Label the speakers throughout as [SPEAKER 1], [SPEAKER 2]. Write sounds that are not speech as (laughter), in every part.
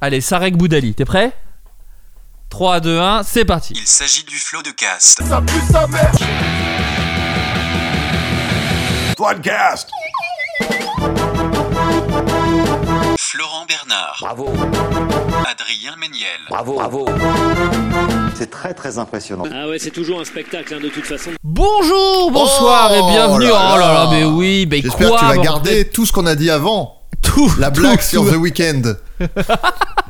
[SPEAKER 1] Allez, Sarek Boudali, t'es prêt 3, 2, 1, c'est parti.
[SPEAKER 2] Il s'agit du flot de cast.
[SPEAKER 3] Podcast.
[SPEAKER 2] Florent Bernard,
[SPEAKER 4] Bravo,
[SPEAKER 2] Adrien Méniel,
[SPEAKER 4] bravo, bravo.
[SPEAKER 5] C'est très très impressionnant.
[SPEAKER 6] Ah ouais, c'est toujours un spectacle hein, de toute façon.
[SPEAKER 1] Bonjour, bonsoir
[SPEAKER 7] Oh
[SPEAKER 1] et bienvenue.
[SPEAKER 7] là
[SPEAKER 1] oh là
[SPEAKER 7] là.
[SPEAKER 1] là, mais oui, mais quoi
[SPEAKER 7] J'espère que tu vas
[SPEAKER 1] bordel
[SPEAKER 7] garder tout ce qu'on a dit avant.
[SPEAKER 1] (laughs) tout.
[SPEAKER 7] La
[SPEAKER 1] tout,
[SPEAKER 7] blague
[SPEAKER 1] tout.
[SPEAKER 7] sur The Weeknd.
[SPEAKER 1] (laughs)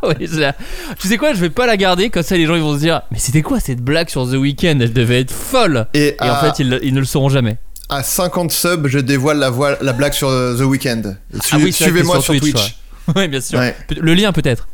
[SPEAKER 1] Oui, c'est la- Tu sais quoi, je vais pas la garder, comme ça les gens ils vont se dire Mais c'était quoi cette blague sur The Weeknd Elle devait être folle
[SPEAKER 7] Et,
[SPEAKER 1] Et en
[SPEAKER 7] à,
[SPEAKER 1] fait, ils, ils ne le sauront jamais.
[SPEAKER 7] à 50 subs, je dévoile la, voile- la blague sur euh, The Weeknd. Su-
[SPEAKER 1] Ah oui, c'est vrai que
[SPEAKER 7] Suivez-moi
[SPEAKER 1] c'est
[SPEAKER 7] sur,
[SPEAKER 1] sur
[SPEAKER 7] Twitch.
[SPEAKER 1] Twitch, (laughs) oui, bien sûr.
[SPEAKER 7] Ouais.
[SPEAKER 1] Peut- Le lien peut-être.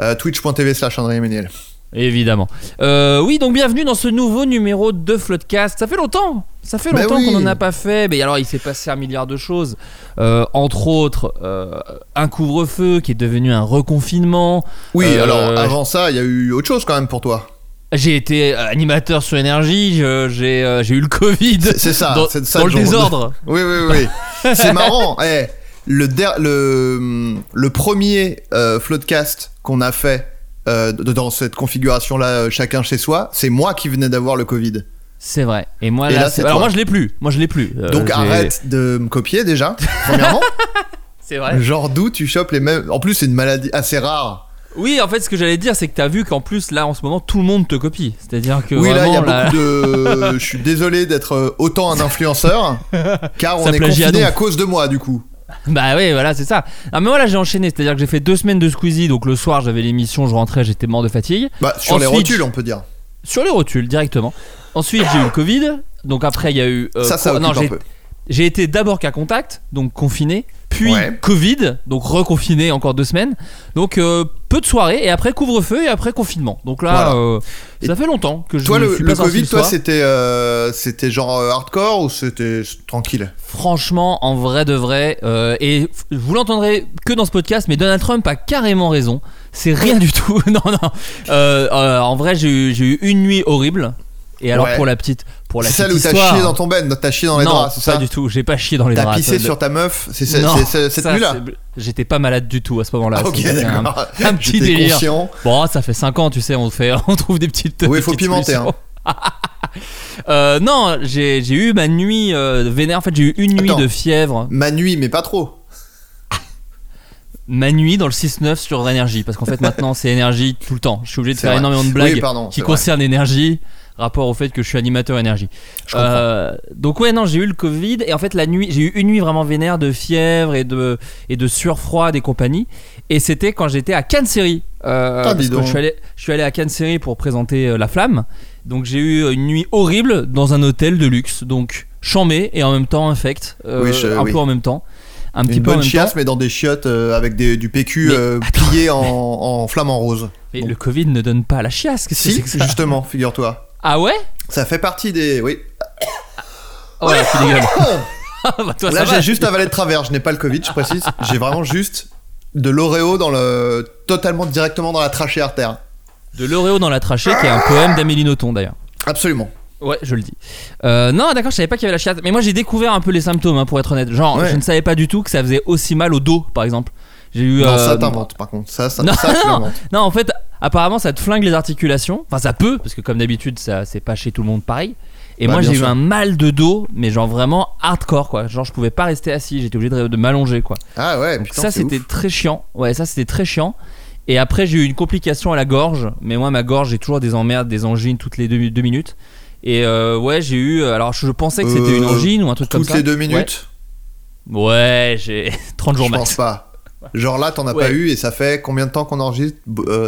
[SPEAKER 7] Euh, Twitch.tv slash André Méniel.
[SPEAKER 1] Évidemment. Euh, oui, donc bienvenue dans ce nouveau numéro de Floodcast. Ça fait longtemps, ça fait
[SPEAKER 7] Bah
[SPEAKER 1] longtemps
[SPEAKER 7] oui.
[SPEAKER 1] qu'on n'en a pas fait. Mais alors, il s'est passé un milliard de choses. Euh, entre autres, euh, un couvre-feu qui est devenu un reconfinement.
[SPEAKER 7] Oui,
[SPEAKER 1] Euh,
[SPEAKER 7] alors avant ça, il y a eu autre chose quand même pour toi.
[SPEAKER 1] J'ai été euh, animateur sur énergie. je- J'ai euh, j'ai eu le Covid.
[SPEAKER 7] C'est- C'est ça,
[SPEAKER 1] Dans,
[SPEAKER 7] c'est ça
[SPEAKER 1] dans le
[SPEAKER 7] genre de-
[SPEAKER 1] désordre.
[SPEAKER 7] Oui, oui,
[SPEAKER 1] (laughs)
[SPEAKER 7] oui. c'est marrant. Eh, le, der- le, le premier euh, floodcast qu'on a fait euh, d- dans cette configuration-là, euh, chacun chez soi, c'est moi qui venais d'avoir le Covid.
[SPEAKER 1] C'est vrai. Et moi,
[SPEAKER 7] Et
[SPEAKER 1] là,
[SPEAKER 7] là,
[SPEAKER 1] c'est-
[SPEAKER 7] c'est
[SPEAKER 1] alors
[SPEAKER 7] toi.
[SPEAKER 1] moi, je l'ai plus. Moi, je l'ai plus. Euh,
[SPEAKER 7] Donc
[SPEAKER 1] j'ai-
[SPEAKER 7] arrête de me copier déjà, premièrement.
[SPEAKER 1] C'est vrai.
[SPEAKER 7] Genre d'où tu chopes les mêmes. En plus, c'est une maladie assez rare.
[SPEAKER 1] Oui, en fait, ce que j'allais dire, c'est que t'as vu qu'en plus, là, en ce moment, tout le monde te copie. C'est-à-dire que
[SPEAKER 7] oui, là, il y a
[SPEAKER 1] vraiment, là-
[SPEAKER 7] beaucoup de. Je suis désolé d'être euh, autant un
[SPEAKER 1] (laughs)
[SPEAKER 7] influenceur, car
[SPEAKER 1] Ça
[SPEAKER 7] on est
[SPEAKER 1] plagie à
[SPEAKER 7] confiné
[SPEAKER 1] donf.
[SPEAKER 7] à cause de moi, du coup.
[SPEAKER 1] Bah ouais, voilà, c'est ça. Ah, mais moi là, j'ai enchaîné, c'est-à-dire que j'ai fait deux semaines de Squeezie, donc le soir, j'avais l'émission, je rentrais, j'étais mort de fatigue.
[SPEAKER 7] Bah, sur les
[SPEAKER 1] Ensuite-
[SPEAKER 7] rotules, on peut dire.
[SPEAKER 1] Sur les rotules, directement. Ensuite, j'ai eu le Covid, donc après, il y a eu. euh,
[SPEAKER 7] ça, ça
[SPEAKER 1] quoi-
[SPEAKER 7] occupe
[SPEAKER 1] non,
[SPEAKER 7] un
[SPEAKER 1] j'ai-
[SPEAKER 7] peu.
[SPEAKER 1] J'ai été d'abord cas contact, donc confiné, puis
[SPEAKER 7] Ouais.
[SPEAKER 1] Covid, donc reconfiné encore deux semaines. Donc euh, peu de soirées, et après couvre-feu, et après confinement. Donc là,
[SPEAKER 7] Voilà.
[SPEAKER 1] euh,
[SPEAKER 7] Et
[SPEAKER 1] ça fait longtemps que je
[SPEAKER 7] Toi,
[SPEAKER 1] ne
[SPEAKER 7] le,
[SPEAKER 1] suis
[SPEAKER 7] le
[SPEAKER 1] pas sorti
[SPEAKER 7] Covid,
[SPEAKER 1] le
[SPEAKER 7] toi,
[SPEAKER 1] soir.
[SPEAKER 7] c'était euh, c'était genre euh, hardcore ou c'était tranquille
[SPEAKER 1] Franchement, en vrai de vrai, euh, et f- vous l'entendrez que dans ce podcast, mais Donald Trump a carrément raison. C'est rien du tout. (laughs) non, non. Euh, euh, en vrai, j'ai eu, j'ai eu une nuit horrible. Et alors
[SPEAKER 7] Ouais.
[SPEAKER 1] pour la petite, pour la
[SPEAKER 7] C'est celle
[SPEAKER 1] petite
[SPEAKER 7] où t'as
[SPEAKER 1] histoire-
[SPEAKER 7] chié dans ton ben, t'as chié dans les
[SPEAKER 1] non,
[SPEAKER 7] draps, c'est
[SPEAKER 1] pas
[SPEAKER 7] ça
[SPEAKER 1] du tout. J'ai pas chié dans les
[SPEAKER 7] T'as
[SPEAKER 1] draps.
[SPEAKER 7] pissé
[SPEAKER 1] ça,
[SPEAKER 7] sur ta meuf, c'est c'est-
[SPEAKER 1] Non,
[SPEAKER 7] c'est- c'est- cette
[SPEAKER 1] ça,
[SPEAKER 7] nuit-là
[SPEAKER 1] c'est- J'étais pas malade du tout à ce moment-là.
[SPEAKER 7] Ah, ok,
[SPEAKER 1] C'était un-
[SPEAKER 7] d'accord.
[SPEAKER 1] Un, petit
[SPEAKER 7] J'étais
[SPEAKER 1] délire.
[SPEAKER 7] conscient.
[SPEAKER 1] Bon, oh, ça fait 5 ans, tu sais, on fait, (laughs) on trouve des petites.
[SPEAKER 7] Oui,
[SPEAKER 1] des
[SPEAKER 7] faut
[SPEAKER 1] petites
[SPEAKER 7] pimenter, hein.
[SPEAKER 1] solutions. (laughs) Euh, non, j'ai j'ai eu ma nuit euh, vénère. En fait, j'ai eu une nuit
[SPEAKER 7] Attends.
[SPEAKER 1] de fièvre.
[SPEAKER 7] Ma nuit, mais pas trop.
[SPEAKER 1] ma nuit dans le 6-9 sur énergie parce qu'en fait maintenant c'est énergie tout le temps je suis obligé de
[SPEAKER 7] C'est
[SPEAKER 1] faire
[SPEAKER 7] vrai.
[SPEAKER 1] énormément de blagues
[SPEAKER 7] Oui, pardon.
[SPEAKER 1] qui
[SPEAKER 7] c'est vrai.
[SPEAKER 1] concernent énergie rapport au fait que je suis animateur énergie
[SPEAKER 7] Je comprends.
[SPEAKER 1] Euh, donc ouais non j'ai eu le covid et en fait la nuit j'ai eu une nuit vraiment vénère de fièvre et de et de sueur froide et compagnie et c'était quand j'étais à Cannes Série euh,
[SPEAKER 7] Ah,
[SPEAKER 1] parce
[SPEAKER 7] dis
[SPEAKER 1] que
[SPEAKER 7] donc.
[SPEAKER 1] je suis allé je suis allé à Cannes Série pour présenter euh, la flamme donc j'ai eu une nuit horrible dans un hôtel de luxe donc chamé et en même temps infect euh,
[SPEAKER 7] Oui, je-
[SPEAKER 1] un
[SPEAKER 7] oui.
[SPEAKER 1] peu en même temps un petit
[SPEAKER 7] Une
[SPEAKER 1] peu en
[SPEAKER 7] bonne
[SPEAKER 1] même temps
[SPEAKER 7] chiasse, mais dans des chiottes euh, avec des- du PQ
[SPEAKER 1] Mais-
[SPEAKER 7] euh, plié en, en flamant rose.
[SPEAKER 1] Mais
[SPEAKER 7] Bon.
[SPEAKER 1] le Covid ne donne pas la chiasse, qu'est-ce que
[SPEAKER 7] Si,
[SPEAKER 1] c'est que ça
[SPEAKER 7] justement, figure-toi.
[SPEAKER 1] Ah ouais
[SPEAKER 7] Ça fait partie des.
[SPEAKER 1] (coughs)
[SPEAKER 7] Oui.
[SPEAKER 1] Oh là, c'est
[SPEAKER 7] (laughs)
[SPEAKER 1] dégueulasse. Ah bah toi, ça
[SPEAKER 7] Là,
[SPEAKER 1] va.
[SPEAKER 7] j'ai juste avalé de travers. Je n'ai pas le Covid, je précise. J'ai vraiment juste de l'Oreo dans le. totalement directement dans la trachée artère.
[SPEAKER 1] De l'Oreo dans la trachée, qui est un poème d'Amélie Nothomb d'ailleurs.
[SPEAKER 7] Absolument.
[SPEAKER 1] Ouais, je le dis. Euh, non, d'accord, je savais pas qu'il y avait la chiasse. Mais moi, j'ai découvert un peu les symptômes, hein, pour être honnête. Genre,
[SPEAKER 7] Ouais.
[SPEAKER 1] je ne savais pas du tout que ça faisait aussi mal au dos, par exemple. J'ai eu.
[SPEAKER 7] Non,
[SPEAKER 1] euh,
[SPEAKER 7] ça t'invente par contre. Ça, ça,
[SPEAKER 1] Non,
[SPEAKER 7] ça tu
[SPEAKER 1] non.
[SPEAKER 7] l'inventes.
[SPEAKER 1] (laughs) Non, en fait, apparemment, ça te flingue les articulations. Enfin, ça peut, parce que comme d'habitude, ça c'est pas chez tout le monde pareil. Et
[SPEAKER 7] Bah,
[SPEAKER 1] moi,
[SPEAKER 7] bien
[SPEAKER 1] j'ai eu
[SPEAKER 7] sûr.
[SPEAKER 1] un mal de dos, mais genre vraiment hardcore, quoi. Genre, je pouvais pas rester assis, j'étais obligé de, de m'allonger, quoi.
[SPEAKER 7] Ah ouais,
[SPEAKER 1] Donc
[SPEAKER 7] putain,
[SPEAKER 1] ça
[SPEAKER 7] c'est
[SPEAKER 1] c'était
[SPEAKER 7] ouf.
[SPEAKER 1] très chiant. Ouais, ça c'était très chiant. Et après j'ai eu une complication à la gorge, mais moi ma gorge j'ai toujours des emmerdes, des angines toutes les deux, deux minutes. Et euh, ouais j'ai eu, alors je, je pensais que c'était
[SPEAKER 7] Euh,
[SPEAKER 1] une angine ou un truc comme
[SPEAKER 7] Toutes
[SPEAKER 1] ça.
[SPEAKER 7] les deux minutes
[SPEAKER 1] Ouais, Ouais, j'ai (laughs) 30 jours
[SPEAKER 7] Je pense
[SPEAKER 1] max.
[SPEAKER 7] pas. Genre là, t'en as
[SPEAKER 1] Ouais.
[SPEAKER 7] pas eu et ça fait combien de temps qu'on enregistre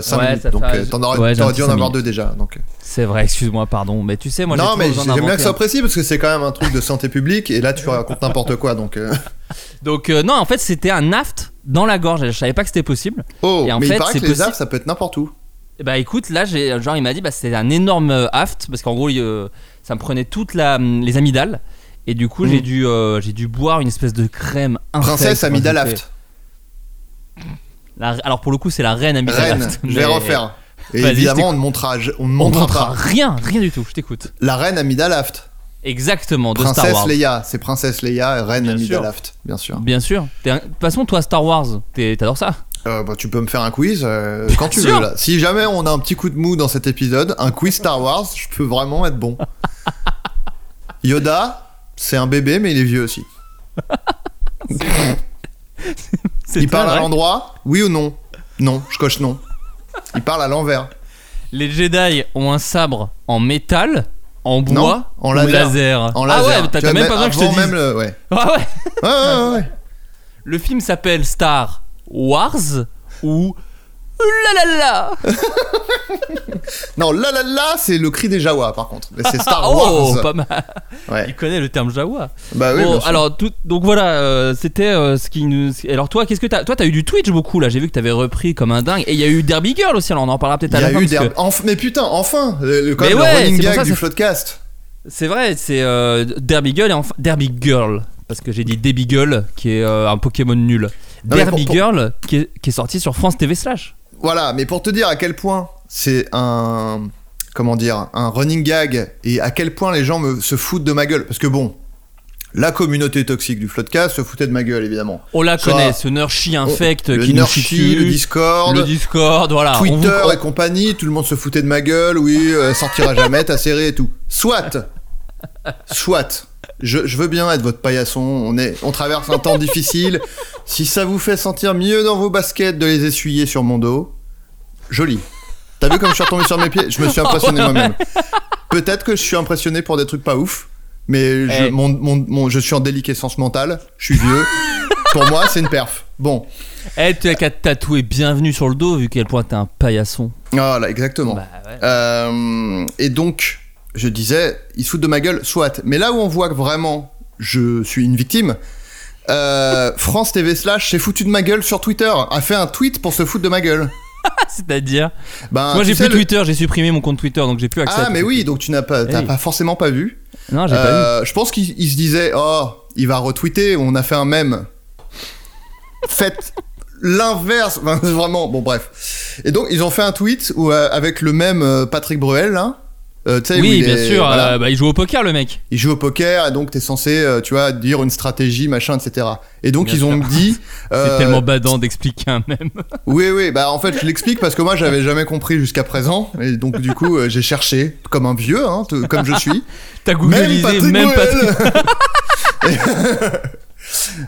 [SPEAKER 7] 5
[SPEAKER 1] Ouais,
[SPEAKER 7] minutes.
[SPEAKER 1] ça
[SPEAKER 7] Donc
[SPEAKER 1] fait-
[SPEAKER 7] euh, t'en aurais,
[SPEAKER 1] ouais, j'ai
[SPEAKER 7] t'aurais
[SPEAKER 1] un
[SPEAKER 7] dû
[SPEAKER 1] petit
[SPEAKER 7] en
[SPEAKER 1] cinq
[SPEAKER 7] avoir
[SPEAKER 1] minutes.
[SPEAKER 7] deux déjà. Donc. euh,
[SPEAKER 1] C'est vrai, excuse-moi, pardon. Mais tu sais, moi j'ai
[SPEAKER 7] non,
[SPEAKER 1] toujours
[SPEAKER 7] mais
[SPEAKER 1] besoin
[SPEAKER 7] j'aime bien
[SPEAKER 1] d'inventer hein.
[SPEAKER 7] que ce soit
[SPEAKER 1] un-
[SPEAKER 7] précis parce que c'est quand même un truc de santé publique et là tu racontes n'importe quoi
[SPEAKER 1] (laughs)
[SPEAKER 7] donc. euh,
[SPEAKER 1] Donc euh, non, en fait c'était un aft dans la gorge. Je savais pas que c'était possible.
[SPEAKER 7] Oh,
[SPEAKER 1] Et en
[SPEAKER 7] mais
[SPEAKER 1] fait,
[SPEAKER 7] il paraît
[SPEAKER 1] c'est
[SPEAKER 7] que les
[SPEAKER 1] possible-
[SPEAKER 7] arbres ça peut être n'importe où.
[SPEAKER 1] Et Bah écoute, là j'ai genre il m'a dit bah c'était un énorme euh, aft parce qu'en gros il, euh, ça me prenait toutes la hum, les amygdales et du coup
[SPEAKER 7] Mm.
[SPEAKER 1] j'ai dû euh, j'ai dû boire une espèce de crème infecte.
[SPEAKER 7] Princesse
[SPEAKER 1] Enfin,
[SPEAKER 7] Amidal
[SPEAKER 1] c'était-
[SPEAKER 7] Aft.
[SPEAKER 1] La- alors pour le coup c'est la reine amygdale
[SPEAKER 7] Reine,
[SPEAKER 1] aft.
[SPEAKER 7] je
[SPEAKER 1] Mais
[SPEAKER 7] vais refaire. Et
[SPEAKER 1] Vas-y, je
[SPEAKER 7] évidemment,
[SPEAKER 1] t'écoute.
[SPEAKER 7] on ne montrera, on ne
[SPEAKER 1] On
[SPEAKER 7] montrera
[SPEAKER 1] montrera rien, rien du tout. Je t'écoute.
[SPEAKER 7] la reine Amidal Aft.
[SPEAKER 1] Exactement de Star
[SPEAKER 7] Princesse
[SPEAKER 1] Wars.
[SPEAKER 7] Leia, c'est Princesse Leia et reine
[SPEAKER 1] Bien
[SPEAKER 7] Amidal
[SPEAKER 1] sûr.
[SPEAKER 7] Aft, bien sûr.
[SPEAKER 1] Bien sûr. T'es un- De toute façon toi Star Wars, t'es- t'adores ça. (laughs)
[SPEAKER 7] Euh, bah, tu peux me faire un quiz euh, quand tu
[SPEAKER 1] sûr.
[SPEAKER 7] veux. Là. Si jamais on a un petit coup de mou dans cet épisode, un quiz Star Wars, je peux vraiment
[SPEAKER 1] (laughs)
[SPEAKER 7] être bon. Yoda, c'est un bébé, mais il est vieux aussi.
[SPEAKER 1] C'est
[SPEAKER 7] Il parle
[SPEAKER 1] vrai.
[SPEAKER 7] à l'endroit, oui ou non Non, je coche non. Il parle à l'envers.
[SPEAKER 1] Les Jedi ont un sabre en métal, en bois,
[SPEAKER 7] en
[SPEAKER 1] ou
[SPEAKER 7] laser. En laser.
[SPEAKER 1] Ah ouais, t'as
[SPEAKER 7] Tu
[SPEAKER 1] t'as
[SPEAKER 7] vois,
[SPEAKER 1] même pas besoin que je te
[SPEAKER 7] avant
[SPEAKER 1] dise.
[SPEAKER 7] même le- ouais.
[SPEAKER 1] Ah (laughs) ouais.
[SPEAKER 7] Ouais, ouais,
[SPEAKER 1] (laughs)
[SPEAKER 7] ouais, ouais.
[SPEAKER 1] Le film s'appelle Star Wars ou la la la.
[SPEAKER 7] Non, là, là, là, c'est le cri des Jawa, par contre. Mais c'est Star
[SPEAKER 1] (laughs) oh,
[SPEAKER 7] Ah, Wars.
[SPEAKER 1] pas mal.
[SPEAKER 7] Ouais.
[SPEAKER 1] Il connaît le terme Jawa.
[SPEAKER 7] Bah oui,
[SPEAKER 1] Bon,
[SPEAKER 7] bien sûr.
[SPEAKER 1] alors tout- donc voilà, euh, c'était euh, ce qui nous. Alors toi, qu'est-ce que t'as Toi, t'as eu du Twitch beaucoup là. J'ai vu que t'avais repris comme un dingue. Et il y a eu Derby Girl aussi. Alors on en parlera peut-être à
[SPEAKER 7] Il y
[SPEAKER 1] la
[SPEAKER 7] a
[SPEAKER 1] fin.
[SPEAKER 7] eu des...
[SPEAKER 1] parce que
[SPEAKER 7] Enf- Mais putain, enfin le, le- quand
[SPEAKER 1] Mais
[SPEAKER 7] même, le
[SPEAKER 1] ouais,
[SPEAKER 7] running
[SPEAKER 1] c'est pour
[SPEAKER 7] gag
[SPEAKER 1] ça,
[SPEAKER 7] du
[SPEAKER 1] c'est-
[SPEAKER 7] Floodcast.
[SPEAKER 1] C'est vrai, c'est euh, Derby Girl et enfin Derby Girl parce que j'ai dit Debbie Girl qui est euh, un Pokémon nul.
[SPEAKER 7] Non, mais
[SPEAKER 1] Derby
[SPEAKER 7] pour- pour-
[SPEAKER 1] Girl qui est, qui est sorti sur France TV slash.
[SPEAKER 7] Voilà, mais pour te dire à quel point c'est un... Comment dire Un running gag et à quel point les gens me, se foutent de ma gueule. Parce que bon, la communauté toxique du Floodcast se foutait de ma gueule, évidemment.
[SPEAKER 1] On la
[SPEAKER 7] Ça-
[SPEAKER 1] connaît, ce Nurchi infect
[SPEAKER 7] le
[SPEAKER 1] qui nous
[SPEAKER 7] Nurchi,
[SPEAKER 1] chie
[SPEAKER 7] le
[SPEAKER 1] dessus.
[SPEAKER 7] Discord...
[SPEAKER 1] Le Discord, voilà. on vous-
[SPEAKER 7] Twitter et compagnie, tout le monde se foutait de ma gueule, oui, euh, sortira jamais, t'as serré et tout. Soit, soit, je, je veux bien être votre paillasson, on, est, on traverse un temps difficile, si ça vous fait sentir mieux dans vos baskets de les essuyer sur mon dos, joli. T'as vu comme je suis retombé sur mes pieds Je me
[SPEAKER 1] (laughs)
[SPEAKER 7] suis impressionné moi-même. Peut-être que je suis impressionné pour des trucs pas ouf, mais je,
[SPEAKER 1] Eh.
[SPEAKER 7] mon- mon- mon- je suis en déliquescence mentale, je suis vieux. pour moi, c'est une perf. Bon,
[SPEAKER 1] Eh, tu as qu'à te tatouer bienvenue sur le dos vu quel point t'es un paillasson.
[SPEAKER 7] voilà, exactement.
[SPEAKER 1] Bah ouais. (laughs)
[SPEAKER 7] Euh, et donc, je disais, il se fout de ma gueule, soit. Mais là où on voit que vraiment je suis une victime, euh, France TV slash s'est foutu de ma gueule sur Twitter, a fait un tweet pour se foutre de ma gueule.
[SPEAKER 1] Ah, C'est-à-dire.
[SPEAKER 7] Ben,
[SPEAKER 1] Moi
[SPEAKER 7] tu
[SPEAKER 1] j'ai
[SPEAKER 7] sais,
[SPEAKER 1] plus
[SPEAKER 7] le-
[SPEAKER 1] Twitter, j'ai supprimé mon compte Twitter donc j'ai plus accès. à
[SPEAKER 7] Ah,
[SPEAKER 1] tout
[SPEAKER 7] mais
[SPEAKER 1] ça.
[SPEAKER 7] oui, donc tu n'as pas, t'as
[SPEAKER 1] Eh.
[SPEAKER 7] pas forcément pas vu.
[SPEAKER 1] Non, Ah, j'ai pas vu.
[SPEAKER 7] Euh, je pense qu'il il se disait Oh, il va retweeter, on a fait un mème. Faites l'inverse. Enfin, (laughs) vraiment, bon, bref. Et donc, ils ont fait un tweet où, euh, avec le même euh, Patrick Bruel, là. Euh, tu sais, où
[SPEAKER 1] Oui,
[SPEAKER 7] il
[SPEAKER 1] bien
[SPEAKER 7] est-
[SPEAKER 1] sûr.
[SPEAKER 7] voilà,
[SPEAKER 1] euh, bah, il joue au poker le mec.
[SPEAKER 7] il joue au poker et donc t'es censé, euh, tu vois, dire une stratégie, machin, etc. Et donc
[SPEAKER 1] Bien
[SPEAKER 7] ils ont dit.
[SPEAKER 1] (laughs) C'est
[SPEAKER 7] euh,
[SPEAKER 1] tellement badant d'expliquer un même.
[SPEAKER 7] (laughs) Oui, oui. Bah en fait, je l'explique parce que moi j'avais jamais compris jusqu'à présent et donc du coup euh, j'ai cherché comme un vieux, hein, te- comme je suis.
[SPEAKER 1] T'as
[SPEAKER 7] même
[SPEAKER 1] googlisé
[SPEAKER 7] Patrick
[SPEAKER 1] même Patrick.
[SPEAKER 7] Bruel. (laughs)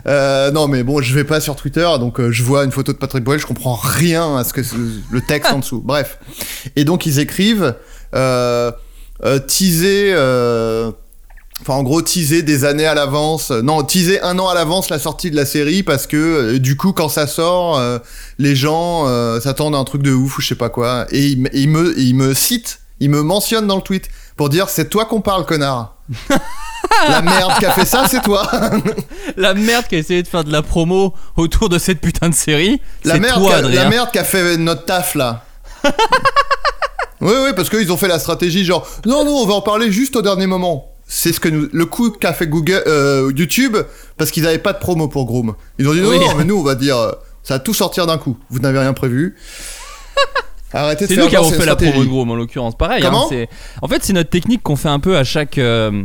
[SPEAKER 7] Euh, non mais bon, je vais pas sur Twitter, donc euh, je vois une photo de Patrick Bruel, je comprends rien à ce que c'est- le texte en dessous. Bref, et donc ils écrivent euh, euh, teaser, euh, enfin en gros teaser des années à l'avance, euh, non teaser un an à l'avance la sortie de la série parce que euh, du coup quand ça sort, euh, les gens euh, s'attendent à un truc de ouf ou je sais pas quoi, et ils, me- ils me, ils me citent, ils me mentionnent dans le tweet pour dire c'est toi qu'on parle connard. la merde qui a fait ça, c'est toi.
[SPEAKER 1] La merde qui a essayé de faire de la promo autour de cette putain de série.
[SPEAKER 7] La
[SPEAKER 1] c'est
[SPEAKER 7] merde,
[SPEAKER 1] toi,
[SPEAKER 7] qu'a-
[SPEAKER 1] Adrien.
[SPEAKER 7] la merde qui a fait notre taf là. oui, oui, parce qu'ils ont fait la stratégie genre non, non, on va en parler juste au dernier moment. C'est ce que nous, le coup qu'a fait Google, euh, YouTube, parce qu'ils n'avaient pas de promo pour Groom. Ils ont dit non,
[SPEAKER 1] Oui.
[SPEAKER 7] non, mais nous on va dire, euh, ça va tout sortir d'un coup. Vous n'avez rien prévu. Arrêtez de
[SPEAKER 1] C'est
[SPEAKER 7] faire
[SPEAKER 1] nous qui
[SPEAKER 7] genre,
[SPEAKER 1] avons
[SPEAKER 7] c'est
[SPEAKER 1] fait
[SPEAKER 7] une
[SPEAKER 1] la promo de
[SPEAKER 7] stratégie.
[SPEAKER 1] Groom en l'occurrence. Pareil. hein,
[SPEAKER 7] Comment
[SPEAKER 1] c'est- en fait, c'est notre technique qu'on fait un peu à chaque, euh,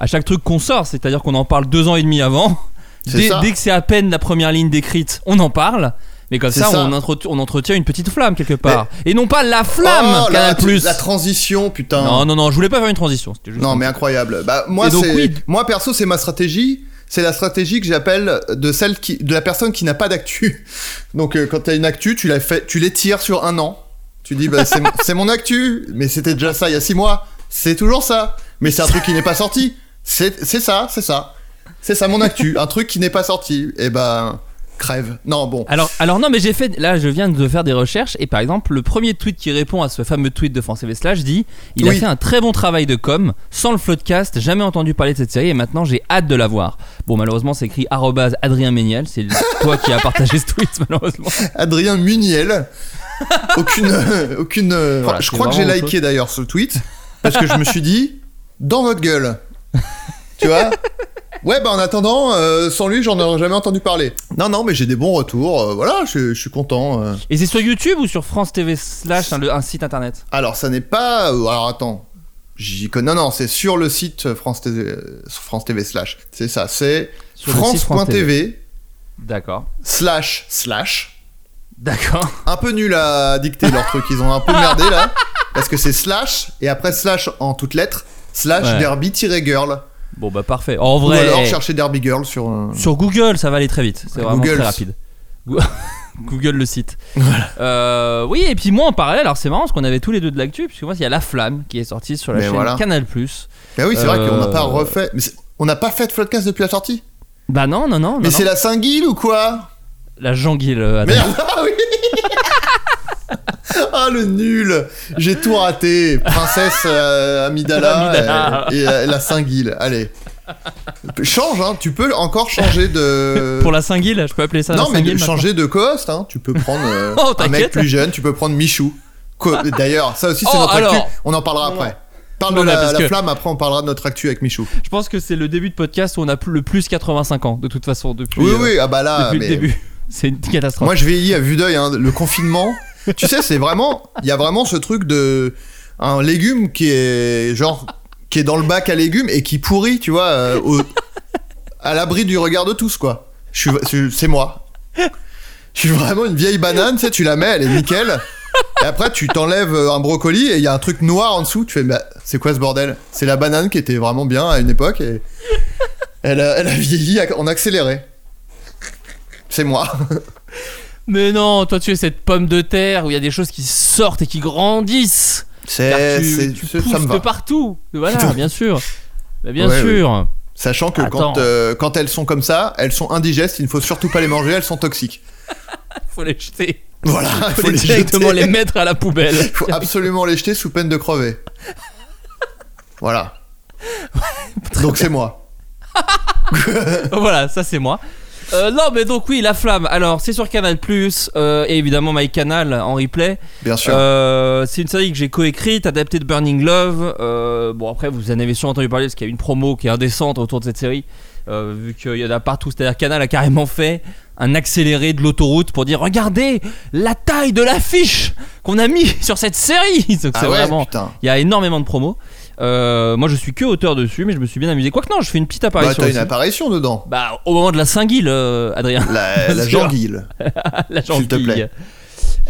[SPEAKER 1] à chaque truc qu'on sort. C'est-à-dire qu'on en parle deux ans et demi avant.
[SPEAKER 7] C'est
[SPEAKER 1] Dès,
[SPEAKER 7] ça.
[SPEAKER 1] dès que c'est à peine la première ligne décrite, on en parle. Mais comme
[SPEAKER 7] C'est
[SPEAKER 1] ça,
[SPEAKER 7] ça.
[SPEAKER 1] On, entreti- on entretient une petite flamme quelque part. Et non pas la flamme
[SPEAKER 7] Oh, la,
[SPEAKER 1] Canal Plus.
[SPEAKER 7] la transition, putain.
[SPEAKER 1] Non, non, non, je voulais pas faire une transition. c'était juste-
[SPEAKER 7] Non, mais incroyable. Bah, moi,
[SPEAKER 1] Et donc,
[SPEAKER 7] c'est-
[SPEAKER 1] oui.
[SPEAKER 7] moi perso, c'est ma stratégie. C'est la stratégie que j'appelle de celle qui, de la personne qui n'a pas d'actu. (laughs) Donc, euh, quand t'as une actu, tu la fais, tu l'étires sur un an. Tu dis,
[SPEAKER 1] (laughs)
[SPEAKER 7] bah, c'est mon- c'est mon actu, mais c'était déjà ça il y a six mois. C'est toujours ça. Mais c'est un truc qui n'est pas sorti. C'est c'est ça, c'est ça. C'est ça mon actu. Un truc qui n'est pas sorti. Et ben, crève. Non, bon.
[SPEAKER 1] Alors, alors non, mais j'ai fait. Là, je viens de faire des recherches et par exemple, le premier tweet qui répond à ce fameux tweet de France TV Slash dit Il a
[SPEAKER 7] Oui.
[SPEAKER 1] fait un très bon travail de com, sans le floodcast, jamais entendu parler de cette série et maintenant j'ai hâte de la voir. Bon, malheureusement, c'est écrit arrobase Adrien Méniel, c'est (laughs) toi qui as partagé ce tweet, malheureusement.
[SPEAKER 7] Adrien Muniel. Aucune. euh, aucune euh,
[SPEAKER 1] Voilà,
[SPEAKER 7] je
[SPEAKER 1] c'est
[SPEAKER 7] crois que j'ai
[SPEAKER 1] vraiment autre
[SPEAKER 7] liké d'ailleurs ce tweet. Parce que je me
[SPEAKER 1] (laughs)
[SPEAKER 7] suis dit, dans votre gueule. Tu vois Ouais, bah en attendant, euh, sans lui, j'en aurais jamais entendu parler. Non, non, mais j'ai des bons retours. euh, voilà, je, je suis content. euh.
[SPEAKER 1] Et c'est sur YouTube ou sur France TV Slash, un, le- un site internet
[SPEAKER 7] Alors, ça n'est pas. euh, Alors, attends. J'y connais. Non, non, c'est sur le site France TV, euh, France TV slash. C'est ça, c'est
[SPEAKER 1] Sur le site
[SPEAKER 7] France.tv
[SPEAKER 1] D'accord.
[SPEAKER 7] slash slash
[SPEAKER 1] D'accord.
[SPEAKER 7] Un peu nul à dicter leur truc, ils ont un peu merdé là. Parce que c'est slash, et après slash en toutes lettres, slash
[SPEAKER 1] Ouais.
[SPEAKER 7] derby-girl.
[SPEAKER 1] Bon bah parfait. En
[SPEAKER 7] Ou
[SPEAKER 1] vrai,
[SPEAKER 7] alors
[SPEAKER 1] eh,
[SPEAKER 7] chercher derby girl sur. euh,
[SPEAKER 1] sur Google, ça va aller très vite. C'est
[SPEAKER 7] Ouais,
[SPEAKER 1] vraiment
[SPEAKER 7] Google.
[SPEAKER 1] très rapide. Go- (laughs) Google le
[SPEAKER 7] (laughs)
[SPEAKER 1] site. Euh, oui, et puis moi en parallèle, alors c'est marrant parce qu'on avait tous les deux de l'actu, puisque moi il y a La Flamme qui est sortie sur la
[SPEAKER 7] Mais
[SPEAKER 1] chaîne
[SPEAKER 7] voilà.
[SPEAKER 1] Canal+.
[SPEAKER 7] Bah oui, c'est vrai
[SPEAKER 1] Euh,
[SPEAKER 7] qu'on n'a pas refait. mais c'est- on n'a pas fait de podcast depuis la sortie.
[SPEAKER 1] Bah non, non, non. non,
[SPEAKER 7] mais
[SPEAKER 1] non. Ah,
[SPEAKER 7] c'est la Saint-Guil ou quoi
[SPEAKER 1] La Jean-Guil. euh, Adrien.
[SPEAKER 7] Merde (laughs) Ah oui Ah le nul J'ai tout raté. Princesse euh, Amidala,
[SPEAKER 1] Amidala.
[SPEAKER 7] euh, et, euh, la Saint-Guil. Allez. Change, hein. tu peux encore changer de.
[SPEAKER 1] (laughs) Pour la Saint-Guil, je peux appeler ça
[SPEAKER 7] non,
[SPEAKER 1] la Saint-Guil
[SPEAKER 7] mais changer de co-host. Hein. Tu peux prendre euh,
[SPEAKER 1] (laughs) Oh,
[SPEAKER 7] un mec
[SPEAKER 1] t'inquiète.
[SPEAKER 7] plus jeune, tu peux prendre Michou.
[SPEAKER 1] (laughs)
[SPEAKER 7] Co- D'ailleurs, ça aussi c'est
[SPEAKER 1] Oh,
[SPEAKER 7] notre
[SPEAKER 1] alors.
[SPEAKER 7] actu. On en parlera après. Parle
[SPEAKER 1] Non,
[SPEAKER 7] de
[SPEAKER 1] là,
[SPEAKER 7] la,
[SPEAKER 1] parce
[SPEAKER 7] la
[SPEAKER 1] que-
[SPEAKER 7] flamme, après on parlera de notre actu avec Michou.
[SPEAKER 1] maintenant. Je pense que c'est le début de podcast où on a plus- le plus 85 ans, de toute façon, depuis,
[SPEAKER 7] Oui,
[SPEAKER 1] euh,
[SPEAKER 7] oui, ah bah là,
[SPEAKER 1] depuis
[SPEAKER 7] mais-
[SPEAKER 1] le début. (laughs) C'est une catastrophe.
[SPEAKER 7] moi je vieillis à vue d'œil, hein, le confinement. tu sais, c'est vraiment, il y a vraiment ce truc de un légume qui est genre qui est dans le bac à légumes et qui pourrit, tu vois, euh, au- à l'abri du regard de tous, quoi. Je suis, c'est- c'est moi. Je suis vraiment une vieille banane, tu sais, tu la mets, elle est nickel. Et après, tu t'enlèves un brocoli et il y a un truc noir en dessous. Tu fais, bah, c'est quoi ce bordel C'est la banane qui était vraiment bien à une époque et elle a, elle a vieilli en accéléré. C'est moi.
[SPEAKER 1] Mais non, toi tu es cette pomme de terre où il y a des choses qui sortent et qui grandissent. Car
[SPEAKER 7] C'est,
[SPEAKER 1] tu
[SPEAKER 7] c'est-
[SPEAKER 1] tu
[SPEAKER 7] c'est-
[SPEAKER 1] pousses
[SPEAKER 7] ça me
[SPEAKER 1] de
[SPEAKER 7] va.
[SPEAKER 1] partout. Voilà,
[SPEAKER 7] Putain.
[SPEAKER 1] bien sûr. Bah, bien
[SPEAKER 7] Ouais,
[SPEAKER 1] sûr.
[SPEAKER 7] Sachant que
[SPEAKER 1] Attends.
[SPEAKER 7] quand, euh, quand elles sont comme ça, elles sont indigestes, il ne faut surtout pas les manger, elles sont toxiques. (laughs)
[SPEAKER 1] Faut les jeter.
[SPEAKER 7] Voilà, il
[SPEAKER 1] Faut, les directement les mettre à la poubelle. (laughs)
[SPEAKER 7] Il faut absolument les jeter sous peine de crever. Voilà. Donc c'est moi.
[SPEAKER 1] voilà, ça c'est moi. Euh, non mais donc oui la flamme alors c'est sur Canal Plus et évidemment My Canal en replay
[SPEAKER 7] Bien sûr.
[SPEAKER 1] Euh, c'est une série que j'ai coécrite, adaptée de Burning Love. Euh, bon, après, vous en avez sûrement entendu parler parce qu'il y a une promo qui est indécente autour de cette série. Euh, vu qu'il y en a partout, c'est-à-dire Canal a carrément fait un accéléré de l'autoroute pour dire Regardez la taille de l'affiche qu'on a mis sur cette série (laughs) Donc,
[SPEAKER 7] Ah
[SPEAKER 1] c'est
[SPEAKER 7] ouais,
[SPEAKER 1] vraiment.
[SPEAKER 7] putain.
[SPEAKER 1] Il y a énormément de promos. Euh, moi, je suis que auteur dessus, mais je me suis bien amusé. Quoique, non, je fais une petite
[SPEAKER 7] Bah,
[SPEAKER 1] apparition.
[SPEAKER 7] t'as une
[SPEAKER 1] aussi.
[SPEAKER 7] apparition dedans.
[SPEAKER 1] Bah, au moment de la Saint-Guil, euh, Adrien. (laughs)
[SPEAKER 7] La, la
[SPEAKER 1] sûr.
[SPEAKER 7] janguille.
[SPEAKER 1] (laughs) la
[SPEAKER 7] S'il te
[SPEAKER 1] gentille.
[SPEAKER 7] plaît.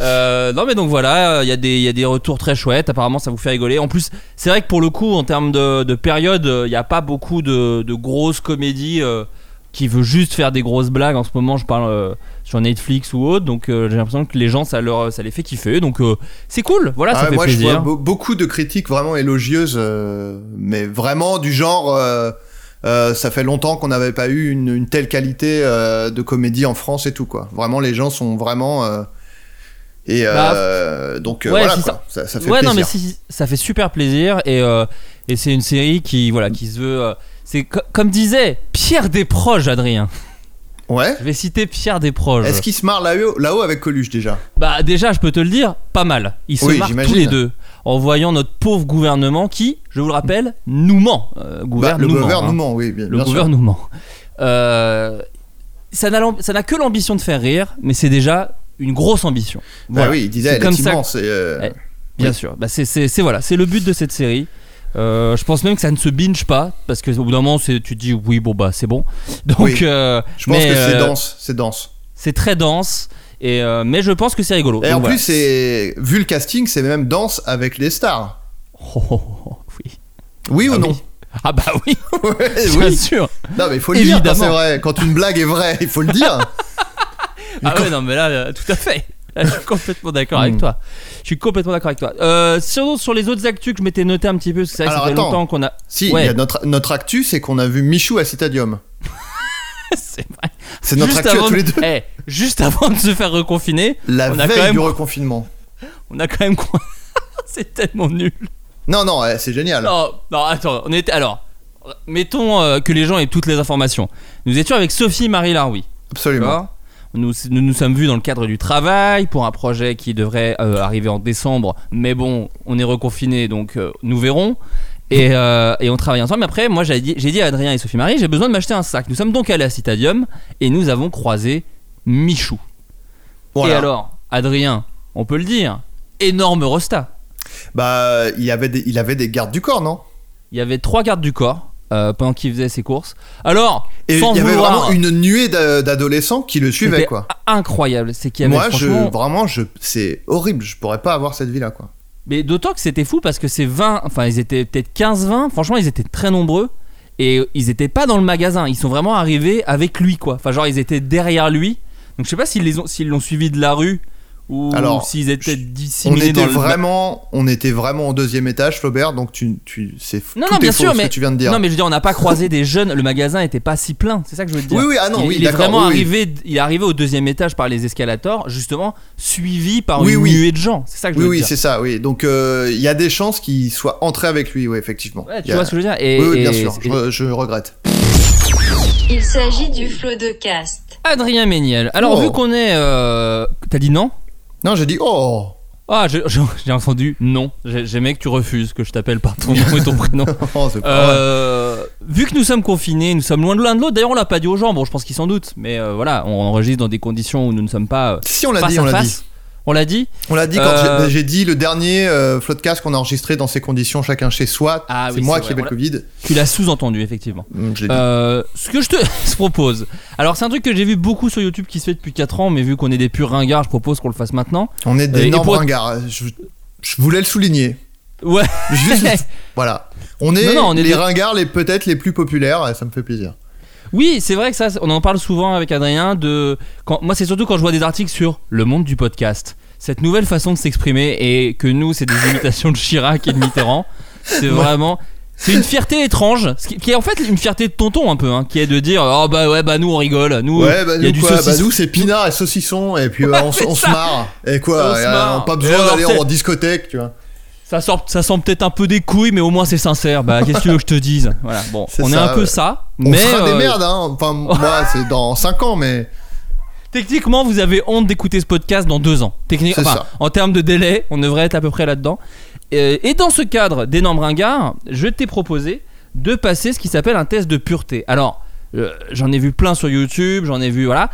[SPEAKER 1] Euh, non mais donc voilà, il y, a des- il y a des retours très chouettes, apparemment ça vous fait rigoler. En plus, c'est vrai que pour le coup, en termes de, de période, euh, il n'y a pas beaucoup de, de grosses comédies euh, qui veut juste faire des grosses blagues. En ce moment, je parle euh, sur Netflix ou autre, donc euh, j'ai l'impression que les gens, ça, leur, ça les fait kiffer. Donc euh, c'est cool, voilà, ça
[SPEAKER 7] Ah,
[SPEAKER 1] fait
[SPEAKER 7] moi, je vois
[SPEAKER 1] plaisir.
[SPEAKER 7] be- beaucoup de critiques vraiment élogieuses, euh, mais vraiment du genre. euh, euh, ça fait longtemps qu'on n'avait pas eu une, une telle qualité euh, de comédie en France et tout quoi. Vraiment, les gens sont vraiment euh, et
[SPEAKER 1] Bah,
[SPEAKER 7] euh, donc euh,
[SPEAKER 1] ouais,
[SPEAKER 7] voilà
[SPEAKER 1] c'est
[SPEAKER 7] quoi. Ça, ça fait
[SPEAKER 1] ouais,
[SPEAKER 7] plaisir.
[SPEAKER 1] non, mais si, ça fait super plaisir et, euh, et c'est une série qui, voilà, qui se veut. euh, c'est co- comme disait Pierre Desproges, Adrien.
[SPEAKER 7] Ouais.
[SPEAKER 1] Je vais citer Pierre Desproges.
[SPEAKER 7] Est-ce qu'ils se marrent là-haut là-haut avec Coluche déjà
[SPEAKER 1] Bah déjà, je peux te le dire, pas mal. Ils se
[SPEAKER 7] Oui,
[SPEAKER 1] marrent tous
[SPEAKER 7] j'imagine.
[SPEAKER 1] les deux en voyant notre pauvre gouvernement qui, je vous le rappelle, nous ment. Euh,
[SPEAKER 7] Bah, Le
[SPEAKER 1] gouvernement. hein.
[SPEAKER 7] gouvernement, oui, bien,
[SPEAKER 1] Le
[SPEAKER 7] bien sûr.
[SPEAKER 1] gouvernement. Euh, ça n'a l'am- ça n'a que l'ambition de faire rire, mais c'est déjà une grosse ambition.
[SPEAKER 7] Bah
[SPEAKER 1] Voilà.
[SPEAKER 7] oui, il disait
[SPEAKER 1] C'est
[SPEAKER 7] elle
[SPEAKER 1] comme
[SPEAKER 7] est
[SPEAKER 1] ça-
[SPEAKER 7] immense. et, euh,
[SPEAKER 1] Eh, Bien
[SPEAKER 7] Oui.
[SPEAKER 1] sûr. Bah, c'est- c'est c'est- voilà, c'est le but de cette série. Euh, je pense même que ça ne se binge pas parce que au bout d'un moment, c'est- tu te dis oui, bon bah c'est bon. (laughs) Donc,
[SPEAKER 7] Oui.
[SPEAKER 1] euh,
[SPEAKER 7] Je pense
[SPEAKER 1] mais,
[SPEAKER 7] que c'est
[SPEAKER 1] euh,
[SPEAKER 7] dense, c'est dense.
[SPEAKER 1] C'est très dense. Et euh, mais je pense que c'est rigolo.
[SPEAKER 7] Et
[SPEAKER 1] Donc,
[SPEAKER 7] en
[SPEAKER 1] voilà.
[SPEAKER 7] plus, c'est vu le casting, c'est même dense avec les stars.
[SPEAKER 1] (laughs) Oh, oh, oh, oui.
[SPEAKER 7] Oui ou
[SPEAKER 1] Ah (laughs)
[SPEAKER 7] non
[SPEAKER 1] oui. Ah bah oui,
[SPEAKER 7] Ouais,
[SPEAKER 1] bien
[SPEAKER 7] oui.
[SPEAKER 1] sûr.
[SPEAKER 7] Non, mais il faut le
[SPEAKER 1] Évidemment.
[SPEAKER 7] dire, quand c'est vrai. Quand une blague est vraie, il faut le dire.
[SPEAKER 1] (laughs) Ah ouais, non, mais là, euh, tout à fait. Là, je suis complètement d'accord avec
[SPEAKER 7] Mm.
[SPEAKER 1] toi. Je suis complètement d'accord avec toi. Euh, sur, sur les autres actus que je m'étais noté un petit peu, parce que c'est vrai que ça
[SPEAKER 7] Alors,
[SPEAKER 1] fait
[SPEAKER 7] attends.
[SPEAKER 1] longtemps
[SPEAKER 7] (laughs)
[SPEAKER 1] qu'on a.
[SPEAKER 7] Si,
[SPEAKER 1] Ouais.
[SPEAKER 7] il y a notre, notre actu, c'est qu'on a vu Michou à Citadium.
[SPEAKER 1] c'est vrai.
[SPEAKER 7] C'est notre
[SPEAKER 1] Juste
[SPEAKER 7] actu à
[SPEAKER 1] avant
[SPEAKER 7] tous les
[SPEAKER 1] de-
[SPEAKER 7] deux.
[SPEAKER 1] Eh, juste avant de se faire reconfiner,
[SPEAKER 7] La
[SPEAKER 1] on a
[SPEAKER 7] veille
[SPEAKER 1] quand même-
[SPEAKER 7] du reconfinement.
[SPEAKER 1] on a quand même. quoi (laughs) c'est tellement nul.
[SPEAKER 7] Non, non, ouais, c'est génial.
[SPEAKER 1] Non, non, attends, on était. Alors, mettons euh, que les gens aient toutes les informations. Nous étions avec Sophie Marie Laroui.
[SPEAKER 7] Absolument.
[SPEAKER 1] D'accord Nous, nous nous sommes vus dans le cadre du travail pour un projet qui devrait euh, arriver en décembre, mais bon, on est reconfiné donc euh, nous verrons. Et, euh, et on travaille ensemble. Après, moi j'ai dit, j'ai dit à Adrien et Sophie-Marie, j'ai besoin de m'acheter un sac. Nous sommes donc allés à Citadium et nous avons croisé Michou.
[SPEAKER 7] Voilà.
[SPEAKER 1] Et alors, Adrien, on peut le dire, énorme Rosta.
[SPEAKER 7] Bah, il avait, des, il avait des gardes du corps, non
[SPEAKER 1] Il y avait trois gardes du corps. euh, pendant qu'il faisait ses courses. Alors,
[SPEAKER 7] Et
[SPEAKER 1] sans
[SPEAKER 7] il y avait
[SPEAKER 1] vouloir,
[SPEAKER 7] vraiment une nuée d'a- d'adolescents qui le suivaient,
[SPEAKER 1] c'était
[SPEAKER 7] quoi.
[SPEAKER 1] incroyable. C'est qu'il y avait
[SPEAKER 7] Moi, je,
[SPEAKER 1] franchement-
[SPEAKER 7] vraiment, je, c'est horrible. Je pourrais pas avoir cette vie-là, quoi.
[SPEAKER 1] Mais d'autant que c'était fou parce que ces 20, enfin ils étaient peut-être 15-20, franchement ils étaient très nombreux et euh, ils étaient pas dans le magasin, ils sont vraiment arrivés avec lui quoi. Enfin genre ils étaient derrière lui. Donc je sais pas s'ils les ont- s'ils l'ont suivi de la rue ou
[SPEAKER 7] Alors,
[SPEAKER 1] s'ils étaient
[SPEAKER 7] je- On
[SPEAKER 1] dissimulés
[SPEAKER 7] était
[SPEAKER 1] dans le
[SPEAKER 7] vraiment, on était vraiment au deuxième étage, Flaubert. Donc tu, tu, c'est
[SPEAKER 1] Non,
[SPEAKER 7] tout
[SPEAKER 1] non,
[SPEAKER 7] est
[SPEAKER 1] bien
[SPEAKER 7] faux,
[SPEAKER 1] sûr,
[SPEAKER 7] ce
[SPEAKER 1] mais-
[SPEAKER 7] que tu viens de dire.
[SPEAKER 1] Non mais je veux dire on n'a pas croisé des jeunes, le magasin était pas si plein, c'est ça que je veux te dire.
[SPEAKER 7] oui, oui, ah non,
[SPEAKER 1] il,
[SPEAKER 7] oui,
[SPEAKER 1] il est
[SPEAKER 7] d'accord,
[SPEAKER 1] vraiment
[SPEAKER 7] oui, oui.
[SPEAKER 1] arrivé, il est arrivé au deuxième étage par les escalators, justement suivi par
[SPEAKER 7] Oui,
[SPEAKER 1] une
[SPEAKER 7] oui.
[SPEAKER 1] nuée de gens. C'est ça que je
[SPEAKER 7] Oui,
[SPEAKER 1] veux
[SPEAKER 7] oui,
[SPEAKER 1] dire.
[SPEAKER 7] c'est ça, oui. Donc, euh, il y a des chances qu'il soit entré avec lui, oui, effectivement.
[SPEAKER 1] Ouais, tu
[SPEAKER 7] Il y a-
[SPEAKER 1] vois ce que je veux dire et,
[SPEAKER 7] Oui, oui, bien
[SPEAKER 1] et-
[SPEAKER 7] sûr, je,
[SPEAKER 1] et-
[SPEAKER 7] re- je regrette.
[SPEAKER 3] Il s'agit du flot de caste.
[SPEAKER 1] Adrien Méniel. Alors
[SPEAKER 7] Oh.
[SPEAKER 1] vu qu'on est, euh, t'as dit non
[SPEAKER 7] Non, j'ai dit, oh (laughs)
[SPEAKER 1] Ah, je- je- (laughs) j'ai entendu non. J'ai- J'aimais que tu refuses que je t'appelle par ton nom et ton
[SPEAKER 7] (laughs)
[SPEAKER 1] prénom.
[SPEAKER 7] Oh, c'est pas vrai.
[SPEAKER 1] Euh, vu que nous sommes confinés, nous sommes loin de l'un de l'autre. D'ailleurs, on l'a pas dit aux gens. Bon, je pense qu'ils s'en doutent, mais euh, voilà, on enregistre dans des conditions où nous ne sommes pas euh,
[SPEAKER 7] Si, on l'a
[SPEAKER 1] face
[SPEAKER 7] dit,
[SPEAKER 1] à
[SPEAKER 7] on l'a dit.
[SPEAKER 1] face. On l'a dit.
[SPEAKER 7] On l'a dit quand
[SPEAKER 1] Euh,
[SPEAKER 7] j'ai- j'ai dit le dernier euh, Floodcast qu'on a enregistré dans ces conditions, chacun chez soi.
[SPEAKER 1] Ah
[SPEAKER 7] c'est
[SPEAKER 1] oui,
[SPEAKER 7] moi
[SPEAKER 1] c'est
[SPEAKER 7] qui
[SPEAKER 1] vrai,
[SPEAKER 7] avais
[SPEAKER 1] on
[SPEAKER 7] le Covid.
[SPEAKER 1] Tu l'as sous-entendu effectivement.
[SPEAKER 7] Hum, Je l'ai dit.
[SPEAKER 1] Euh, ce que je te (laughs) je propose. Alors, c'est un truc que j'ai vu beaucoup sur YouTube qui se fait depuis 4 ans, mais vu qu'on est des purs ringards, je propose qu'on le fasse maintenant.
[SPEAKER 7] On est
[SPEAKER 1] et- et
[SPEAKER 7] d'énormes
[SPEAKER 1] pour-
[SPEAKER 7] ringards. Je, je voulais le souligner.
[SPEAKER 1] Ouais. (laughs)
[SPEAKER 7] Juste, voilà. On est,
[SPEAKER 1] Non, non, on est
[SPEAKER 7] les
[SPEAKER 1] des-
[SPEAKER 7] ringards les peut-être les plus populaires, et ça me fait plaisir.
[SPEAKER 1] Oui, c'est vrai que ça, on en parle souvent avec Adrien. De quand, moi, c'est surtout quand je vois des articles sur le monde du podcast, cette nouvelle façon de s'exprimer et que nous, c'est des imitations de Chirac et de Mitterrand. C'est vraiment, c'est une fierté étrange, ce qui, qui est en fait une fierté de tonton un peu, hein, qui est de dire oh bah ouais bah nous on rigole, nous
[SPEAKER 7] ouais, bah
[SPEAKER 1] il y a
[SPEAKER 7] nous,
[SPEAKER 1] du
[SPEAKER 7] quoi,
[SPEAKER 1] saucisson.
[SPEAKER 7] bah, nous, c'est pinard et saucisson, et puis euh, on, s-
[SPEAKER 1] c'est
[SPEAKER 7] on se
[SPEAKER 1] ça.
[SPEAKER 7] marre. Et quoi,
[SPEAKER 1] On se
[SPEAKER 7] euh,
[SPEAKER 1] marre.
[SPEAKER 7] pas
[SPEAKER 1] Et
[SPEAKER 7] besoin
[SPEAKER 1] alors,
[SPEAKER 7] d'aller
[SPEAKER 1] c'est-
[SPEAKER 7] en discothèque, tu vois.
[SPEAKER 1] ça sort, ça sent peut-être un peu des couilles, mais au moins c'est sincère. Bah qu'est-ce que tu veux que je te dise Voilà, bon,
[SPEAKER 7] C'est
[SPEAKER 1] on est
[SPEAKER 7] ça,
[SPEAKER 1] un peu
[SPEAKER 7] ouais.
[SPEAKER 1] ça,
[SPEAKER 7] On
[SPEAKER 1] mais
[SPEAKER 7] sera des
[SPEAKER 1] euh,
[SPEAKER 7] merdes, hein. Enfin,
[SPEAKER 1] (laughs)
[SPEAKER 7] moi, c'est dans 5 ans, mais
[SPEAKER 1] Techniquement, vous avez honte d'écouter ce podcast dans deux ans. Techniquement,
[SPEAKER 7] C'est
[SPEAKER 1] enfin,
[SPEAKER 7] ça.
[SPEAKER 1] en termes de délai, on devrait être à peu près là-dedans. Euh, Et, dans ce cadre d'énormes ringards, je t'ai proposé de passer ce qui s'appelle un test de pureté. Alors, euh, j'en ai vu plein sur YouTube, j'en ai vu, voilà.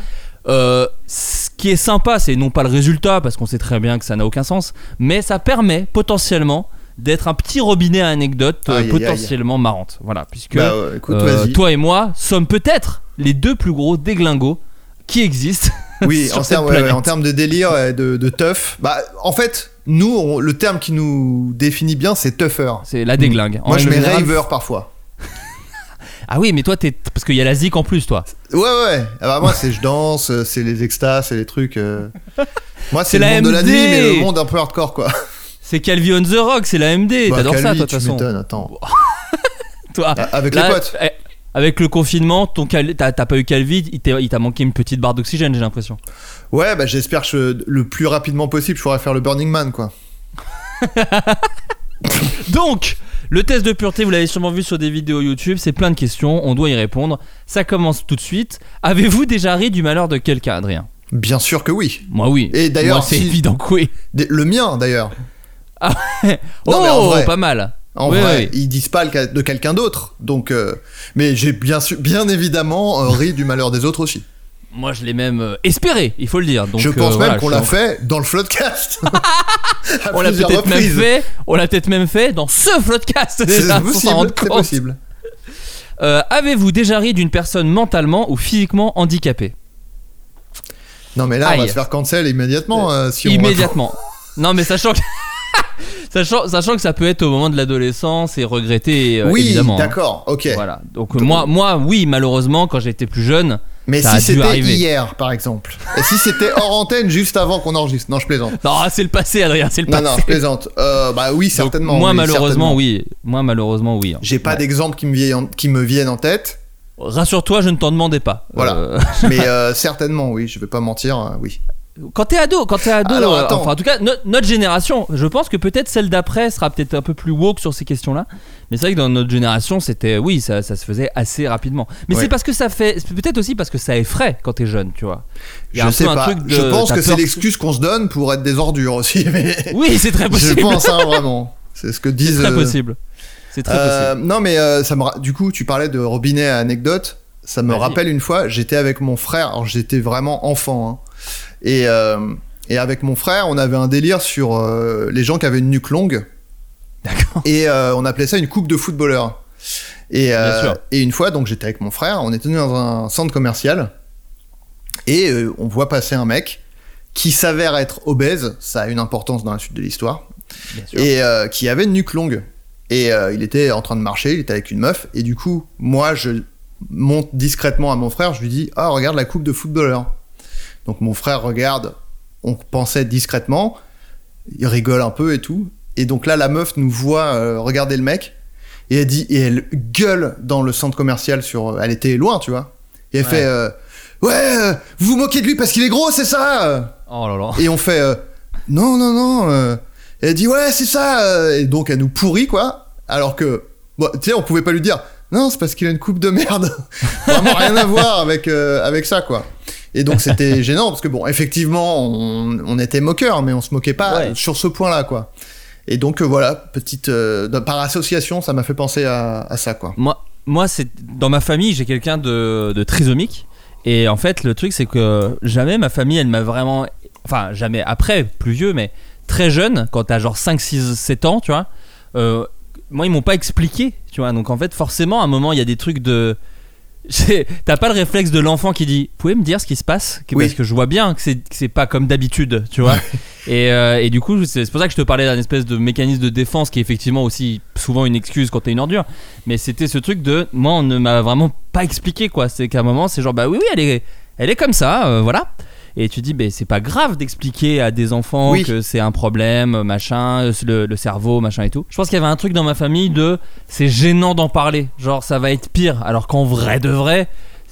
[SPEAKER 1] Euh, ce qui est sympa, c'est non pas le résultat, parce qu'on sait très bien que ça n'a aucun sens, mais ça permet potentiellement d'être un petit robinet à anecdotes euh,
[SPEAKER 7] Aïe, aïe, aïe.
[SPEAKER 1] potentiellement marrantes. Voilà, puisque
[SPEAKER 7] bah, euh, écoute,
[SPEAKER 1] euh,
[SPEAKER 7] vas-y.
[SPEAKER 1] toi et moi sommes peut-être les deux plus gros déglingos qui existent.
[SPEAKER 7] Oui,
[SPEAKER 1] sur
[SPEAKER 7] en
[SPEAKER 1] cette
[SPEAKER 7] termes, ouais, ouais,
[SPEAKER 1] planète.
[SPEAKER 7] en termes de délire et de, de teuf, bah, en fait, nous, on- le terme qui nous définit bien, c'est tougher.
[SPEAKER 1] C'est la déglingue. En
[SPEAKER 7] Moi, je
[SPEAKER 1] règle
[SPEAKER 7] mets
[SPEAKER 1] générale-
[SPEAKER 7] raver parfois.
[SPEAKER 1] Ah oui, mais toi, t'es... parce qu'il y a la zik en plus, toi.
[SPEAKER 7] Ouais, ouais. Ah bah, moi, c'est je danse, euh, c'est les extas, c'est les trucs. euh. Moi,
[SPEAKER 1] C'est
[SPEAKER 7] c'est le
[SPEAKER 1] la
[SPEAKER 7] monde de la
[SPEAKER 1] MD.
[SPEAKER 7] nuit, mais le monde un peu hardcore, quoi.
[SPEAKER 1] C'est Calvi on the Rock, c'est la MD.
[SPEAKER 7] Bah,
[SPEAKER 1] T'adores ça,
[SPEAKER 7] Calvi,
[SPEAKER 1] toi, de toute
[SPEAKER 7] tu
[SPEAKER 1] façon.
[SPEAKER 7] m'étonnes, attends.
[SPEAKER 1] Toi,
[SPEAKER 7] Avec
[SPEAKER 1] là,
[SPEAKER 7] les potes.
[SPEAKER 1] eh, Avec le confinement, ton Cal- t'as, t'as pas eu Calvi, il t'a, il t'a manqué une petite barre d'oxygène, j'ai l'impression.
[SPEAKER 7] Ouais, bah, j'espère que je- le plus rapidement possible, je pourrai faire le Burning Man, quoi.
[SPEAKER 1] Donc, le test de pureté, vous l'avez sûrement vu sur des vidéos YouTube, c'est plein de questions, on doit y répondre. Ça commence tout de suite. Avez-vous déjà ri du malheur de quelqu'un, Adrien
[SPEAKER 7] Bien sûr que oui.
[SPEAKER 1] Moi, oui.
[SPEAKER 7] Et d'ailleurs,
[SPEAKER 1] Moi, c'est
[SPEAKER 7] si-
[SPEAKER 1] évident que oui.
[SPEAKER 7] Des- Le mien, d'ailleurs. Non, mais en
[SPEAKER 1] Oh,
[SPEAKER 7] vrai.
[SPEAKER 1] pas mal.
[SPEAKER 7] En
[SPEAKER 1] Oui,
[SPEAKER 7] vrai,
[SPEAKER 1] oui.
[SPEAKER 7] ils disent pas le cas- de quelqu'un d'autre. Donc, euh, mais j'ai bien, su- bien évidemment euh, ri du malheur des autres aussi.
[SPEAKER 1] Moi, je l'ai même euh, espéré, il faut le dire. Donc,
[SPEAKER 7] je
[SPEAKER 1] euh,
[SPEAKER 7] pense
[SPEAKER 1] voilà,
[SPEAKER 7] même qu'on
[SPEAKER 1] je
[SPEAKER 7] l'a
[SPEAKER 1] suis-
[SPEAKER 7] fait dans
[SPEAKER 1] (laughs)
[SPEAKER 7] le floodcast. À
[SPEAKER 1] On l'a
[SPEAKER 7] plusieurs
[SPEAKER 1] peut-être même
[SPEAKER 7] reprises.
[SPEAKER 1] fait. On l'a peut-être même fait dans ce podcast. déjà,
[SPEAKER 7] C'est
[SPEAKER 1] sans s'en
[SPEAKER 7] possible.
[SPEAKER 1] rendre
[SPEAKER 7] C'est
[SPEAKER 1] compte.
[SPEAKER 7] possible.
[SPEAKER 1] Euh, Avez-vous déjà ri d'une personne mentalement ou physiquement handicapée
[SPEAKER 7] Non, mais là, on
[SPEAKER 1] Aïe.
[SPEAKER 7] va se faire cancel immédiatement. euh, si on raconte-
[SPEAKER 1] Immédiatement. non, mais sachant que. (laughs) Sachant, sachant que ça peut être au moment de l'adolescence et regretter euh,
[SPEAKER 7] oui,
[SPEAKER 1] évidemment. hein.
[SPEAKER 7] d'accord, ok.
[SPEAKER 1] Voilà. Donc, euh, moi, moi, oui, malheureusement, quand j'étais plus jeune,
[SPEAKER 7] Mais
[SPEAKER 1] Ça a
[SPEAKER 7] si
[SPEAKER 1] dû
[SPEAKER 7] c'était
[SPEAKER 1] arriver.
[SPEAKER 7] hier, par exemple, et si c'était hors (laughs) antenne juste avant qu'on enregistre, non, je plaisante.
[SPEAKER 1] non, ah, c'est le passé, Adrien, c'est le
[SPEAKER 7] Non,
[SPEAKER 1] passé.
[SPEAKER 7] non, je plaisante. Euh, bah oui,
[SPEAKER 1] Donc,
[SPEAKER 7] certainement.
[SPEAKER 1] moi,
[SPEAKER 7] oui,
[SPEAKER 1] malheureusement,
[SPEAKER 7] certainement.
[SPEAKER 1] oui. Moi, malheureusement, oui. hein.
[SPEAKER 7] J'ai pas d'exemple qui me viennent en- qui me viennent
[SPEAKER 1] (laughs)
[SPEAKER 7] en tête.
[SPEAKER 1] Rassure-toi, je ne t'en demandais pas.
[SPEAKER 7] Voilà.
[SPEAKER 1] Euh,
[SPEAKER 7] Mais euh, certainement, oui, je vais pas mentir, euh, oui.
[SPEAKER 1] Quand t'es ado, quand t'es ado,
[SPEAKER 7] Alors,
[SPEAKER 1] euh,
[SPEAKER 7] attends.
[SPEAKER 1] enfin en tout cas no- notre génération, je pense que peut-être celle d'après sera peut-être un peu plus woke sur ces questions-là. Mais c'est vrai que dans notre génération, c'était oui, ça, ça se faisait assez rapidement. Mais
[SPEAKER 7] Ouais.
[SPEAKER 1] c'est parce que ça fait, c'est peut-être aussi parce que ça effraie quand t'es jeune, tu vois. Il y a
[SPEAKER 7] Je
[SPEAKER 1] un
[SPEAKER 7] sais
[SPEAKER 1] peu un
[SPEAKER 7] pas.
[SPEAKER 1] truc de-
[SPEAKER 7] je pense
[SPEAKER 1] t'as
[SPEAKER 7] que c'est
[SPEAKER 1] peur-
[SPEAKER 7] l'excuse qu'on se donne pour être des ordures aussi. (laughs) Mais
[SPEAKER 1] Oui, c'est très
[SPEAKER 7] je
[SPEAKER 1] possible.
[SPEAKER 7] pense hein, vraiment. C'est ce que disent.
[SPEAKER 1] c'est (laughs) très
[SPEAKER 7] euh,
[SPEAKER 1] possible. C'est très
[SPEAKER 7] euh,
[SPEAKER 1] possible.
[SPEAKER 7] non, mais euh, ça me. ra- Du coup, tu parlais de robinet à anecdote. Ça me
[SPEAKER 1] Vas-y.
[SPEAKER 7] rappelle une fois, j'étais avec mon frère. Alors, j'étais vraiment enfant. hein. Et euh, et avec mon frère, on avait un délire sur euh, les gens qui avaient une nuque longue.
[SPEAKER 1] D'accord.
[SPEAKER 7] Et euh, on appelait ça une coupe de footballeurs. Et, euh,
[SPEAKER 1] sûr.
[SPEAKER 7] et une fois, donc j'étais avec mon frère, on était dans un centre commercial et euh, on voit passer un mec qui s'avère être obèse, ça a une importance dans la suite de l'histoire,
[SPEAKER 1] Bien sûr.
[SPEAKER 7] et euh, qui avait une nuque longue. Et euh, il était en train de marcher, il était avec une meuf, et du coup, moi, je monte discrètement à mon frère, je lui dis Ah, regarde la coupe de footballeur. Donc mon frère regarde, on pensait discrètement, il rigole un peu et tout. Et donc là, la meuf nous voit euh, regarder le mec, et elle dit, et elle gueule dans le centre commercial sur, elle était loin, tu vois. Et elle
[SPEAKER 1] Ouais.
[SPEAKER 7] fait, euh, ouais, euh, vous vous moquez de lui parce qu'il est gros, c'est ça
[SPEAKER 1] Oh là là.
[SPEAKER 7] Et on fait, euh, non, non, non. euh. Et elle dit, ouais, c'est ça. euh. Et donc elle nous pourrit, quoi. Alors que, bon, tu sais, on pouvait pas lui dire, non, c'est parce qu'il a une coupe de merde. (laughs) Vraiment rien à voir avec, euh, avec ça, quoi. Et donc c'était (laughs) gênant parce que bon, effectivement, on, on était moqueur, mais on se moquait pas
[SPEAKER 1] Ouais.
[SPEAKER 7] sur ce point-là, quoi. Et donc euh, voilà, petite euh, de- par association, ça m'a fait penser à, à ça, quoi.
[SPEAKER 1] Moi, moi c'est dans ma famille, j'ai quelqu'un de, de trisomique. Et en fait, le truc, c'est que jamais ma famille, elle m'a vraiment. Enfin, jamais après, plus vieux, mais très jeune, quand t'as genre 5, 6, 7 ans, tu vois. euh, moi, ils m'ont pas expliqué, tu vois. Donc en fait, forcément, à un moment, il y a des trucs de. (laughs) c'est- T'as pas le réflexe de l'enfant qui dit Vous pouvez me dire ce qui se passe Que-
[SPEAKER 7] Oui.
[SPEAKER 1] Parce que je vois bien que c'est que c'est pas comme d'habitude, tu vois. et, euh, et du coup, c'est c'est pour ça que je te parlais d'un espèce de mécanisme de défense qui est effectivement aussi souvent une excuse quand t'es une ordure. Mais c'était ce truc de moi, on ne m'a vraiment pas expliqué quoi. C'est qu'à un moment, c'est genre bah oui, oui, elle est, elle est comme ça, euh, voilà. Et tu dis, ben c'est pas grave d'expliquer à des enfants
[SPEAKER 7] Oui.
[SPEAKER 1] que c'est un problème, machin, euh, le, le cerveau, machin et tout. Je pense qu'il y avait un truc dans ma famille de c'est gênant d'en parler, genre ça va être pire. Alors qu'en vrai de vrai,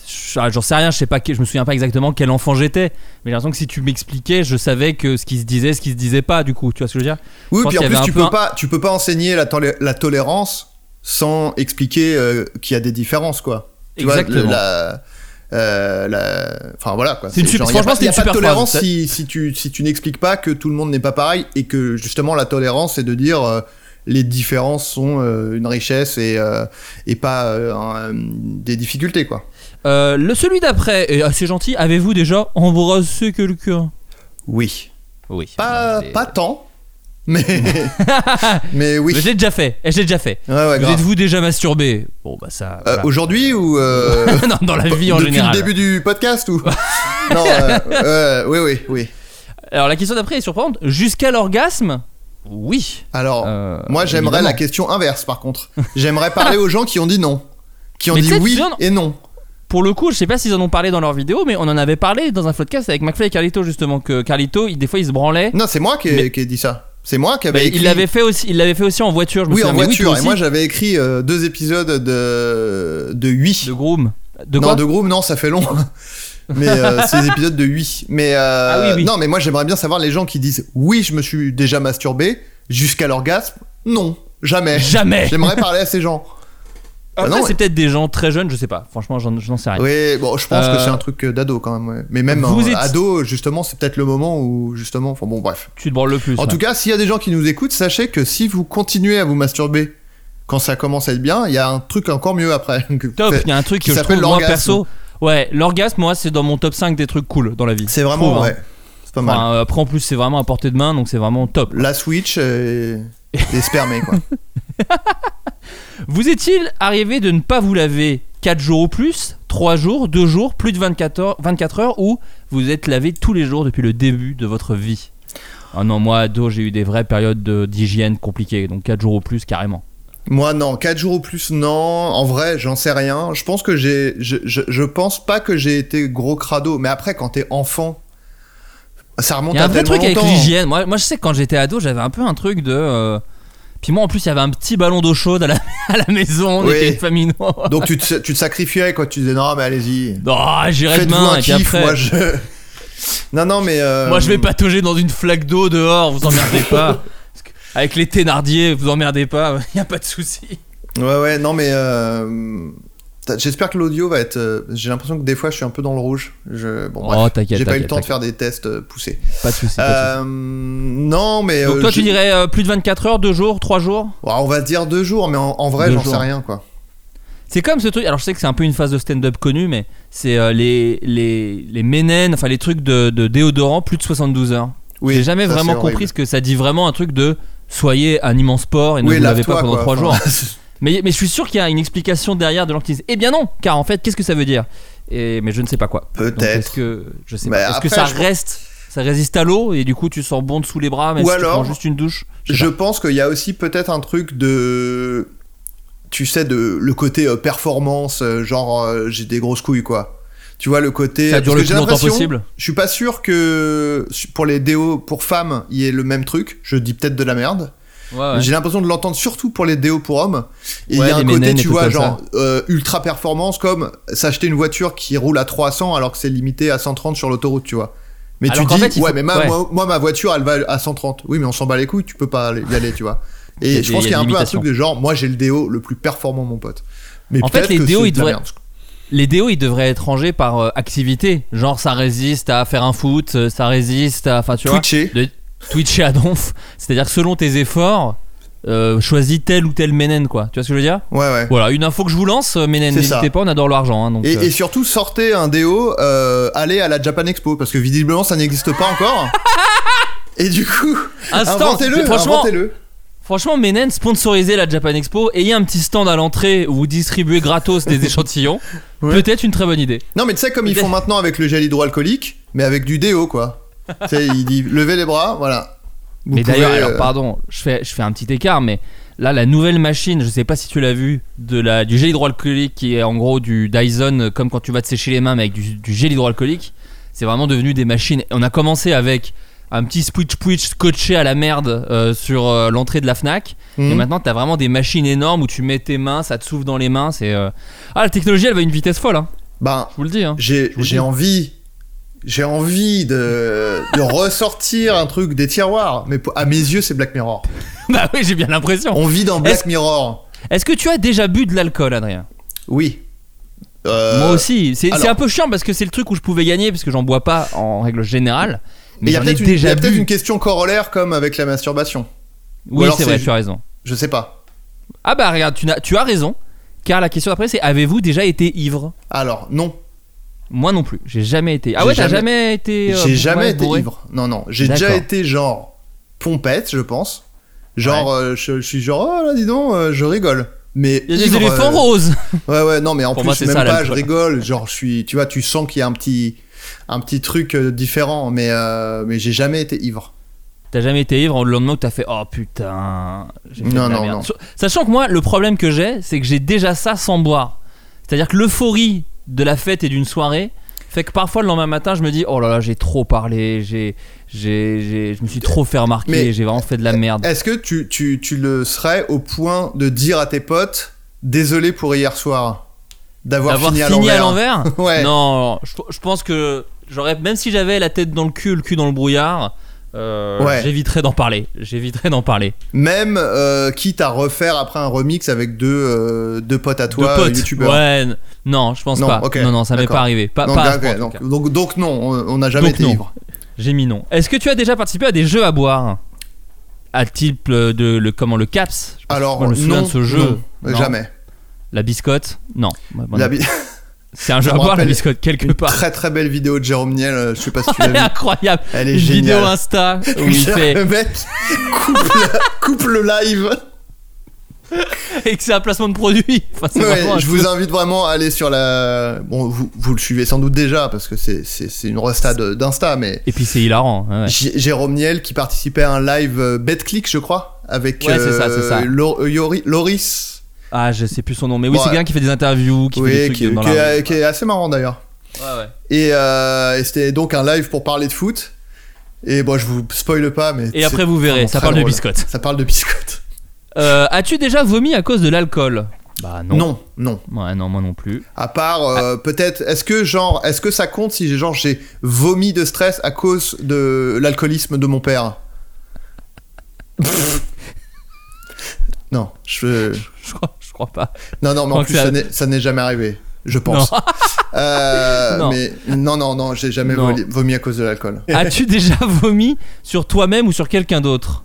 [SPEAKER 1] je- ah, j'en sais rien, je sais pas, que- je me souviens pas exactement quel enfant j'étais, mais j'ai l'impression que si tu m'expliquais, je savais que ce qui se disait, ce qui se disait pas, du coup, tu vois ce que je veux dire
[SPEAKER 7] Oui,
[SPEAKER 1] pense
[SPEAKER 7] puis en
[SPEAKER 1] qu'il y
[SPEAKER 7] plus,
[SPEAKER 1] avait
[SPEAKER 7] tu
[SPEAKER 1] un peu
[SPEAKER 7] peux,
[SPEAKER 1] un-
[SPEAKER 7] pas, tu peux pas enseigner la, tolé- la tolérance sans expliquer euh, qu'il y a des différences, quoi. Tu vois, le- la- euh, la- Enfin voilà quoi.
[SPEAKER 1] C'est une super-
[SPEAKER 7] genre, y a
[SPEAKER 1] franchement,
[SPEAKER 7] pas-
[SPEAKER 1] c'est
[SPEAKER 7] y a
[SPEAKER 1] une
[SPEAKER 7] pas de
[SPEAKER 1] super
[SPEAKER 7] tolérance
[SPEAKER 1] phrase,
[SPEAKER 7] si, si tu, si tu n'expliques pas que tout le monde n'est pas pareil et que justement la tolérance c'est de dire euh, les différences sont euh, une richesse et, euh, et pas euh, un- des difficultés quoi.
[SPEAKER 1] Euh, le celui d'après est assez gentil. Avez-vous déjà embrassé quelqu'un
[SPEAKER 7] Oui.
[SPEAKER 1] Oui.
[SPEAKER 7] Pas, pas tant,
[SPEAKER 1] (laughs)
[SPEAKER 7] mais, mais oui.
[SPEAKER 1] J'ai déjà fait. Eh, J'ai déjà fait.
[SPEAKER 7] Ouais, ouais,
[SPEAKER 1] Vous
[SPEAKER 7] grave.
[SPEAKER 1] Êtes-vous déjà masturbé Bon bah ça.
[SPEAKER 7] Euh,
[SPEAKER 1] voilà.
[SPEAKER 7] Aujourd'hui ou euh,
[SPEAKER 1] (laughs) non, dans la vie en
[SPEAKER 7] depuis
[SPEAKER 1] général.
[SPEAKER 7] le début du
[SPEAKER 1] (laughs)
[SPEAKER 7] podcast ou non euh, euh, oui oui oui
[SPEAKER 1] Alors la question d'après est surprenante. Jusqu'à l'orgasme Oui.
[SPEAKER 7] alors
[SPEAKER 1] Euh,
[SPEAKER 7] Oh, Moi, j'aimerais
[SPEAKER 1] évidemment.
[SPEAKER 7] la question inverse, par contre. (laughs) J'aimerais parler aux gens qui ont dit non. Qui ont
[SPEAKER 1] Mais tu
[SPEAKER 7] dit
[SPEAKER 1] sais,
[SPEAKER 7] oui
[SPEAKER 1] tu viens-
[SPEAKER 7] et non.
[SPEAKER 1] Pour le coup, je sais pas s'ils en ont parlé dans leur vidéo, mais on en avait parlé dans un podcast avec McFly et Carlito justement que Carlito, il- des fois, il se branlait.
[SPEAKER 7] Non, c'est moi qui ai,
[SPEAKER 1] Mais-
[SPEAKER 7] qui ai dit ça. C'est moi qui avais
[SPEAKER 1] Mais
[SPEAKER 7] écrit.
[SPEAKER 1] il l'avait fait aussi. Il l'avait fait aussi en voiture. Je me
[SPEAKER 7] Oui, en
[SPEAKER 1] souviens, mais
[SPEAKER 7] voiture.
[SPEAKER 1] toi
[SPEAKER 7] et moi,
[SPEAKER 1] aussi.
[SPEAKER 7] j'avais écrit euh, deux épisodes de, de 8.
[SPEAKER 1] de groom. De
[SPEAKER 7] non,
[SPEAKER 1] quoi
[SPEAKER 7] de Groom, non, ça fait long. (laughs) mais euh, ces épisodes de 8. Mais euh,
[SPEAKER 1] Ah oui, oui.
[SPEAKER 7] non, mais moi, j'aimerais bien savoir les gens qui disent oui, je me suis déjà masturbé jusqu'à l'orgasme. Non, jamais.
[SPEAKER 1] Jamais.
[SPEAKER 7] J'aimerais parler à ces gens.
[SPEAKER 1] Après,
[SPEAKER 7] non,
[SPEAKER 1] Ah, c'est
[SPEAKER 7] ouais.
[SPEAKER 1] peut-être des gens très jeunes, je sais pas. Franchement, j'en j'en sais rien.
[SPEAKER 7] Oui, bon, je pense
[SPEAKER 1] Euh,
[SPEAKER 7] que c'est un truc euh, d'ado quand même. ouais. Mais même
[SPEAKER 1] vous
[SPEAKER 7] euh,
[SPEAKER 1] êtes-
[SPEAKER 7] ado, justement, c'est peut-être le moment où justement. Enfin bon, bref.
[SPEAKER 1] Tu te branles le plus.
[SPEAKER 7] En
[SPEAKER 1] ouais.
[SPEAKER 7] tout cas, s'il y a des gens qui nous écoutent, sachez que si vous continuez à vous masturber quand ça commence à être bien, il y a un truc encore mieux après. (laughs) Que-
[SPEAKER 1] top.
[SPEAKER 7] fait-
[SPEAKER 1] Il y a un truc
[SPEAKER 7] qui
[SPEAKER 1] que je
[SPEAKER 7] s'appelle
[SPEAKER 1] trouve moi
[SPEAKER 7] l'orgasme.
[SPEAKER 1] perso. Ouais, l'orgasme, moi, c'est dans mon top 5 des trucs cool dans la vie.
[SPEAKER 7] C'est
[SPEAKER 1] Je
[SPEAKER 7] vraiment
[SPEAKER 1] trouve, hein.
[SPEAKER 7] ouais, c'est pas mal.
[SPEAKER 1] Enfin, euh, après, en plus, c'est vraiment à portée de main, donc c'est vraiment top.
[SPEAKER 7] La Switch euh, et,
[SPEAKER 1] (laughs)
[SPEAKER 7] et spermé quoi.
[SPEAKER 1] Vous est-il arrivé de ne pas vous laver 4 jours ou plus, 3 jours, 2 jours, plus de 24 heures, 24 heures ou vous êtes lavé tous les jours depuis le début de votre vie Ah non, moi, ado, j'ai eu des vraies périodes de- d'hygiène compliquées, donc 4 jours ou plus, carrément.
[SPEAKER 7] Moi non, 4 jours ou plus non. En vrai, j'en sais rien. Je pense que j'ai, je, je, je pense pas que j'ai été gros crado. Mais après, quand t'es enfant, ça remonte
[SPEAKER 1] Il y a
[SPEAKER 7] à
[SPEAKER 1] un vrai
[SPEAKER 7] tellement
[SPEAKER 1] truc avec
[SPEAKER 7] longtemps.
[SPEAKER 1] l'hygiène. Moi, moi, je sais que quand j'étais ado, j'avais un peu un truc de. euh, Puis moi, en plus, il y avait un petit ballon d'eau chaude à la, (laughs) à la maison, on
[SPEAKER 7] Oui.
[SPEAKER 1] était une famille (laughs) noire.
[SPEAKER 7] Donc tu te, tu te sacrifiais quoi. Tu disais non, mais allez-y.
[SPEAKER 1] Ah, j'irai
[SPEAKER 7] Faites-vous
[SPEAKER 1] demain,
[SPEAKER 7] un
[SPEAKER 1] et puis
[SPEAKER 7] kiff.
[SPEAKER 1] après.
[SPEAKER 7] Moi je. (laughs) Non non mais. euh,
[SPEAKER 1] Moi, je vais patauger dans une flaque d'eau dehors, vous emmerdez pas.
[SPEAKER 7] (laughs)
[SPEAKER 1] Parce que Avec les Thénardier, vous emmerdez pas, (laughs) y a pas de souci.
[SPEAKER 7] Ouais, ouais, non, mais. euh, t'as- J'espère que l'audio va être. euh, J'ai l'impression que des fois je suis un peu dans le rouge. Je... Bon, bref.
[SPEAKER 1] Oh, t'inquiète,
[SPEAKER 7] J'ai pas eu le
[SPEAKER 1] t'inquiète,
[SPEAKER 7] temps de faire des tests euh, poussés.
[SPEAKER 1] Pas de souci.
[SPEAKER 7] Euh, non, mais.
[SPEAKER 1] Donc
[SPEAKER 7] euh,
[SPEAKER 1] toi, tu
[SPEAKER 7] j'ai-
[SPEAKER 1] dirais euh, plus de 24 heures, 2 jours, 3 jours
[SPEAKER 7] Ouais, on va dire deux jours, mais en, en vrai,
[SPEAKER 1] Deux
[SPEAKER 7] j'en sais
[SPEAKER 1] jours.
[SPEAKER 7] rien, quoi.
[SPEAKER 1] C'est comme ce truc, alors je sais que c'est un peu une phase de stand-up connue, mais c'est euh, les, les, les ménènes, enfin les trucs de, de déodorant, plus de 72 heures.
[SPEAKER 7] Oui,
[SPEAKER 1] J'ai jamais
[SPEAKER 7] ça,
[SPEAKER 1] vraiment
[SPEAKER 7] c'est horrible.
[SPEAKER 1] compris ce que ça dit vraiment un truc de soyez un immense sport et ne
[SPEAKER 7] Oui,
[SPEAKER 1] vous lavez
[SPEAKER 7] lave-toi,
[SPEAKER 1] pas pendant
[SPEAKER 7] quoi. (laughs)
[SPEAKER 1] 3 jours.
[SPEAKER 7] Enfin,
[SPEAKER 1] Mais, mais je suis sûr qu'il y a une explication derrière de l'enquête. Eh bien non, car en fait, qu'est-ce que ça veut dire Et, Mais je ne sais pas quoi.
[SPEAKER 7] Peut-être.
[SPEAKER 1] Donc, Est-ce que, je sais
[SPEAKER 7] Mais
[SPEAKER 1] pas. Est-ce que
[SPEAKER 7] après,
[SPEAKER 1] ça
[SPEAKER 7] je-
[SPEAKER 1] résiste Ça résiste à l'eau et du coup tu sors bon dessous les bras, mais
[SPEAKER 7] Ou
[SPEAKER 1] si tu
[SPEAKER 7] alors-
[SPEAKER 1] prends juste une douche. je sais
[SPEAKER 7] Je pense qu'il y a aussi peut-être un truc de. Tu sais, de le côté euh, performance, euh, genre euh, j'ai des grosses couilles, quoi. Tu vois, le côté.
[SPEAKER 1] Ça dure le
[SPEAKER 7] parce que j'ai
[SPEAKER 1] plus longtemps
[SPEAKER 7] l'impression-
[SPEAKER 1] possible.
[SPEAKER 7] Je suis pas sûr que su- pour les déos, pour femmes, il y ait le même truc. Je dis peut-être de la merde.
[SPEAKER 1] Ouais, ouais.
[SPEAKER 7] J'ai l'impression de l'entendre surtout pour les déos pour hommes. Et il
[SPEAKER 1] Ouais,
[SPEAKER 7] y a un
[SPEAKER 1] les
[SPEAKER 7] côté,
[SPEAKER 1] Ménènes et
[SPEAKER 7] tu
[SPEAKER 1] tout
[SPEAKER 7] vois,
[SPEAKER 1] comme
[SPEAKER 7] genre euh, ultra performance, comme s'acheter une voiture qui roule à 300 alors que c'est limité à 130 sur l'autoroute, tu vois. Mais
[SPEAKER 1] Alors
[SPEAKER 7] tu
[SPEAKER 1] qu'en
[SPEAKER 7] dis,
[SPEAKER 1] fait, il
[SPEAKER 7] ouais,
[SPEAKER 1] faut-
[SPEAKER 7] mais ma-
[SPEAKER 1] ouais.
[SPEAKER 7] Moi, moi, ma voiture, elle va à 130. Oui, mais on s'en bat les couilles, tu peux pas aller- y aller,
[SPEAKER 1] (laughs)
[SPEAKER 7] tu vois.
[SPEAKER 1] Il y a
[SPEAKER 7] Et je
[SPEAKER 1] des-
[SPEAKER 7] pense
[SPEAKER 1] il y a
[SPEAKER 7] qu'il y a un
[SPEAKER 1] des
[SPEAKER 7] peu un
[SPEAKER 1] limitations.
[SPEAKER 7] truc de genre, moi j'ai le déo le plus performant, mon pote. Mais
[SPEAKER 1] En fait,
[SPEAKER 7] peut-être
[SPEAKER 1] les
[SPEAKER 7] que
[SPEAKER 1] déos,
[SPEAKER 7] c'est
[SPEAKER 1] ils
[SPEAKER 7] de la
[SPEAKER 1] devraient-
[SPEAKER 7] merde.
[SPEAKER 1] Les déos, ils devraient être rangés par euh, activité. Genre, ça résiste à faire un foot, euh, ça résiste à. Enfin, tu vois.
[SPEAKER 7] Twitcher.
[SPEAKER 1] de- Twitcher à donf. C'est-à-dire que selon tes efforts, euh, choisis tel ou tel ménène, quoi. Tu vois ce que je veux dire
[SPEAKER 7] Ouais, ouais.
[SPEAKER 1] Voilà, une info que je vous lance, euh, ménène.
[SPEAKER 7] C'est ça.
[SPEAKER 1] N'hésitez pas, on adore l'argent. hein, donc,
[SPEAKER 7] Et,
[SPEAKER 1] euh,
[SPEAKER 7] et surtout, sortez un déo, euh, allez à la Japan Expo, parce que visiblement ça n'existe pas encore.
[SPEAKER 1] (laughs)
[SPEAKER 7] Et du coup,
[SPEAKER 1] Instant,
[SPEAKER 7] inventez-le,
[SPEAKER 1] Ah, franchement,
[SPEAKER 7] inventez-le.
[SPEAKER 1] Franchement, Ménène, sponsorisez la Japan Expo, ayez un petit stand à l'entrée où vous distribuez gratos
[SPEAKER 7] (laughs)
[SPEAKER 1] des échantillons.
[SPEAKER 7] Ouais.
[SPEAKER 1] Peut-être une très bonne idée.
[SPEAKER 7] Non, mais tu sais, comme ils
[SPEAKER 1] Peut-être-
[SPEAKER 7] font maintenant avec le gel hydroalcoolique, mais avec du déo, quoi. tu sais, il dit levez les bras, voilà. Vous
[SPEAKER 1] mais
[SPEAKER 7] pouvez,
[SPEAKER 1] d'ailleurs,
[SPEAKER 7] euh,
[SPEAKER 1] alors pardon, je fais, je fais un petit écart, mais là, la nouvelle machine, je sais pas si tu l'as vu, de la, du gel hydroalcoolique qui est en gros du Dyson, euh, comme quand tu vas te sécher les mains, mais avec du, du gel hydroalcoolique, c'est vraiment devenu des machines. On a commencé avec un petit switch switch scotché à la merde euh, sur euh, l'entrée de la Fnac.
[SPEAKER 7] hmm.
[SPEAKER 1] Et maintenant, t'as vraiment des machines énormes où tu mets tes mains, ça te souffle dans les mains. C'est euh, ah la technologie, elle va à une vitesse folle. hein,
[SPEAKER 7] Ben,
[SPEAKER 1] je vous le dis. hein.
[SPEAKER 7] j'ai
[SPEAKER 1] vous le
[SPEAKER 7] j'ai
[SPEAKER 1] dis.
[SPEAKER 7] envie j'ai envie de, de ressortir un truc des tiroirs mais pour- à mes yeux c'est Black Mirror
[SPEAKER 1] (laughs) Bah oui, j'ai bien l'impression.
[SPEAKER 7] on vit dans Black
[SPEAKER 1] Est-ce-
[SPEAKER 7] Mirror
[SPEAKER 1] Est-ce que tu as déjà bu de l'alcool, Adrien
[SPEAKER 7] oui Euh,
[SPEAKER 1] Moi aussi. C'est
[SPEAKER 7] alors-
[SPEAKER 1] c'est un peu chiant parce que c'est le truc où je pouvais gagner parce que j'en bois pas en règle générale.
[SPEAKER 7] mais
[SPEAKER 1] Mais
[SPEAKER 7] il y a
[SPEAKER 1] j'en ai
[SPEAKER 7] peut-être une, il y
[SPEAKER 1] déjà
[SPEAKER 7] a peut-être
[SPEAKER 1] bu.
[SPEAKER 7] une question corollaire comme avec la masturbation Ou
[SPEAKER 1] Oui,
[SPEAKER 7] alors
[SPEAKER 1] c'est
[SPEAKER 7] c'est
[SPEAKER 1] vrai,
[SPEAKER 7] ju-
[SPEAKER 1] tu as raison.
[SPEAKER 7] je sais pas
[SPEAKER 1] Ah bah regarde, tu, n'as- tu as raison. Car la question après, c'est avez-vous déjà été ivre
[SPEAKER 7] alors non
[SPEAKER 1] Moi non plus. J'ai jamais été. Ah
[SPEAKER 7] J'ai
[SPEAKER 1] ouais, t'as
[SPEAKER 7] jamais-
[SPEAKER 1] jamais été. euh,
[SPEAKER 7] j'ai jamais
[SPEAKER 1] ouais,
[SPEAKER 7] été
[SPEAKER 1] bourré
[SPEAKER 7] ivre non non j'ai
[SPEAKER 1] D'accord.
[SPEAKER 7] déjà été genre pompette je pense genre euh, je, je suis genre oh là dis donc euh, je rigole mais
[SPEAKER 1] Il y a des
[SPEAKER 7] ivre,
[SPEAKER 1] éléphants
[SPEAKER 7] euh,
[SPEAKER 1] roses.
[SPEAKER 7] Ouais ouais non mais en
[SPEAKER 1] Pour
[SPEAKER 7] plus
[SPEAKER 1] moi, c'est
[SPEAKER 7] même
[SPEAKER 1] ça,
[SPEAKER 7] pas
[SPEAKER 1] l'alcool.
[SPEAKER 7] je rigole genre je suis tu vois tu sens qu'il y a un petit un petit truc euh, différent mais euh, mais j'ai jamais été ivre
[SPEAKER 1] T'as jamais été ivre le lendemain où t'as fait oh putain. j'ai fait de
[SPEAKER 7] Non,
[SPEAKER 1] la
[SPEAKER 7] non,
[SPEAKER 1] merde.
[SPEAKER 7] non.
[SPEAKER 1] So- Sachant que moi le problème que j'ai c'est que j'ai déjà ça sans boire. C'est-à-dire que l'euphorie de la fête et d'une soirée fait que parfois le lendemain matin je me dis oh là là j'ai trop parlé j'ai j'ai j'ai- je me suis trop fait remarquer
[SPEAKER 7] Mais-
[SPEAKER 1] j'ai vraiment fait de la merde.
[SPEAKER 7] est-ce que tu, tu tu le serais au point de dire à tes potes désolé pour hier soir d'avoir
[SPEAKER 1] D'avoir
[SPEAKER 7] fini,
[SPEAKER 1] fini à l'envers
[SPEAKER 7] (laughs) ouais
[SPEAKER 1] Non je, je pense que j'aurais même si j'avais la tête dans le cul le cul dans le brouillard euh,
[SPEAKER 7] Ouais.
[SPEAKER 1] j'éviterais d'en parler j'éviterais d'en parler.
[SPEAKER 7] même euh, quitte à refaire après un remix avec deux euh, deux potes à toi
[SPEAKER 1] De
[SPEAKER 7] euh,
[SPEAKER 1] potes.
[SPEAKER 7] youtubeurs
[SPEAKER 1] Ouais n- non je pense
[SPEAKER 7] Non,
[SPEAKER 1] pas
[SPEAKER 7] ok,
[SPEAKER 1] non non ça m'est
[SPEAKER 7] d'accord.
[SPEAKER 1] pas arrivé pas,
[SPEAKER 7] donc,
[SPEAKER 1] pas à ce
[SPEAKER 7] ok,
[SPEAKER 1] point, en tout cas.
[SPEAKER 7] donc, donc, donc non, on on n'a jamais
[SPEAKER 1] Donc
[SPEAKER 7] été
[SPEAKER 1] non.
[SPEAKER 7] ivre.
[SPEAKER 1] J'ai mis non. Est-ce que tu as déjà participé à des jeux à boire À type euh, de le comment le caps Je sais pas
[SPEAKER 7] Alors,
[SPEAKER 1] si je me souviens
[SPEAKER 7] non,
[SPEAKER 1] de ce jeu.
[SPEAKER 7] non,
[SPEAKER 1] Non.
[SPEAKER 7] jamais.
[SPEAKER 1] La biscotte Non. Bah, bah,
[SPEAKER 7] La
[SPEAKER 1] non.
[SPEAKER 7] bi-
[SPEAKER 1] C'est un jeu
[SPEAKER 7] Je
[SPEAKER 1] à
[SPEAKER 7] me
[SPEAKER 1] boire la
[SPEAKER 7] rappelle
[SPEAKER 1] biscotte quelque
[SPEAKER 7] une
[SPEAKER 1] part.
[SPEAKER 7] très très belle vidéo de Jérôme Niel, euh, je sais pas si
[SPEAKER 1] (laughs)
[SPEAKER 7] tu l'as
[SPEAKER 1] Elle est
[SPEAKER 7] vu.
[SPEAKER 1] incroyable.
[SPEAKER 7] Elle
[SPEAKER 1] Une
[SPEAKER 7] est géniale.
[SPEAKER 1] vidéo Insta
[SPEAKER 7] (laughs)
[SPEAKER 1] où il fait
[SPEAKER 7] Le mec coupe, le- (laughs) coupe le live.
[SPEAKER 1] et que c'est un placement de produit. Enfin, c'est
[SPEAKER 7] Ouais,
[SPEAKER 1] vraiment un
[SPEAKER 7] je vous invite vraiment à aller sur la. Bon, vous, vous le suivez sans doute déjà parce que c'est- c'est c'est une resta de- d'Insta, mais
[SPEAKER 1] Et puis c'est hilarant. hein, ouais, ouais.
[SPEAKER 7] J- Jérôme Niel qui participait à un live euh, BetClick, je crois, avec
[SPEAKER 1] Ouais, c'est ça, c'est ça.
[SPEAKER 7] Lo- euh, Yori- Loris,
[SPEAKER 1] Ah, je sais plus son nom, mais oui,
[SPEAKER 7] Bon,
[SPEAKER 1] c'est
[SPEAKER 7] euh,
[SPEAKER 1] quelqu'un qui fait des interviews, qui
[SPEAKER 7] oui,
[SPEAKER 1] fait des trucs
[SPEAKER 7] qui,
[SPEAKER 1] dans
[SPEAKER 7] qui
[SPEAKER 1] la
[SPEAKER 7] est,
[SPEAKER 1] rue.
[SPEAKER 7] qui est assez marrant d'ailleurs.
[SPEAKER 1] Ouais, ouais.
[SPEAKER 7] Et, euh, et c'était donc un live pour parler de foot. Et bon, je vous spoile pas, mais.
[SPEAKER 1] Et
[SPEAKER 7] c'est
[SPEAKER 1] après vous verrez,
[SPEAKER 7] vraiment
[SPEAKER 1] ça
[SPEAKER 7] très
[SPEAKER 1] parle de
[SPEAKER 7] drôle.
[SPEAKER 1] biscotte.
[SPEAKER 7] Ça parle de biscotte.
[SPEAKER 1] Euh, As-tu déjà vomi à cause de l'alcool Bah (laughs) non. Ah.
[SPEAKER 7] non, non.
[SPEAKER 1] Ouais, non, moi non plus.
[SPEAKER 7] À part euh, peut-être, est-ce que genre, est-ce que ça compte si j'ai genre j'ai vomi de stress à cause de l'alcoolisme de
[SPEAKER 1] (laughs)
[SPEAKER 7] mon père Pff. Non, je
[SPEAKER 1] (laughs) Je crois, je crois pas.
[SPEAKER 7] non non mais en
[SPEAKER 1] Donc
[SPEAKER 7] plus
[SPEAKER 1] ça-
[SPEAKER 7] ça n'est- ça n'est jamais arrivé,
[SPEAKER 1] (laughs)
[SPEAKER 7] je pense. Euh,
[SPEAKER 1] Non.
[SPEAKER 7] Mais non non non, j'ai jamais
[SPEAKER 1] Non.
[SPEAKER 7] voli- vomi à cause de l'alcool.
[SPEAKER 1] As-tu déjà vomi sur toi-même ou sur quelqu'un d'autre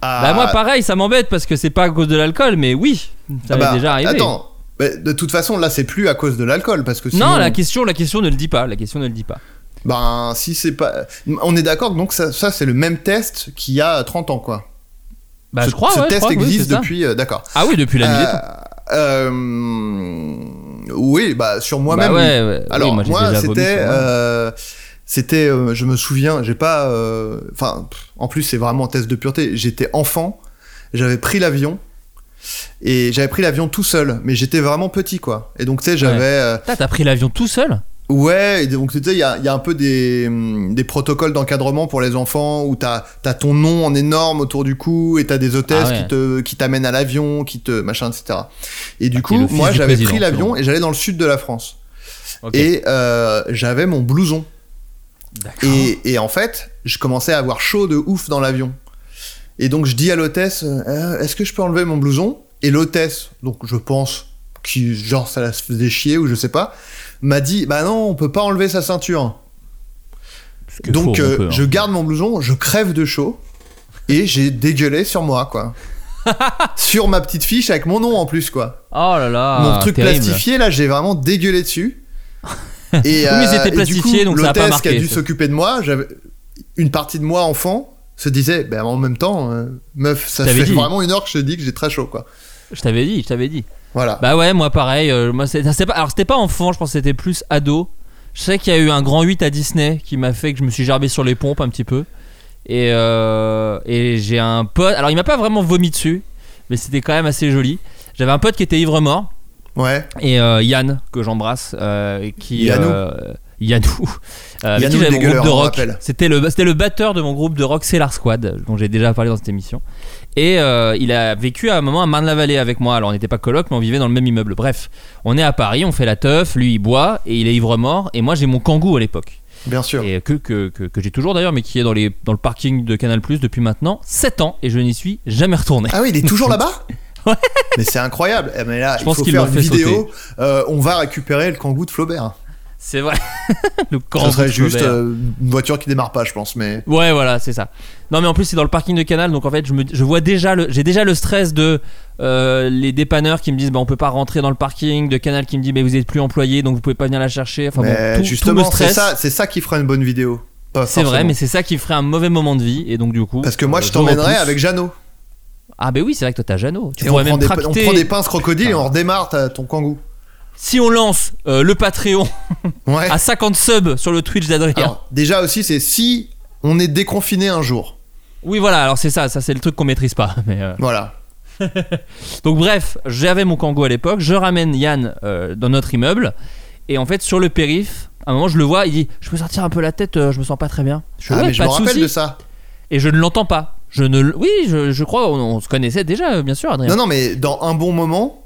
[SPEAKER 7] Ah,
[SPEAKER 1] Bah moi pareil, ça m'embête parce que c'est pas à cause de l'alcool, mais oui, ça
[SPEAKER 7] ah
[SPEAKER 1] m'est
[SPEAKER 7] bah,
[SPEAKER 1] déjà arrivé.
[SPEAKER 7] Attends, mais de toute façon là c'est plus à cause de l'alcool parce que sinon,
[SPEAKER 1] Non, la question, la question ne le dit pas. La question ne le dit pas.
[SPEAKER 7] ben si c'est pas, on est d'accord donc ça, ça c'est le même test qu'il y a 30 ans quoi.
[SPEAKER 1] Bah,
[SPEAKER 7] ce
[SPEAKER 1] je crois,
[SPEAKER 7] ce
[SPEAKER 1] ouais, je
[SPEAKER 7] test
[SPEAKER 1] crois que oui,
[SPEAKER 7] existe
[SPEAKER 1] c'est ça.
[SPEAKER 7] depuis. euh, D'accord.
[SPEAKER 1] Ah oui, depuis la nuit des temps.
[SPEAKER 7] Euh, euh, oui, bah sur moi-même.
[SPEAKER 1] Bah
[SPEAKER 7] oui.
[SPEAKER 1] ouais, ouais. Oui,
[SPEAKER 7] Alors
[SPEAKER 1] moi, j'ai
[SPEAKER 7] moi,
[SPEAKER 1] déjà vomi
[SPEAKER 7] c'était,
[SPEAKER 1] sur moi.
[SPEAKER 7] euh, c'était, euh, je me souviens, j'ai pas, euh, enfin, pff, en plus c'est vraiment un test de pureté. J'étais enfant, j'avais pris l'avion et j'avais pris l'avion tout seul, mais j'étais vraiment petit quoi. Et donc tu sais, j'avais,
[SPEAKER 1] Ouais.
[SPEAKER 7] euh,
[SPEAKER 1] Putain, T'as pris l'avion tout seul
[SPEAKER 7] Ouais, et donc tu sais, il y a, il y a un peu des, hum, des protocoles d'encadrement pour les enfants où t'as as ton nom en énorme autour du cou et t'as des hôtesses
[SPEAKER 1] Ah ouais.
[SPEAKER 7] qui te qui t'amènent à l'avion, qui te machin, etc. Et du
[SPEAKER 1] Ah, qui est
[SPEAKER 7] coup,
[SPEAKER 1] le fils
[SPEAKER 7] moi
[SPEAKER 1] du
[SPEAKER 7] j'avais
[SPEAKER 1] président,
[SPEAKER 7] pris l'avion
[SPEAKER 1] sûrement.
[SPEAKER 7] et j'allais dans le sud de la France
[SPEAKER 1] Ok.
[SPEAKER 7] et euh, j'avais mon blouson
[SPEAKER 1] D'accord.
[SPEAKER 7] et, et en fait je commençais à avoir chaud de ouf dans l'avion et donc je dis à l'hôtesse Euh, est-ce que je peux enlever mon blouson et l'hôtesse donc je pense qui genre ça la faisait chier ou je sais pas m'a dit bah non on peut pas enlever sa ceinture
[SPEAKER 1] Parce que
[SPEAKER 7] donc
[SPEAKER 1] faut, on
[SPEAKER 7] euh,
[SPEAKER 1] peut, hein.
[SPEAKER 7] je garde mon blouson, je crève de chaud et j'ai dégueulé sur moi
[SPEAKER 1] (laughs)
[SPEAKER 7] quoi. sur ma petite fiche avec mon nom en plus quoi.
[SPEAKER 1] Oh là là.
[SPEAKER 7] mon truc
[SPEAKER 1] terrible.
[SPEAKER 7] plastifié là, j'ai vraiment
[SPEAKER 1] (laughs)
[SPEAKER 7] dégueulé dessus. Et, euh,
[SPEAKER 1] Oui, mais c'était
[SPEAKER 7] et du
[SPEAKER 1] plastifié,
[SPEAKER 7] coup,
[SPEAKER 1] donc ça a pas
[SPEAKER 7] l'hôtesse qui
[SPEAKER 1] marqué,
[SPEAKER 7] a dû
[SPEAKER 1] ça.
[SPEAKER 7] s'occuper de moi, j'avais une partie de moi enfant se disait ben en même temps euh, meuf ça
[SPEAKER 1] T'avais
[SPEAKER 7] fait
[SPEAKER 1] dit.
[SPEAKER 7] vraiment une heure que je te dis que j'ai très chaud quoi.
[SPEAKER 1] Je t'avais dit, je t'avais dit.
[SPEAKER 7] Voilà.
[SPEAKER 1] Bah ouais, moi pareil. euh, moi, c'est- c'était pas, alors c'était pas enfant, je pense que c'était plus ado. Je sais qu'il y a eu un grand 8 à Disney qui m'a fait que je me suis gerbé sur les pompes un petit peu. Et, euh, et j'ai un pote. Alors il m'a pas vraiment vomi dessus, mais c'était quand même assez joli. J'avais un pote qui était ivre mort.
[SPEAKER 7] ouais.
[SPEAKER 1] Et euh, Yann, que j'embrasse, euh, qui.
[SPEAKER 7] Yannou.
[SPEAKER 1] euh, Yannou. (laughs) Euh, avec qui
[SPEAKER 7] Yannou le
[SPEAKER 1] j'avais mon
[SPEAKER 7] dégueuleur,
[SPEAKER 1] groupe de
[SPEAKER 7] on
[SPEAKER 1] rock.
[SPEAKER 7] rappelle.
[SPEAKER 1] C'était le, c'était le batteur de mon groupe de rock Cellar Squad, dont j'ai déjà parlé dans cette émission. Et euh, il a vécu à un moment à Marne-la-Vallée avec moi. Alors on n'était pas coloc, mais on vivait dans le même immeuble. Bref, on est à Paris, on fait la teuf, lui il boit et il est ivre-mort. Et moi j'ai mon kangou à l'époque.
[SPEAKER 7] Bien sûr.
[SPEAKER 1] Et que, que, que, que j'ai toujours d'ailleurs, mais qui est dans, les, dans le parking de Canal Plus depuis maintenant 7 ans et je n'y suis jamais retourné.
[SPEAKER 7] Ah oui, il
[SPEAKER 1] (laughs)
[SPEAKER 7] est toujours là-bas
[SPEAKER 1] Ouais.
[SPEAKER 7] Mais c'est incroyable. Eh, mais là,
[SPEAKER 1] Je
[SPEAKER 7] il
[SPEAKER 1] pense
[SPEAKER 7] faut
[SPEAKER 1] qu'ils
[SPEAKER 7] faire
[SPEAKER 1] l'ont
[SPEAKER 7] une
[SPEAKER 1] fait
[SPEAKER 7] vidéo. euh, on va récupérer le kangou de Flaubert.
[SPEAKER 1] C'est vrai. (laughs) le
[SPEAKER 7] Ce
[SPEAKER 1] kangou
[SPEAKER 7] serait
[SPEAKER 1] de
[SPEAKER 7] juste
[SPEAKER 1] Flaubert.
[SPEAKER 7] euh, une voiture qui démarre pas, je pense. Mais
[SPEAKER 1] Ouais, voilà, c'est ça. Non, mais en plus, c'est dans le parking de Canal, donc en fait, je, me, je vois déjà, le- j'ai déjà le stress de euh, les dépanneurs qui me disent, bah, on peut pas rentrer dans le parking, de Canal qui me dit, mais vous êtes plus employé, donc vous pouvez pas venir la chercher. Enfin, bon,
[SPEAKER 7] Mais
[SPEAKER 1] tout- tout,
[SPEAKER 7] justement,
[SPEAKER 1] me
[SPEAKER 7] c'est
[SPEAKER 1] stresse.
[SPEAKER 7] ça, c'est ça qui fera une bonne vidéo. Pas
[SPEAKER 1] C'est vrai,
[SPEAKER 7] forcément.
[SPEAKER 1] mais c'est ça qui ferait un mauvais moment de vie, et donc du coup.
[SPEAKER 7] parce que moi,
[SPEAKER 1] euh,
[SPEAKER 7] je t'emmènerai
[SPEAKER 1] repousse.
[SPEAKER 7] avec Jeannot.
[SPEAKER 1] Ah, bah oui, c'est vrai que toi, t'as Jeannot. Tu
[SPEAKER 7] Et on
[SPEAKER 1] pourrais
[SPEAKER 7] prend,
[SPEAKER 1] même
[SPEAKER 7] des, on
[SPEAKER 1] tracter.
[SPEAKER 7] prend des pinces crocodiles et on redémarre ta- ton kangou.
[SPEAKER 1] Si on lance euh, le Patreon
[SPEAKER 7] Ouais.
[SPEAKER 1] à 50 subs sur le Twitch d'Adrien.
[SPEAKER 7] Alors, déjà aussi, c'est si on est déconfiné un jour.
[SPEAKER 1] Oui, voilà, alors c'est ça, ça c'est le truc qu'on maîtrise pas, (laughs) mais. euh,
[SPEAKER 7] Voilà.
[SPEAKER 1] Donc bref, j'avais mon Kangoo à l'époque, je ramène Yann euh, dans notre immeuble, et en fait sur le périph, à un moment je le vois, il dit je peux sortir un peu la tête, euh, je me sens pas très bien. Je fais,
[SPEAKER 7] Ah,
[SPEAKER 1] Ouais,
[SPEAKER 7] mais je
[SPEAKER 1] pas
[SPEAKER 7] me
[SPEAKER 1] de
[SPEAKER 7] rappelle
[SPEAKER 1] souci.
[SPEAKER 7] de ça.
[SPEAKER 1] Et je ne l'entends pas. Je ne, l- oui, je, je crois, on, on se connaissait déjà, euh, bien sûr, Adrien.
[SPEAKER 7] Non, non, mais dans un bon moment,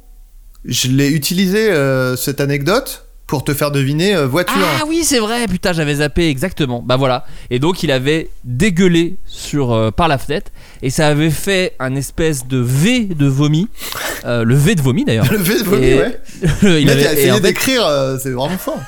[SPEAKER 7] je l'ai utilisé euh, cette anecdote pour te faire deviner euh, voiture.
[SPEAKER 1] Ah oui, c'est vrai, putain, j'avais zappé exactement. Bah voilà. Et donc il avait dégueulé sur euh, par la fenêtre et ça avait fait un espèce de V de vomi, Euh, le V de vomi d'ailleurs.
[SPEAKER 7] (laughs) Le fait de voler,
[SPEAKER 1] Et-
[SPEAKER 7] ouais.
[SPEAKER 1] (laughs) il
[SPEAKER 7] Mec, il a
[SPEAKER 1] avait, et en
[SPEAKER 7] essayé
[SPEAKER 1] fait,
[SPEAKER 7] d'écrire, euh, c'est vraiment fort.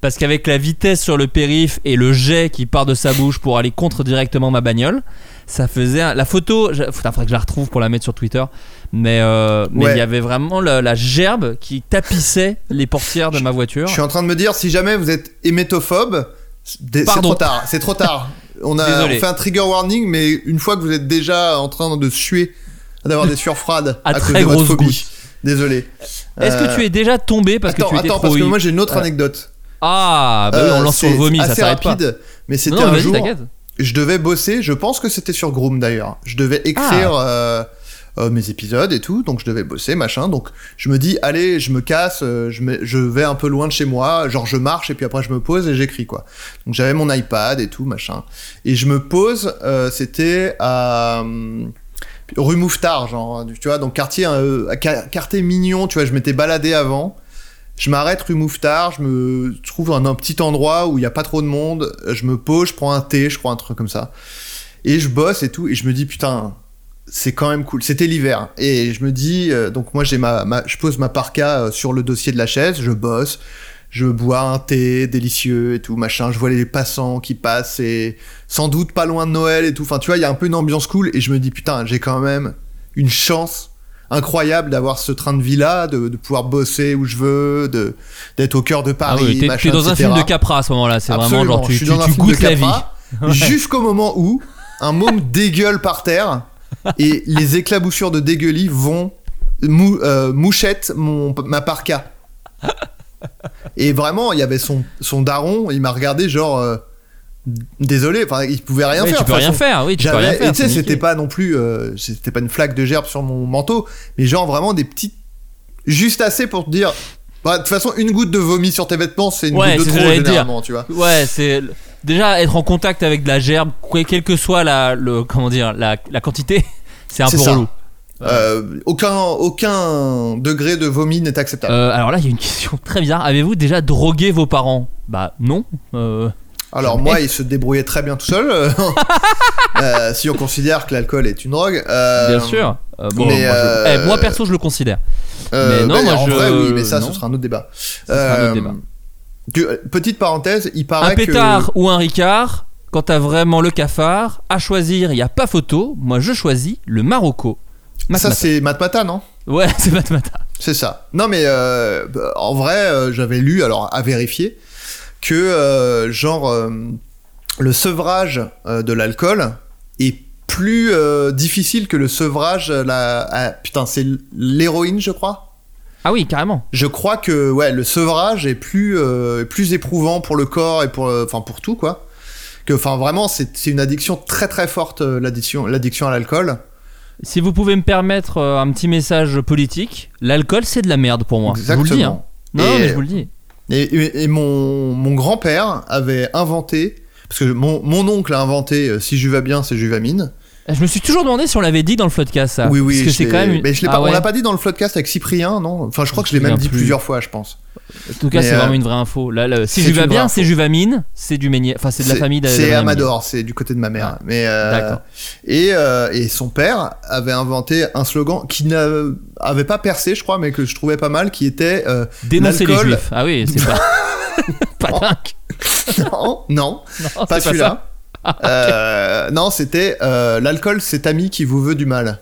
[SPEAKER 1] parce qu'avec la vitesse sur le périph et le jet qui part de sa bouche pour aller contre directement ma bagnole, ça faisait un- la photo. je- putain, faudrait que je la retrouve pour la mettre sur Twitter. Mais euh, mais il
[SPEAKER 7] Ouais.
[SPEAKER 1] y avait vraiment la, la gerbe qui tapissait les portières de ma voiture.
[SPEAKER 7] Je suis en train de me dire, si jamais vous êtes hémétophobe, c'est c'est
[SPEAKER 1] Pardon.
[SPEAKER 7] trop tard. C'est trop tard. On a
[SPEAKER 1] Désolé.
[SPEAKER 7] on fait un trigger warning, mais une fois que vous êtes déjà en train de suer, d'avoir des sueurs froides
[SPEAKER 1] (laughs) À
[SPEAKER 7] à, cause
[SPEAKER 1] très
[SPEAKER 7] de votre
[SPEAKER 1] grosse
[SPEAKER 7] phobie.
[SPEAKER 1] goutte.
[SPEAKER 7] Désolé.
[SPEAKER 1] Est-ce que
[SPEAKER 7] Euh,
[SPEAKER 1] tu es déjà tombé parce
[SPEAKER 7] attends,
[SPEAKER 1] que tu étais
[SPEAKER 7] attends,
[SPEAKER 1] trop
[SPEAKER 7] parce que
[SPEAKER 1] oui
[SPEAKER 7] moi j'ai une autre
[SPEAKER 1] Ouais.
[SPEAKER 7] anecdote.
[SPEAKER 1] Ah, bah oui, on
[SPEAKER 7] Euh,
[SPEAKER 1] lance sur le
[SPEAKER 7] c'est
[SPEAKER 1] vomi, ça
[SPEAKER 7] assez
[SPEAKER 1] s'arrête pas.
[SPEAKER 7] rapide, mais c'était
[SPEAKER 1] Non,
[SPEAKER 7] un
[SPEAKER 1] vas-y,
[SPEAKER 7] jour. Ah
[SPEAKER 1] t'inquiète.
[SPEAKER 7] Je devais bosser, je pense que c'était sur Groom d'ailleurs. Je devais écrire euh, euh, mes épisodes et tout, donc je devais bosser, machin. Donc je me dis, allez, je me casse, euh, je, me- je vais un peu loin de chez moi, genre je marche et puis après je me pose et j'écris quoi. Donc j'avais mon iPad et tout, machin. Et je me pose, euh, c'était à. hum, Rue Mouffetard, genre, tu vois, donc quartier, euh, qua- quartier mignon, tu vois, je m'étais baladé avant. Je m'arrête rue Mouffetard, je me trouve un, un petit endroit où il n'y a pas trop de monde, je me pose, je prends un thé, je crois, un truc comme ça. Et je bosse et tout, et je me dis, putain, c'est quand même cool. C'était l'hiver. Et je me dis, euh, donc moi, j'ai ma, ma- je pose ma parka euh, sur le dossier de la chaise, je bosse, je bois un thé délicieux et tout, machin. Je vois les passants qui passent, et sans doute pas loin de Noël et tout. Enfin, tu vois, il y a un peu une ambiance cool, et je me dis, putain, j'ai quand même une chance incroyable d'avoir ce train de vie là, de, de pouvoir bosser où je veux, de d'être au cœur de
[SPEAKER 1] Ah
[SPEAKER 7] Paris.
[SPEAKER 1] oui, t'es-
[SPEAKER 7] machin,
[SPEAKER 1] t'es dans un
[SPEAKER 7] etc.
[SPEAKER 1] film de Capra à ce moment-là, c'est vraiment
[SPEAKER 7] Absolument,
[SPEAKER 1] genre tu,
[SPEAKER 7] je
[SPEAKER 1] tu,
[SPEAKER 7] suis dans un
[SPEAKER 1] tu (laughs)
[SPEAKER 7] film de
[SPEAKER 1] goûtes la vie. (laughs)
[SPEAKER 7] Capra, Jusqu'au moment où un môme dégueule par terre et les éclaboussures de dégueulis vont mou- euh, mouchette mon, ma parka. Et vraiment, il y avait son, son daron, il m'a regardé genre euh, désolé, enfin il pouvait rien
[SPEAKER 1] Ouais,
[SPEAKER 7] faire.
[SPEAKER 1] tu
[SPEAKER 7] de
[SPEAKER 1] peux
[SPEAKER 7] toute
[SPEAKER 1] rien
[SPEAKER 7] façon.
[SPEAKER 1] faire, oui, tu peux rien
[SPEAKER 7] J'avais,
[SPEAKER 1] faire.
[SPEAKER 7] et tu sais,
[SPEAKER 1] c'est
[SPEAKER 7] c'était
[SPEAKER 1] niqué.
[SPEAKER 7] pas non plus, euh, c'était pas une flaque de gerbe sur mon manteau, mais genre vraiment des petites, juste assez pour te dire. bah, de toute façon, une goutte de vomi sur tes vêtements, c'est une
[SPEAKER 1] Ouais,
[SPEAKER 7] goutte
[SPEAKER 1] c'est ce
[SPEAKER 7] de
[SPEAKER 1] que
[SPEAKER 7] trop
[SPEAKER 1] j'allais dire.
[SPEAKER 7] généralement, tu vois.
[SPEAKER 1] Ouais, c'est déjà être en contact avec de la gerbe, que- quelle que soit la, le, comment dire, la, la quantité, (laughs) c'est un
[SPEAKER 7] C'est
[SPEAKER 1] peu
[SPEAKER 7] ça.
[SPEAKER 1] relou.
[SPEAKER 7] Euh, aucun, aucun degré de vomi n'est acceptable.
[SPEAKER 1] Euh, alors là, il y a une question très bizarre. Avez-vous déjà drogué vos parents Bah non. Euh,
[SPEAKER 7] Alors moi, il se débrouillait très bien tout seul. (laughs) euh, euh, si on considère que l'alcool est une drogue. euh,
[SPEAKER 1] Bien sûr. Euh, bon,
[SPEAKER 7] mais,
[SPEAKER 1] moi, je-
[SPEAKER 7] euh,
[SPEAKER 1] eh, moi, perso, je le considère.
[SPEAKER 7] euh,
[SPEAKER 1] Mais non,
[SPEAKER 7] bah,
[SPEAKER 1] moi,
[SPEAKER 7] en
[SPEAKER 1] je-
[SPEAKER 7] vrai, oui, mais ça,
[SPEAKER 1] non.
[SPEAKER 7] ce sera un autre débat.
[SPEAKER 1] sera un autre débat.
[SPEAKER 7] tu- euh, petite parenthèse, il euh, paraît
[SPEAKER 1] Un pétard ou un ricard, quand t'as vraiment le cafard, à choisir, il n'y a pas photo. Moi, je choisis le Marocco.
[SPEAKER 7] que ça,
[SPEAKER 1] Matmata.
[SPEAKER 7] c'est Matmata, non
[SPEAKER 1] Ouais, (laughs) c'est Matmata.
[SPEAKER 7] C'est ça. Non, mais euh, bah, en vrai, euh, j'avais lu, alors à vérifier, que euh, genre euh, le sevrage euh, de l'alcool est plus euh, difficile que le sevrage euh, la ah, putain c'est l'héroïne je crois
[SPEAKER 1] Ah oui, carrément.
[SPEAKER 7] je crois que ouais le sevrage est plus euh, plus éprouvant pour le corps et pour euh, enfin pour tout quoi que enfin vraiment c'est c'est une addiction très très forte euh, l'addiction l'addiction à l'alcool
[SPEAKER 1] Si vous pouvez me permettre euh, un petit message politique, l'alcool, c'est de la merde pour moi. Je vous le dis. hein. Non,
[SPEAKER 7] Et-
[SPEAKER 1] mais je vous le dis.
[SPEAKER 7] Et, et- et mon, mon grand-père avait inventé, parce que mon, mon oncle a inventé euh, Si je vais bien, c'est Juvamine.
[SPEAKER 1] Eh, Je me suis toujours demandé si on l'avait dit dans le podcast, ça.
[SPEAKER 7] oui,
[SPEAKER 1] Ah,
[SPEAKER 7] oui,
[SPEAKER 1] Parce que
[SPEAKER 7] je
[SPEAKER 1] c'est
[SPEAKER 7] l'ai-
[SPEAKER 1] quand même. une-
[SPEAKER 7] Mais je l'ai
[SPEAKER 1] Ah
[SPEAKER 7] pas,
[SPEAKER 1] ouais.
[SPEAKER 7] on l'a pas dit dans le podcast avec Cyprien, non Enfin, je crois que je l'ai
[SPEAKER 1] Je me
[SPEAKER 7] même dit
[SPEAKER 1] souviens plus.
[SPEAKER 7] plusieurs fois, je pense.
[SPEAKER 1] En tout cas,
[SPEAKER 7] Mais,
[SPEAKER 1] c'est
[SPEAKER 7] euh,
[SPEAKER 1] vraiment une vraie info. Là, là, si
[SPEAKER 7] c'est
[SPEAKER 1] je vais
[SPEAKER 7] une vraie
[SPEAKER 1] bien,
[SPEAKER 7] info.
[SPEAKER 1] c'est Juvamine, c'est du Ménier. Enfin, c'est de la famille d'Adrien
[SPEAKER 7] C'est
[SPEAKER 1] Ménier.
[SPEAKER 7] Amador, c'est du côté de ma mère. Mais, euh,
[SPEAKER 1] D'accord.
[SPEAKER 7] et, euh, et son père avait inventé un slogan qui n'avait pas percé, je crois, mais que je trouvais pas mal, qui était
[SPEAKER 1] (laughs)
[SPEAKER 7] euh,
[SPEAKER 1] Dénoncer les
[SPEAKER 7] L'alcool.
[SPEAKER 1] juifs. Ah oui, c'est pas. pas (laughs) dingue.
[SPEAKER 7] Non, non,
[SPEAKER 1] Non,
[SPEAKER 7] pas
[SPEAKER 1] c'est ça. Ah,
[SPEAKER 7] celui-là. Euh, non, c'était euh, l'alcool, cet ami qui vous veut du mal.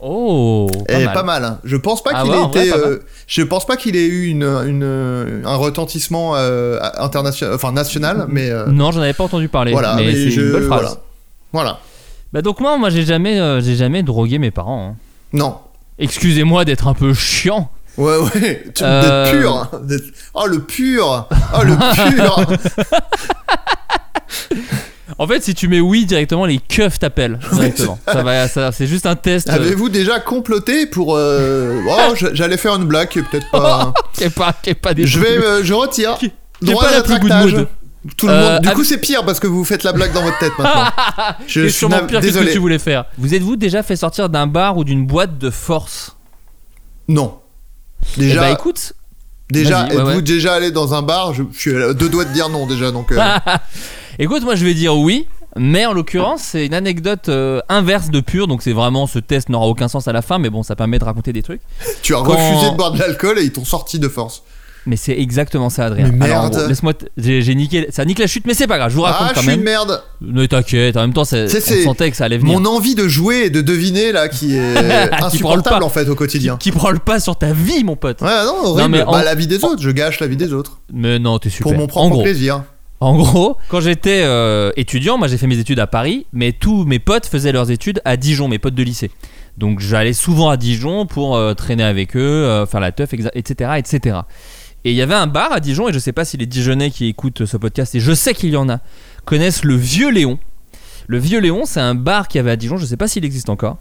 [SPEAKER 1] Oh, pas
[SPEAKER 7] Eh,
[SPEAKER 1] mal.
[SPEAKER 7] pas mal. hein. Je pense pas
[SPEAKER 1] Ah
[SPEAKER 7] qu'il
[SPEAKER 1] ouais,
[SPEAKER 7] ait
[SPEAKER 1] en vrai,
[SPEAKER 7] été,
[SPEAKER 1] pas mal.
[SPEAKER 7] euh, je pense pas qu'il ait eu une, une, euh, un retentissement euh, international, enfin national, mais euh,
[SPEAKER 1] Non, j'en avais pas entendu parler.
[SPEAKER 7] voilà.
[SPEAKER 1] Mm, mais,
[SPEAKER 7] mais
[SPEAKER 1] c'est
[SPEAKER 7] je-
[SPEAKER 1] une bonne phrase.
[SPEAKER 7] Voilà. Voilà.
[SPEAKER 1] Bah donc moi, moi, j'ai jamais, euh, j'ai jamais drogué mes parents. hein.
[SPEAKER 7] Non.
[SPEAKER 1] Excusez-moi d'être un peu chiant.
[SPEAKER 7] Ouais, ouais. (laughs) Tu-
[SPEAKER 1] Euh,
[SPEAKER 7] D'être pur. hein. D'être- Oh le pur.
[SPEAKER 1] (laughs)
[SPEAKER 7] Oh le pur.
[SPEAKER 1] En fait, si tu mets oui directement, les keufs
[SPEAKER 7] (laughs)
[SPEAKER 1] t'appellent directement. ça va, ça- c'est juste un test. euh,
[SPEAKER 7] Avez-vous déjà comploté pour euh, Oh, je- j'allais faire une blague qui est peut-être pas. hein.
[SPEAKER 1] qui est pas, qui est pas (laughs) des
[SPEAKER 7] je vais, euh, je retire.
[SPEAKER 1] Qui- qui est
[SPEAKER 7] Droit
[SPEAKER 1] pas
[SPEAKER 7] à
[SPEAKER 1] la plus good
[SPEAKER 7] tractage.
[SPEAKER 1] mood.
[SPEAKER 7] Tout le
[SPEAKER 1] Euh,
[SPEAKER 7] monde. Du
[SPEAKER 1] avec-
[SPEAKER 7] coup, c'est pire parce que vous faites la blague dans votre tête
[SPEAKER 1] (laughs)
[SPEAKER 7] maintenant. Je,
[SPEAKER 1] C'est
[SPEAKER 7] je suis
[SPEAKER 1] sûrement
[SPEAKER 7] nav-
[SPEAKER 1] pire que ce
[SPEAKER 7] désolé.
[SPEAKER 1] que tu voulais faire. Vous êtes-vous déjà fait sortir d'un bar ou d'une boîte de force
[SPEAKER 7] Non.
[SPEAKER 1] Eh
[SPEAKER 7] Déjà,
[SPEAKER 1] bah écoute, (laughs)
[SPEAKER 7] Déjà,
[SPEAKER 1] Vas-y, ouais,
[SPEAKER 7] êtes-vous
[SPEAKER 1] ouais.
[SPEAKER 7] déjà allé dans un bar je, je suis à deux doigts de dire non déjà, donc euh,
[SPEAKER 1] Ah, écoute, moi je vais dire oui. Mais en l'occurrence, c'est une anecdote euh, inverse de pure, donc c'est vraiment ce test n'aura aucun sens à la fin, mais bon, ça permet de raconter des trucs.
[SPEAKER 7] tu as
[SPEAKER 1] quand-
[SPEAKER 7] refusé de boire de l'alcool et ils t'ont sorti de force.
[SPEAKER 1] Mais c'est exactement ça, Adrien.
[SPEAKER 7] Mais
[SPEAKER 1] Alors, en
[SPEAKER 7] merde.
[SPEAKER 1] gros, Laisse-moi, te- j'ai j'ai niqué, ça nique la chute, mais c'est pas grave, je vous raconte
[SPEAKER 7] Ah, je
[SPEAKER 1] quand
[SPEAKER 7] suis une
[SPEAKER 1] même.
[SPEAKER 7] merde.
[SPEAKER 1] Mais t'inquiète, en même temps, c'est,
[SPEAKER 7] C'est-
[SPEAKER 1] on
[SPEAKER 7] c'est
[SPEAKER 1] sentait que ça allait venir.
[SPEAKER 7] Mon envie de jouer et de deviner là qui est
[SPEAKER 1] (laughs) Qui prend le pas.
[SPEAKER 7] insupportable en fait au
[SPEAKER 1] qui,
[SPEAKER 7] quotidien.
[SPEAKER 1] qui prend le pas sur ta vie, mon pote.
[SPEAKER 7] Ouais, non, horrible.
[SPEAKER 1] Non, mais en-
[SPEAKER 7] Bah, la vie des autres, je gâche la vie des autres
[SPEAKER 1] Mais non, t'es super.
[SPEAKER 7] pour mon
[SPEAKER 1] en
[SPEAKER 7] propre
[SPEAKER 1] gros,
[SPEAKER 7] plaisir.
[SPEAKER 1] En gros, quand j'étais euh, étudiant, moi j'ai fait mes études à Paris, mais tous mes potes faisaient leurs études à Dijon, mes potes de lycée. Donc j'allais souvent à Dijon pour euh, traîner avec eux, euh, faire la teuf, exa- etc., etc. Et il y avait un bar à Dijon, et je sais pas si les Dijonnais qui écoutent ce podcast, et je sais qu'il y en a, connaissent le Vieux Léon. Le Vieux Léon, c'est un bar qu'il y avait à Dijon, je sais pas s'il existe encore,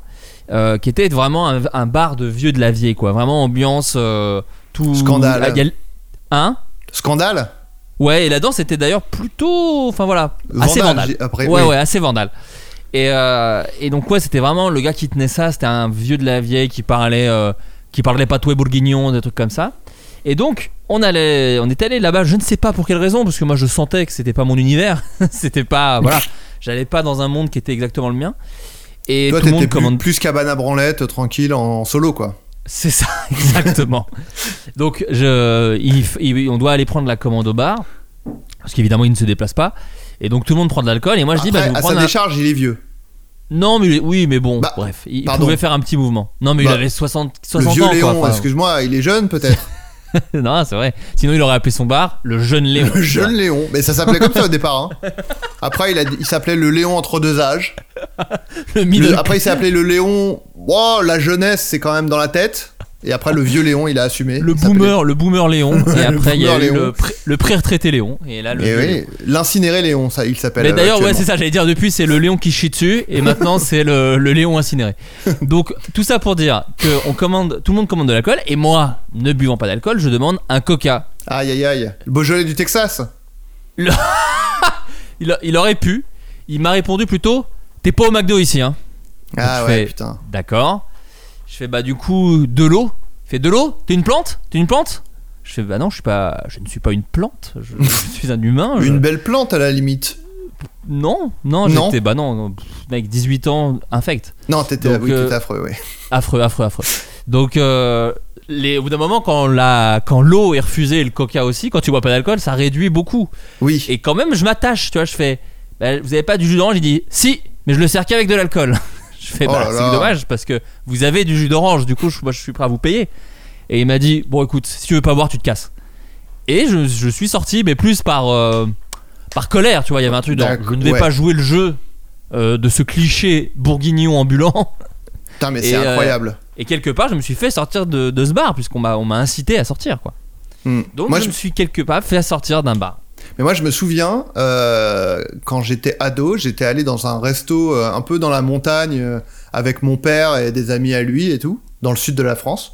[SPEAKER 1] euh, qui était vraiment un, un bar de vieux de la vieille, quoi. Vraiment ambiance euh, tout.
[SPEAKER 7] Scandale.
[SPEAKER 1] Ah, il y a l- Hein
[SPEAKER 7] Scandale.
[SPEAKER 1] Ouais, et la danse était d'ailleurs plutôt. Enfin voilà, assez
[SPEAKER 7] Vandal,
[SPEAKER 1] vandale.
[SPEAKER 7] j'ai- Après,
[SPEAKER 1] Ah, Ouais,
[SPEAKER 7] oui.
[SPEAKER 1] ouais, assez vandale. Et, euh, et donc, ouais, c'était vraiment le gars qui tenait ça. C'était un vieux de la vieille qui parlait, euh, qui parlait patoué bourguignon, des trucs comme ça. Et donc, on allait, on est allé là-bas. Je ne sais pas pour quelle raison, parce que moi, je sentais que c'était pas mon univers. (laughs) c'était pas, voilà, j'allais pas dans un monde qui était exactement le mien. Et
[SPEAKER 7] Toi,
[SPEAKER 1] tout le
[SPEAKER 7] t'étais
[SPEAKER 1] monde
[SPEAKER 7] plus,
[SPEAKER 1] commande
[SPEAKER 7] plus cabane à branlette, euh, tranquille, en, en solo quoi.
[SPEAKER 1] c'est ça, (laughs) exactement. Donc, je, il f- il- on doit aller prendre la commande au bar, parce qu'évidemment, il ne se déplace pas. Et donc, tout le monde prend de l'alcool. Et moi, je dis, bah, je
[SPEAKER 7] Après,
[SPEAKER 1] vais
[SPEAKER 7] à
[SPEAKER 1] prendre
[SPEAKER 7] sa
[SPEAKER 1] un-
[SPEAKER 7] décharge, il est vieux.
[SPEAKER 1] Non, mais oui, mais bon,
[SPEAKER 7] Bah,
[SPEAKER 1] bref. Il
[SPEAKER 7] pardon.
[SPEAKER 1] pouvait faire un petit mouvement. Non, mais il
[SPEAKER 7] Bah,
[SPEAKER 1] avait 60,
[SPEAKER 7] Le
[SPEAKER 1] 60
[SPEAKER 7] vieux
[SPEAKER 1] ans. quoi.
[SPEAKER 7] Léon,
[SPEAKER 1] Enfin,
[SPEAKER 7] excuse-moi, il est jeune peut-être.
[SPEAKER 1] (laughs) non, c'est vrai. Sinon, il aurait appelé son bar le jeune Léon.
[SPEAKER 7] Le jeune Léon, mais ça s'appelait comme ça au départ. hein. Après, il, a dit- il s'appelait le Léon entre deux âges.
[SPEAKER 1] (laughs) Le
[SPEAKER 7] Le-
[SPEAKER 1] middle.
[SPEAKER 7] après, il s'est appelé le Léon. Wow, la jeunesse, c'est quand même dans la tête. Et après, le vieux Léon, il a assumé.
[SPEAKER 1] le
[SPEAKER 7] Il s'appelait-
[SPEAKER 1] boomer, le boomer
[SPEAKER 7] (laughs)
[SPEAKER 1] Léon, et après il y a
[SPEAKER 7] boomer
[SPEAKER 1] eu le,
[SPEAKER 7] Léon.
[SPEAKER 1] pré- le pré-retraité Léon, et là le.
[SPEAKER 7] Et
[SPEAKER 1] vieux Léon.
[SPEAKER 7] Eh oui, l'incinéré Léon, ça, il s'appelle.
[SPEAKER 1] Mais
[SPEAKER 7] euh,
[SPEAKER 1] d'ailleurs, ouais,
[SPEAKER 7] actuellement.
[SPEAKER 1] c'est ça, j'allais dire, depuis c'est le Léon qui chie dessus, et
[SPEAKER 7] (laughs)
[SPEAKER 1] maintenant c'est le, le Léon incinéré. Donc, tout ça pour dire que on commande, tout le monde commande de l'alcool, et moi, ne buvant pas d'alcool, je demande un coca.
[SPEAKER 7] Aïe, aïe, aïe. Le Beaujolais du Texas.
[SPEAKER 1] Il, a- il aurait pu, il m'a répondu plutôt, t'es pas au McDo ici, hein.
[SPEAKER 7] Ah
[SPEAKER 1] je
[SPEAKER 7] ouais,
[SPEAKER 1] fais-
[SPEAKER 7] putain.
[SPEAKER 1] D'accord. Je fais bah du coup de l'eau. Il fait de l'eau T'es une plante T'es une plante Je fais bah non, je suis pas, je ne suis pas une plante. Je, je suis un humain. je-
[SPEAKER 7] Une belle plante à la limite.
[SPEAKER 1] Non, non,
[SPEAKER 7] Non.
[SPEAKER 1] j'étais bah non, non, pff, mec, 18 ans, infect.
[SPEAKER 7] Non, t'étais
[SPEAKER 1] Donc,
[SPEAKER 7] oui,
[SPEAKER 1] euh,
[SPEAKER 7] t'étais affreux, oui.
[SPEAKER 1] Affreux, affreux, affreux. Donc, euh, les, au bout d'un moment, quand la, quand l'eau est refusée et le coca aussi, quand tu bois pas d'alcool, ça réduit beaucoup.
[SPEAKER 7] Oui.
[SPEAKER 1] Et quand même, je m'attache, tu vois, je fais, bah, vous avez pas du jus d'orange Il dit, si, mais je le sers qu'avec de l'alcool. (laughs) je fais,
[SPEAKER 7] Oh
[SPEAKER 1] bah,
[SPEAKER 7] là
[SPEAKER 1] c'est
[SPEAKER 7] là.
[SPEAKER 1] dommage parce que vous avez du jus d'orange, du coup, je- moi, je suis prêt à vous payer. Et il m'a dit, bon, écoute, si tu veux pas boire, tu te casses. Et je, je suis sorti, mais plus par, euh, par colère, tu vois, il y avait un truc dans,
[SPEAKER 7] D'accord,
[SPEAKER 1] je ne vais
[SPEAKER 7] ouais.
[SPEAKER 1] pas jouer le jeu euh, de ce cliché bourguignon ambulant.
[SPEAKER 7] Putain, mais
[SPEAKER 1] et,
[SPEAKER 7] c'est
[SPEAKER 1] euh,
[SPEAKER 7] incroyable.
[SPEAKER 1] Et quelque part, je me suis fait sortir de, de ce bar, puisqu'on m'a, on m'a incité à sortir, quoi.
[SPEAKER 7] Hmm.
[SPEAKER 1] Donc,
[SPEAKER 7] Moi,
[SPEAKER 1] je,
[SPEAKER 7] je- Euh,
[SPEAKER 1] me suis quelque part fait sortir d'un bar.
[SPEAKER 7] Mais moi, je me souviens, euh, quand j'étais ado, j'étais allé dans un resto euh, un peu dans la montagne euh, avec mon père et des amis à lui et tout, dans le sud de la France.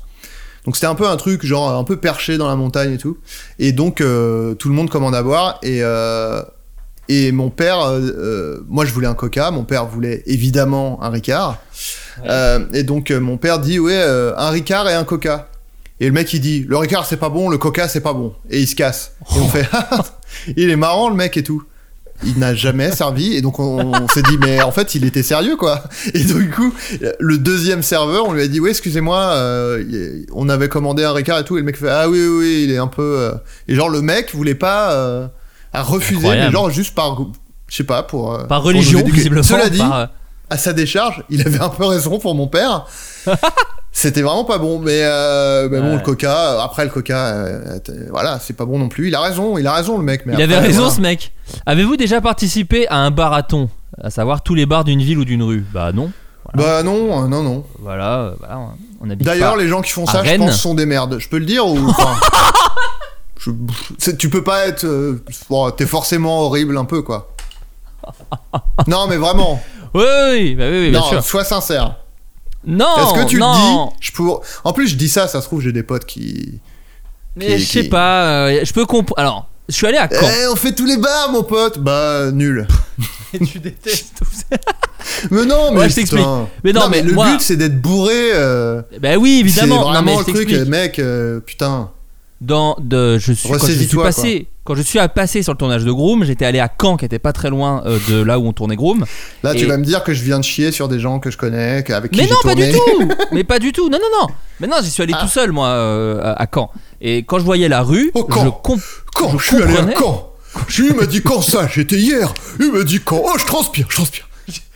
[SPEAKER 7] Donc c'était un peu un truc, genre un peu perché dans la montagne et tout. Et donc euh, tout le monde commande à boire. Et, euh, et mon père, euh, euh, moi je voulais un coca, mon père voulait évidemment un ricard. Euh, et donc euh, mon père dit, ouais, euh, un ricard et un coca. Et le mec il dit, le ricard c'est pas bon, le coca c'est pas bon. Et il se casse. Et on fait, (laughs) Ah, il est marrant le mec et tout. Il n'a jamais (laughs) servi et donc on, on s'est dit mais en fait il était sérieux quoi. (laughs) Et donc, du coup le deuxième serveur on lui a dit oui excusez-moi euh, y- on avait commandé un Ricard et tout et le mec fait ah oui oui, oui, il est un peu euh... et genre le mec voulait pas euh, a refusé
[SPEAKER 1] Incroyable.
[SPEAKER 7] mais genre juste par je sais pas pour euh,
[SPEAKER 1] Par
[SPEAKER 7] pour
[SPEAKER 1] religion,
[SPEAKER 7] nous éduquer.
[SPEAKER 1] visiblement.
[SPEAKER 7] Cela dit
[SPEAKER 1] par, euh,
[SPEAKER 7] à sa décharge, il avait un peu raison pour mon
[SPEAKER 1] (laughs)
[SPEAKER 7] père. C'était vraiment pas bon, mais, euh, mais bon,
[SPEAKER 1] Ouais.
[SPEAKER 7] le coca, euh, après le coca, euh, t- voilà, c'est pas bon non plus. Il a raison, il a raison le mec. Mais
[SPEAKER 1] il avait
[SPEAKER 7] après,
[SPEAKER 1] raison,
[SPEAKER 7] voilà.
[SPEAKER 1] ce mec. Avez-vous déjà participé à un barathon À savoir tous les bars d'une ville ou d'une rue Bah non.
[SPEAKER 7] Bah non, euh, non, non.
[SPEAKER 1] Voilà, euh, voilà, on- on habite
[SPEAKER 7] D'ailleurs,
[SPEAKER 1] pas.
[SPEAKER 7] les gens qui font
[SPEAKER 1] à
[SPEAKER 7] ça, je
[SPEAKER 1] Rennes.
[SPEAKER 7] pense, sont des merdes. Je peux le dire
[SPEAKER 1] (laughs)
[SPEAKER 7] ou. enfin, je- c'est- tu peux pas être. euh, bon, T'es forcément horrible un peu,
[SPEAKER 1] (laughs)
[SPEAKER 7] quoi. Non, mais vraiment.
[SPEAKER 1] Oui, oui, bah oui, oui, bien
[SPEAKER 7] non,
[SPEAKER 1] sûr.
[SPEAKER 7] sois sincère.
[SPEAKER 1] Non,
[SPEAKER 7] Est-ce que tu
[SPEAKER 1] non.
[SPEAKER 7] le dis je pour... En plus, je dis ça, ça se trouve, j'ai des potes qui.
[SPEAKER 1] Mais
[SPEAKER 7] qui-
[SPEAKER 1] je sais
[SPEAKER 7] qui-
[SPEAKER 1] pas, euh, je peux comprendre. Alors, je suis allé à Caen.
[SPEAKER 7] Eh, on fait tous les bars, mon pote Bah, nul.
[SPEAKER 1] tu
[SPEAKER 7] Eh, (laughs)
[SPEAKER 1] détestes tout ça.
[SPEAKER 7] Mais non, mais.
[SPEAKER 1] Ouais, je t'explique.
[SPEAKER 7] putain.
[SPEAKER 1] Mais non, mais
[SPEAKER 7] le
[SPEAKER 1] moi-
[SPEAKER 7] but, c'est d'être bourré. euh,
[SPEAKER 1] Bah oui,
[SPEAKER 7] C'est
[SPEAKER 1] évidemment. Non,
[SPEAKER 7] vraiment
[SPEAKER 1] mais je
[SPEAKER 7] le truc,
[SPEAKER 1] t'explique.
[SPEAKER 7] euh, mec, euh, putain.
[SPEAKER 1] dans de je suis quand je suis
[SPEAKER 7] Ressaisis-toi,
[SPEAKER 1] passé quand je suis à passer sur le tournage de Groom, j'étais allé à Caen qui était pas très loin euh, de là où on tournait Groom.
[SPEAKER 7] Là,
[SPEAKER 1] Et-
[SPEAKER 7] tu vas me dire que je viens de chier sur des gens que je connais, que- avec qui
[SPEAKER 1] Mais
[SPEAKER 7] j'ai
[SPEAKER 1] non, pas
[SPEAKER 7] tourné. Ah.
[SPEAKER 1] du tout.
[SPEAKER 7] (laughs)
[SPEAKER 1] Mais pas du tout. Non non non. Mais non, j'y suis allé tout seul moi euh, à à Caen. Et quand je voyais la rue,
[SPEAKER 7] Au Caen.
[SPEAKER 1] je comp- je
[SPEAKER 7] Quand je, suis allé à
[SPEAKER 1] comprenais.
[SPEAKER 7] Caen Il m'a dit quand ça J'étais hier Il m'a dit quand Oh, je transpire, je transpire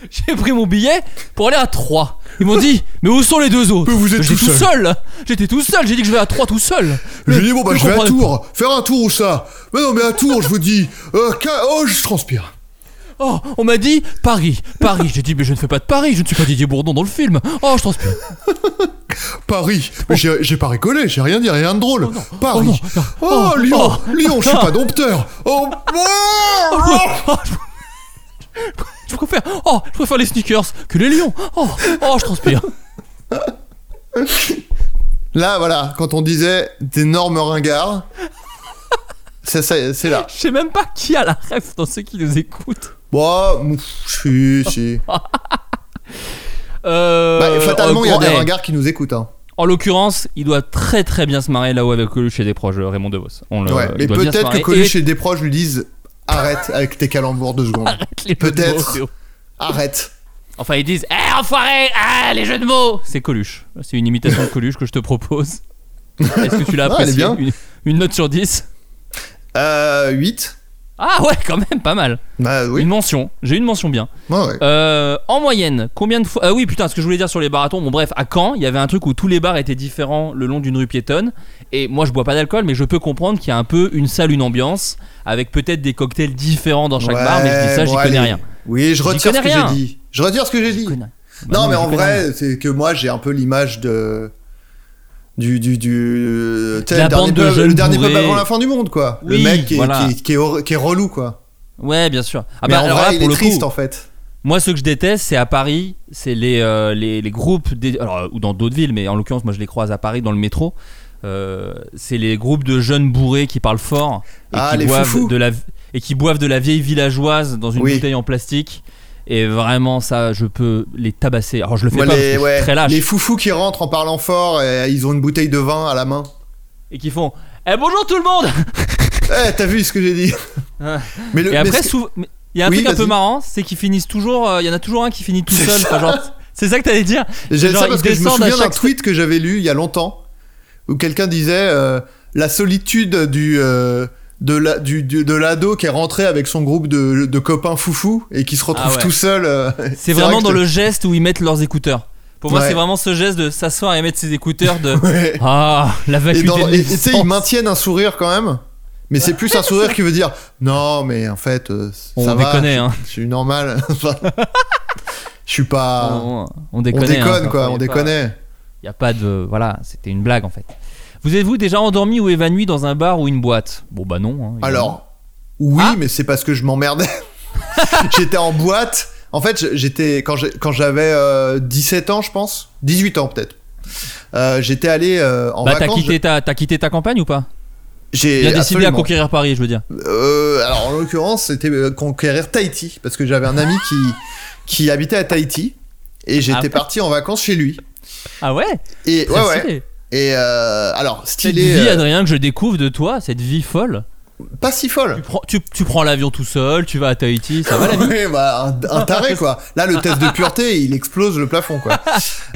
[SPEAKER 1] j'ai pris mon billet pour aller à 3. Ils m'ont dit "Mais où sont les deux autres
[SPEAKER 7] Mais vous êtes
[SPEAKER 1] J'étais
[SPEAKER 7] tout
[SPEAKER 1] tout
[SPEAKER 7] seul.
[SPEAKER 1] seul. J'étais tout seul, j'ai dit que je vais à 3 tout seul.
[SPEAKER 7] J'ai
[SPEAKER 1] Mais
[SPEAKER 7] dit, bon, bah,
[SPEAKER 1] je
[SPEAKER 7] je vais à
[SPEAKER 1] comprends-
[SPEAKER 7] Tours Faire un tour ou ça Mais non, mais à Tours, je vous dis Euh, ca- Oh, je transpire
[SPEAKER 1] Oh, on m'a dit Paris, Paris. J'ai dit mais je ne fais pas de Paris, je ne suis pas Didier Bourdon dans le film. Oh, je transpire.
[SPEAKER 7] Paris Mais j'ai j'ai pas rigolé, j'ai rien dit, rien de drôle Paris
[SPEAKER 1] Oh. non.
[SPEAKER 7] Oh,
[SPEAKER 1] Oh,
[SPEAKER 7] Lyon
[SPEAKER 1] oh.
[SPEAKER 7] Lyon, je suis
[SPEAKER 1] (laughs)
[SPEAKER 7] pas dompteur Oh, oh,
[SPEAKER 1] Je préfère, oh, je préfère les sneakers que les lions. Oh, oh, je transpire.
[SPEAKER 7] Là, voilà, quand on disait d'énormes ringards, c'est ça- c'est là.
[SPEAKER 1] Je sais même pas qui a la ref dans ceux qui nous écoutent.
[SPEAKER 7] Bon, mouf, Bah, si, si.
[SPEAKER 1] Euh,
[SPEAKER 7] Bah, fatalement,
[SPEAKER 1] euh,
[SPEAKER 7] il y a
[SPEAKER 1] grand-
[SPEAKER 7] des
[SPEAKER 1] eh,
[SPEAKER 7] ringards qui nous écoutent. Hein.
[SPEAKER 1] En l'occurrence, il doit très très bien se marrer là-haut avec Coluche et des proches, euh, Raymond DeVos. On le,
[SPEAKER 7] ouais,
[SPEAKER 1] il
[SPEAKER 7] mais
[SPEAKER 1] doit bien se
[SPEAKER 7] peut-être que
[SPEAKER 1] marrer.
[SPEAKER 7] Coluche et des proches lui disent arrête avec tes calembours deux secondes.
[SPEAKER 1] Et les jeux de
[SPEAKER 7] peut-être.
[SPEAKER 1] mots.
[SPEAKER 7] Arrête.
[SPEAKER 1] Enfin, ils disent, eh, enfoiré, ah, les jeux de mots. C'est Coluche. C'est une imitation de Coluche que je te propose. Est-ce que tu l'as
[SPEAKER 7] Ah, elle est
[SPEAKER 1] apprécié
[SPEAKER 7] bien.
[SPEAKER 1] Une, une note sur 10
[SPEAKER 7] Euh, 8
[SPEAKER 1] Ah ouais, quand même, pas mal.
[SPEAKER 7] Bah oui.
[SPEAKER 1] Une mention. J'ai une mention bien.
[SPEAKER 7] Ouais, ouais.
[SPEAKER 1] Euh, en moyenne, combien de fois Ah oui, putain, ce que je voulais dire sur les marathons. Bon, bref, à Caen, il y avait un truc où tous les bars étaient différents le long d'une rue piétonne. Et moi, je bois pas d'alcool, mais je peux comprendre qu'il y a un peu une salle, une ambiance, avec peut-être des cocktails différents dans chaque bar. Mais je dis ça, j'y
[SPEAKER 7] bon,
[SPEAKER 1] connais
[SPEAKER 7] allez.
[SPEAKER 1] rien.
[SPEAKER 7] Oui, je retire ce
[SPEAKER 1] connais
[SPEAKER 7] que j'ai
[SPEAKER 1] rien.
[SPEAKER 7] dit. Je retire ce que j'ai dit.
[SPEAKER 1] Connards. Bah
[SPEAKER 7] Non, mais
[SPEAKER 1] je
[SPEAKER 7] en
[SPEAKER 1] connais rien.
[SPEAKER 7] vrai, c'est que moi j'ai un peu l'image de. Du. du, du tu sais,
[SPEAKER 1] la
[SPEAKER 7] le dernier
[SPEAKER 1] bande de
[SPEAKER 7] peuple-
[SPEAKER 1] jeunes
[SPEAKER 7] Le dernier
[SPEAKER 1] bourrés.
[SPEAKER 7] peuple avant la fin du monde, quoi.
[SPEAKER 1] Oui,
[SPEAKER 7] le mec qui est,
[SPEAKER 1] voilà.
[SPEAKER 7] qui, est- qui est hor- qui est relou, quoi.
[SPEAKER 1] Ouais, bien sûr. Ah
[SPEAKER 7] mais
[SPEAKER 1] bah,
[SPEAKER 7] en
[SPEAKER 1] alors
[SPEAKER 7] vrai,
[SPEAKER 1] là,
[SPEAKER 7] il
[SPEAKER 1] pour
[SPEAKER 7] est
[SPEAKER 1] le coup,
[SPEAKER 7] triste, en fait.
[SPEAKER 1] Moi, ce que je déteste, c'est à Paris, c'est les, euh, les, les groupes, dé- alors, euh, ou dans d'autres villes, mais en l'occurrence, moi je les croise à Paris dans le métro. Euh, c'est les groupes de jeunes bourrés qui parlent fort et,
[SPEAKER 7] Ah,
[SPEAKER 1] qui
[SPEAKER 7] les
[SPEAKER 1] boivent
[SPEAKER 7] foufous.
[SPEAKER 1] de la, et qui boivent de la vieille villageoise dans une
[SPEAKER 7] Oui.
[SPEAKER 1] bouteille en plastique. Et vraiment, ça, je peux les tabasser. Alors, je le fais
[SPEAKER 7] Moi,
[SPEAKER 1] pas, parce que
[SPEAKER 7] les,
[SPEAKER 1] je suis
[SPEAKER 7] ouais,
[SPEAKER 1] très lâche.
[SPEAKER 7] les foufous qui rentrent en parlant fort et euh, ils ont une bouteille de vin à la main.
[SPEAKER 1] Et qui font Eh, bonjour tout le monde
[SPEAKER 7] Eh, t'as vu ce que j'ai dit
[SPEAKER 1] Ah.
[SPEAKER 7] Mais le.
[SPEAKER 1] Et
[SPEAKER 7] mais
[SPEAKER 1] après,
[SPEAKER 7] ce-
[SPEAKER 1] sou- mais il y a un
[SPEAKER 7] Oui,
[SPEAKER 1] truc un peu
[SPEAKER 7] vas-y.
[SPEAKER 1] marrant, c'est qu'ils finissent toujours. euh, Il y en a toujours un qui finit tout
[SPEAKER 7] C'est
[SPEAKER 1] seul.
[SPEAKER 7] ça.
[SPEAKER 1] Enfin, genre, C'est ça que t'allais dire
[SPEAKER 7] J'aime
[SPEAKER 1] genre,
[SPEAKER 7] ça parce
[SPEAKER 1] ils
[SPEAKER 7] que je me
[SPEAKER 1] descendent à
[SPEAKER 7] souviens d'un
[SPEAKER 1] chaque-
[SPEAKER 7] tweet que j'avais lu il y a longtemps où quelqu'un disait euh, la solitude du euh, de la du, du- de l'ado qui est rentré avec son groupe de, de copains foufou et qui se retrouve
[SPEAKER 1] Ah ouais.
[SPEAKER 7] tout seul. euh,
[SPEAKER 1] (laughs) C'est
[SPEAKER 7] vrai
[SPEAKER 1] vraiment
[SPEAKER 7] que
[SPEAKER 1] dans
[SPEAKER 7] je-
[SPEAKER 1] le geste où ils mettent leurs écouteurs. Pour moi,
[SPEAKER 7] Ouais.
[SPEAKER 1] c'est vraiment ce geste de s'asseoir et mettre ses écouteurs
[SPEAKER 7] (laughs)
[SPEAKER 1] de
[SPEAKER 7] (laughs) Ouais.
[SPEAKER 1] Ah, la
[SPEAKER 7] Et
[SPEAKER 1] vacuité.
[SPEAKER 7] dans-
[SPEAKER 1] de
[SPEAKER 7] et- et tu sais,
[SPEAKER 1] l'existence.
[SPEAKER 7] ils maintiennent un sourire quand même. Mais c'est
[SPEAKER 1] (laughs)
[SPEAKER 7] plus un sourire qui veut dire non, mais en fait, euh,
[SPEAKER 1] On
[SPEAKER 7] ça va.
[SPEAKER 1] déconne, hein.
[SPEAKER 7] Je suis normal. (laughs) Enfin, Je suis pas.
[SPEAKER 1] on, on
[SPEAKER 7] On
[SPEAKER 1] déconne, hein,
[SPEAKER 7] déconne
[SPEAKER 1] enfin,
[SPEAKER 7] quoi,
[SPEAKER 1] y
[SPEAKER 7] on
[SPEAKER 1] a pas-
[SPEAKER 7] déconne.
[SPEAKER 1] Y a pas de voilà, c'était une blague en fait. Vous êtes-vous déjà endormi ou évanoui dans un bar ou une boîte Bon bah non. hein, évidemment.
[SPEAKER 7] Alors, oui,
[SPEAKER 1] Ah.
[SPEAKER 7] mais c'est parce que je
[SPEAKER 1] (laughs)
[SPEAKER 7] m'emmerdais. j'étais en boîte. En fait, je- j'étais quand j'ai- quand j'avais euh, 17 ans, je pense, 18 ans peut-être. euh, j'étais allé euh, en
[SPEAKER 1] bah t'as
[SPEAKER 7] vacances.
[SPEAKER 1] quitté ta t'as quitté ta campagne ou pas
[SPEAKER 7] je- J'ai
[SPEAKER 1] Il a décidé à
[SPEAKER 7] absolument.
[SPEAKER 1] conquérir Paris, je veux dire.
[SPEAKER 7] Euh, alors en l'occurrence, c'était euh, conquérir Tahiti parce que j'avais un ami qui qui habitait à Tahiti et j'étais
[SPEAKER 1] Ah ouais.
[SPEAKER 7] parti en vacances chez lui.
[SPEAKER 1] Ah ouais.
[SPEAKER 7] Et ouais
[SPEAKER 1] Très
[SPEAKER 7] ouais.
[SPEAKER 1] stylé.
[SPEAKER 7] Et euh, alors
[SPEAKER 1] Cette
[SPEAKER 7] stylé,
[SPEAKER 1] vie,
[SPEAKER 7] euh,
[SPEAKER 1] Adrien, que je découvre de toi, cette vie folle.
[SPEAKER 7] pas si folle.
[SPEAKER 1] Tu prends, tu, tu prends l'avion tout seul, tu vas à Tahiti, ça
[SPEAKER 7] (laughs)
[SPEAKER 1] va la vie.
[SPEAKER 7] Ouais, bah, un, un taré quoi. Là, le test de pureté, il explose le plafond quoi.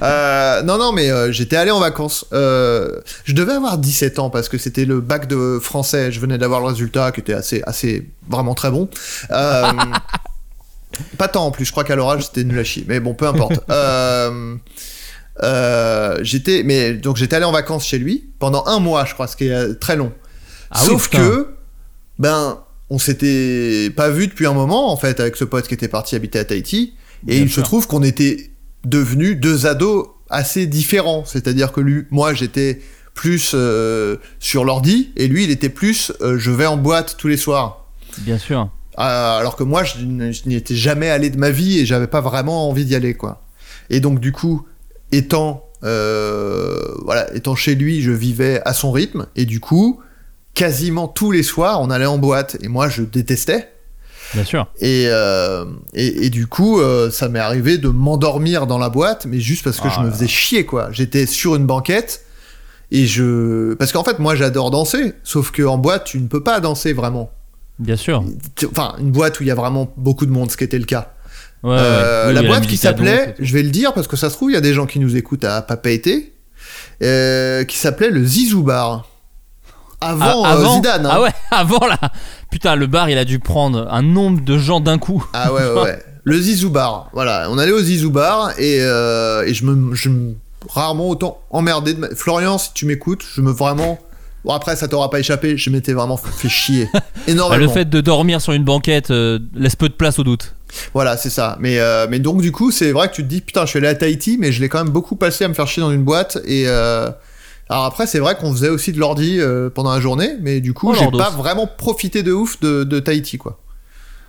[SPEAKER 7] Euh, non, non, mais euh, j'étais allé en vacances. Euh, je devais avoir 17 ans parce que c'était le bac de français. Je venais d'avoir le résultat qui était assez, assez, vraiment très bon. Euh, pas tant en plus. Je crois qu'à l'orage c'était nul à chier. Mais bon, peu
[SPEAKER 1] (laughs)
[SPEAKER 7] importe. Euh, euh, j'étais, mais donc j'étais allé en vacances chez lui pendant un mois, je crois, ce qui est euh, très long.
[SPEAKER 1] Ah oui,
[SPEAKER 7] Sauf
[SPEAKER 1] putain.
[SPEAKER 7] que, ben, on s'était pas vu depuis un moment, en fait, avec ce pote qui était parti habiter à Tahiti. Et
[SPEAKER 1] Bien
[SPEAKER 7] il
[SPEAKER 1] sûr.
[SPEAKER 7] se trouve qu'on était devenus deux ados assez différents. C'est-à-dire que lui, moi, j'étais plus euh, sur l'ordi, et lui, il était plus euh, je vais en boîte tous les soirs.
[SPEAKER 1] Bien sûr.
[SPEAKER 7] Euh, alors que moi, je, n- je n'y étais jamais allé de ma vie et j'avais pas vraiment envie d'y aller, quoi. Et donc, du coup, étant, euh, voilà, étant chez lui, je vivais à son rythme et du coup, quasiment tous les soirs, on allait en boîte et moi, je détestais.
[SPEAKER 1] Bien sûr.
[SPEAKER 7] Et, euh, et, et du coup, euh, ça m'est arrivé de m'endormir dans la boîte, mais juste parce que
[SPEAKER 1] Ah
[SPEAKER 7] je me
[SPEAKER 1] là.
[SPEAKER 7] faisais chier, quoi. J'étais sur une banquette et je. Parce qu'en fait, moi, j'adore danser, sauf qu'en boîte, tu ne peux pas danser vraiment.
[SPEAKER 1] Bien sûr.
[SPEAKER 7] Tu- Enfin, une boîte où il y a vraiment beaucoup de monde, ce qui était le cas.
[SPEAKER 1] Ouais, ouais.
[SPEAKER 7] Euh,
[SPEAKER 1] Oui,
[SPEAKER 7] la
[SPEAKER 1] oui,
[SPEAKER 7] boîte qui
[SPEAKER 1] musique à
[SPEAKER 7] s'appelait,
[SPEAKER 1] danse et tout.
[SPEAKER 7] je vais le dire parce que ça se trouve, il y a des gens qui nous écoutent à Papeete, euh, qui s'appelait le Zizou Bar. Avant,
[SPEAKER 1] Ah,
[SPEAKER 7] euh, Zidane. hein.
[SPEAKER 1] Ah ouais, (laughs) avant là. Putain, le bar, il a dû prendre un nombre de gens d'un coup.
[SPEAKER 7] Ah ouais, ouais,
[SPEAKER 1] (laughs)
[SPEAKER 7] ouais. Le Zizou Bar. Voilà, on allait au Zizou Bar et, euh, et je me. Je me- rarement autant emmerdé de ma- Florian, si tu m'écoutes, je me vraiment. Bon, après, ça t'aura pas échappé, je m'étais vraiment
[SPEAKER 1] (laughs)
[SPEAKER 7] fait chier.
[SPEAKER 1] Bah,
[SPEAKER 7] Énormément.
[SPEAKER 1] le fait de dormir sur une banquette euh, laisse peu de place au doute.
[SPEAKER 7] Voilà, c'est ça. Mais, euh, mais donc, du coup, c'est vrai que tu te dis, putain, je suis allé à Tahiti, mais je l'ai quand même beaucoup passé à me faire chier dans une boîte. Et euh, alors, après, c'est vrai qu'on faisait aussi de l'ordi euh, pendant la journée, mais du coup,
[SPEAKER 1] Oh,
[SPEAKER 7] j'ai
[SPEAKER 1] l'ordos.
[SPEAKER 7] pas vraiment profité de ouf de, de Tahiti, quoi.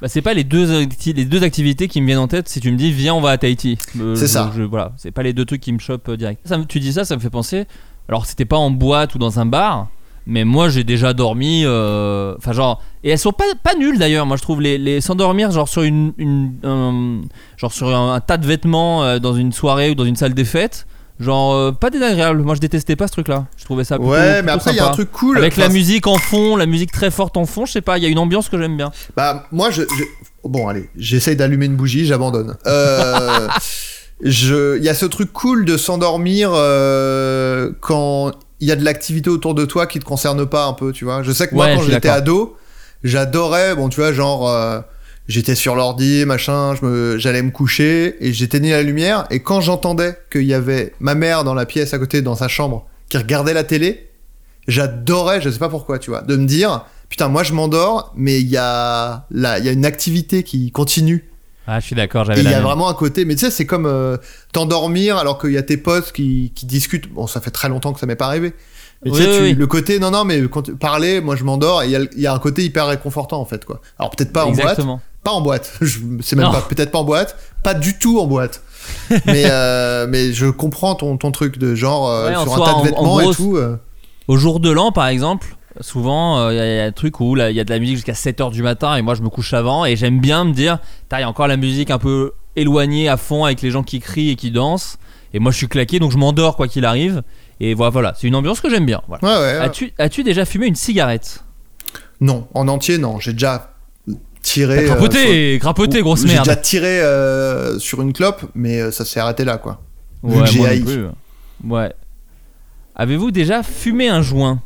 [SPEAKER 1] Bah, c'est pas les deux, acti- les deux activités qui me viennent en tête si tu me dis viens on va à Tahiti. Euh,
[SPEAKER 7] C'est
[SPEAKER 1] je-
[SPEAKER 7] ça.
[SPEAKER 1] je- voilà, c'est pas les deux trucs qui me chopent euh, direct. Ça, me- tu dis ça, ça me fait penser. Alors c'était pas en boîte ou dans un bar, mais moi j'ai déjà dormi. euh, Enfin genre et elles sont pas pas nulles d'ailleurs. Moi je trouve les, les s'endormir genre sur une, une un- genre sur un, un tas de vêtements euh, dans une soirée ou dans une salle des fêtes. Genre euh, pas désagréable. Moi je détestais pas ce truc là. Je trouvais ça Ah, plutôt,
[SPEAKER 7] ouais, mais
[SPEAKER 1] plutôt
[SPEAKER 7] après, il y a un
[SPEAKER 1] sympa.
[SPEAKER 7] truc cool.
[SPEAKER 1] Avec la
[SPEAKER 7] Enfin,
[SPEAKER 1] musique en fond, la musique très forte en fond, je sais pas, il y a une ambiance que j'aime bien.
[SPEAKER 7] Bah, moi, je. je- Bon, allez, j'essaye d'allumer une bougie, j'abandonne.
[SPEAKER 1] (laughs)
[SPEAKER 7] Euh, je- Il y a ce truc cool de s'endormir euh, quand il y a de l'activité autour de toi qui te concerne pas un peu, tu vois. Je sais que moi,
[SPEAKER 1] Ouais,
[SPEAKER 7] quand
[SPEAKER 1] je suis
[SPEAKER 7] j'étais
[SPEAKER 1] d'accord.
[SPEAKER 7] ado, j'adorais, bon, tu vois, genre. euh, J'étais sur l'ordi, machin, je me- j'allais me coucher et j'éteignais la lumière. Et quand j'entendais qu'il y avait ma mère dans la pièce à côté, dans sa chambre, qui regardait la télé, j'adorais, je sais pas pourquoi, tu vois, de me dire, putain, moi je m'endors, mais il y a là, il y a une activité qui continue
[SPEAKER 1] Ah, je suis d'accord,
[SPEAKER 7] Et
[SPEAKER 1] j'avais
[SPEAKER 7] il
[SPEAKER 1] la
[SPEAKER 7] y a
[SPEAKER 1] même.
[SPEAKER 7] vraiment un côté, mais tu sais, c'est comme euh, t'endormir alors qu'il y a tes potes qui, qui discutent. Bon, ça fait très longtemps que ça m'est pas arrivé. Mais tu
[SPEAKER 1] Oui,
[SPEAKER 7] sais, tu-
[SPEAKER 1] oui, oui.
[SPEAKER 7] le côté, non, non, mais quand tu- parler, moi je m'endors, et il y a le- il y, a un côté hyper réconfortant en fait, quoi. Alors peut-être pas en boîte,
[SPEAKER 1] Exactement.
[SPEAKER 7] pas en boîte, (laughs) je sais même
[SPEAKER 1] Non.
[SPEAKER 7] pas, peut-être pas en boîte, pas du tout
[SPEAKER 1] (laughs)
[SPEAKER 7] en boîte. mais, euh, mais je comprends ton, ton truc de genre euh,
[SPEAKER 1] Ouais, en
[SPEAKER 7] sur un
[SPEAKER 1] soi,
[SPEAKER 7] tas
[SPEAKER 1] en- en
[SPEAKER 7] de vêtements
[SPEAKER 1] gros,
[SPEAKER 7] et tout. euh,
[SPEAKER 1] Au jour de l'an, par exemple, souvent, euh, il y, a- y a un truc où là, il y a de la musique jusqu'à 7h du matin et moi, je me couche avant et j'aime bien me dire, il y a encore la musique un peu éloignée à fond avec les gens qui crient et qui dansent. Et moi, je suis claqué, donc je m'endors quoi qu'il arrive. Et voilà, voilà. c'est une ambiance que j'aime bien. voilà.
[SPEAKER 7] Ouais, ouais. ouais.
[SPEAKER 1] As-tu as-tu déjà fumé une cigarette
[SPEAKER 7] Non, en entier, non. J'ai déjà tiré. euh, sur-
[SPEAKER 1] Crapoté, crapoté, grosse
[SPEAKER 7] J'ai
[SPEAKER 1] merde.
[SPEAKER 7] déjà tiré euh, sur une clope, mais euh, ça s'est arrêté là, quoi. vu
[SPEAKER 1] Ouais,
[SPEAKER 7] que j'ai
[SPEAKER 1] moi non
[SPEAKER 7] haï.
[SPEAKER 1] plus. hein. Ouais. Avez-vous déjà fumé un joint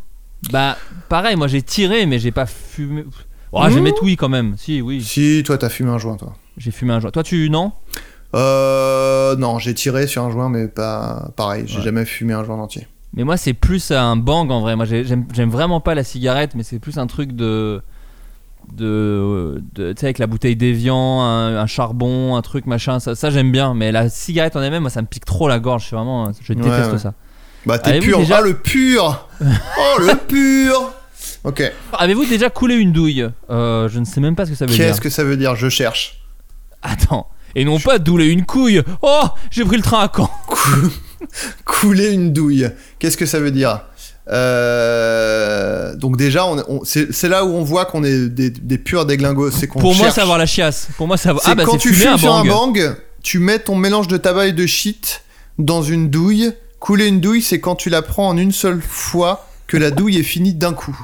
[SPEAKER 1] Bah, pareil, moi j'ai tiré, mais j'ai pas fumé. Oh, j'ai
[SPEAKER 7] Mmh.
[SPEAKER 1] mettre oui quand même. Si, oui,
[SPEAKER 7] Si, toi, t'as fumé un joint, toi.
[SPEAKER 1] j'ai fumé un joint. Toi, tu non
[SPEAKER 7] Euh, non, j'ai tiré sur un joint, mais pas pareil. J'ai
[SPEAKER 1] Ouais.
[SPEAKER 7] jamais fumé un joint en entier.
[SPEAKER 1] Mais moi, c'est plus un bang en vrai. Moi, j'ai- j'aime j'aime vraiment pas la cigarette, mais c'est plus un truc de. de. de- tu sais, avec la bouteille d'évian, un, un charbon, un truc machin. Ça, ça, j'aime bien. Mais la cigarette en elle-même, moi, ça me pique trop la gorge. Je suis vraiment. Je
[SPEAKER 7] Ouais,
[SPEAKER 1] déteste
[SPEAKER 7] ouais.
[SPEAKER 1] ça.
[SPEAKER 7] Bah, t'es
[SPEAKER 1] Avez-vous
[SPEAKER 7] pur.
[SPEAKER 1] déjà-
[SPEAKER 7] Ah, le pur Oh, le
[SPEAKER 1] (laughs)
[SPEAKER 7] pur Ok.
[SPEAKER 1] Avez-vous déjà coulé une douille Euh, Je ne sais même pas ce que ça veut dire.
[SPEAKER 7] Qu'est-ce que ça veut dire Je cherche.
[SPEAKER 1] Attends. Et non pas douler une couille. Oh, j'ai pris le train à Caen.
[SPEAKER 7] Couler une douille. Qu'est-ce que ça veut dire Euh, Donc, déjà, on, on- c'est c'est là où on voit qu'on est des, des purs déglingos. C'est qu'on
[SPEAKER 1] Pour moi,
[SPEAKER 7] cherche.
[SPEAKER 1] c'est avoir la chiasse. Pour moi, ça va.
[SPEAKER 7] C'est
[SPEAKER 1] Ah bah
[SPEAKER 7] quand
[SPEAKER 1] c'est
[SPEAKER 7] tu
[SPEAKER 1] fumer
[SPEAKER 7] fumes
[SPEAKER 1] un
[SPEAKER 7] sur un
[SPEAKER 1] bang.
[SPEAKER 7] bang, tu mets ton mélange de tabac et de shit dans une douille. Couler une douille, c'est quand tu la prends en une seule fois que la douille est finie d'un coup.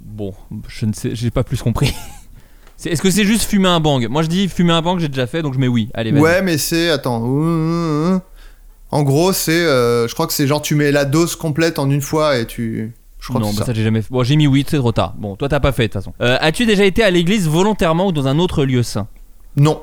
[SPEAKER 1] Bon, je ne sais, j'ai pas plus compris. (laughs) C'est- Est-ce que c'est juste fumer un bang Moi, je dis fumer un bang, j'ai déjà fait, donc je mets Eh ben oui. Allez, vas-y.
[SPEAKER 7] Ouais, mais c'est attends. En gros, c'est, euh, je crois que c'est genre tu mets la dose complète en une fois et tu. Je crois
[SPEAKER 1] non,
[SPEAKER 7] que
[SPEAKER 1] bah ça,
[SPEAKER 7] c'est ça.
[SPEAKER 1] j'ai jamais fait. Bon, j'ai mis oui, c'est trop tard. Bon, toi, t'as pas fait de toute façon. Euh, As-tu déjà été à l'église volontairement ou dans un autre lieu saint
[SPEAKER 7] Non.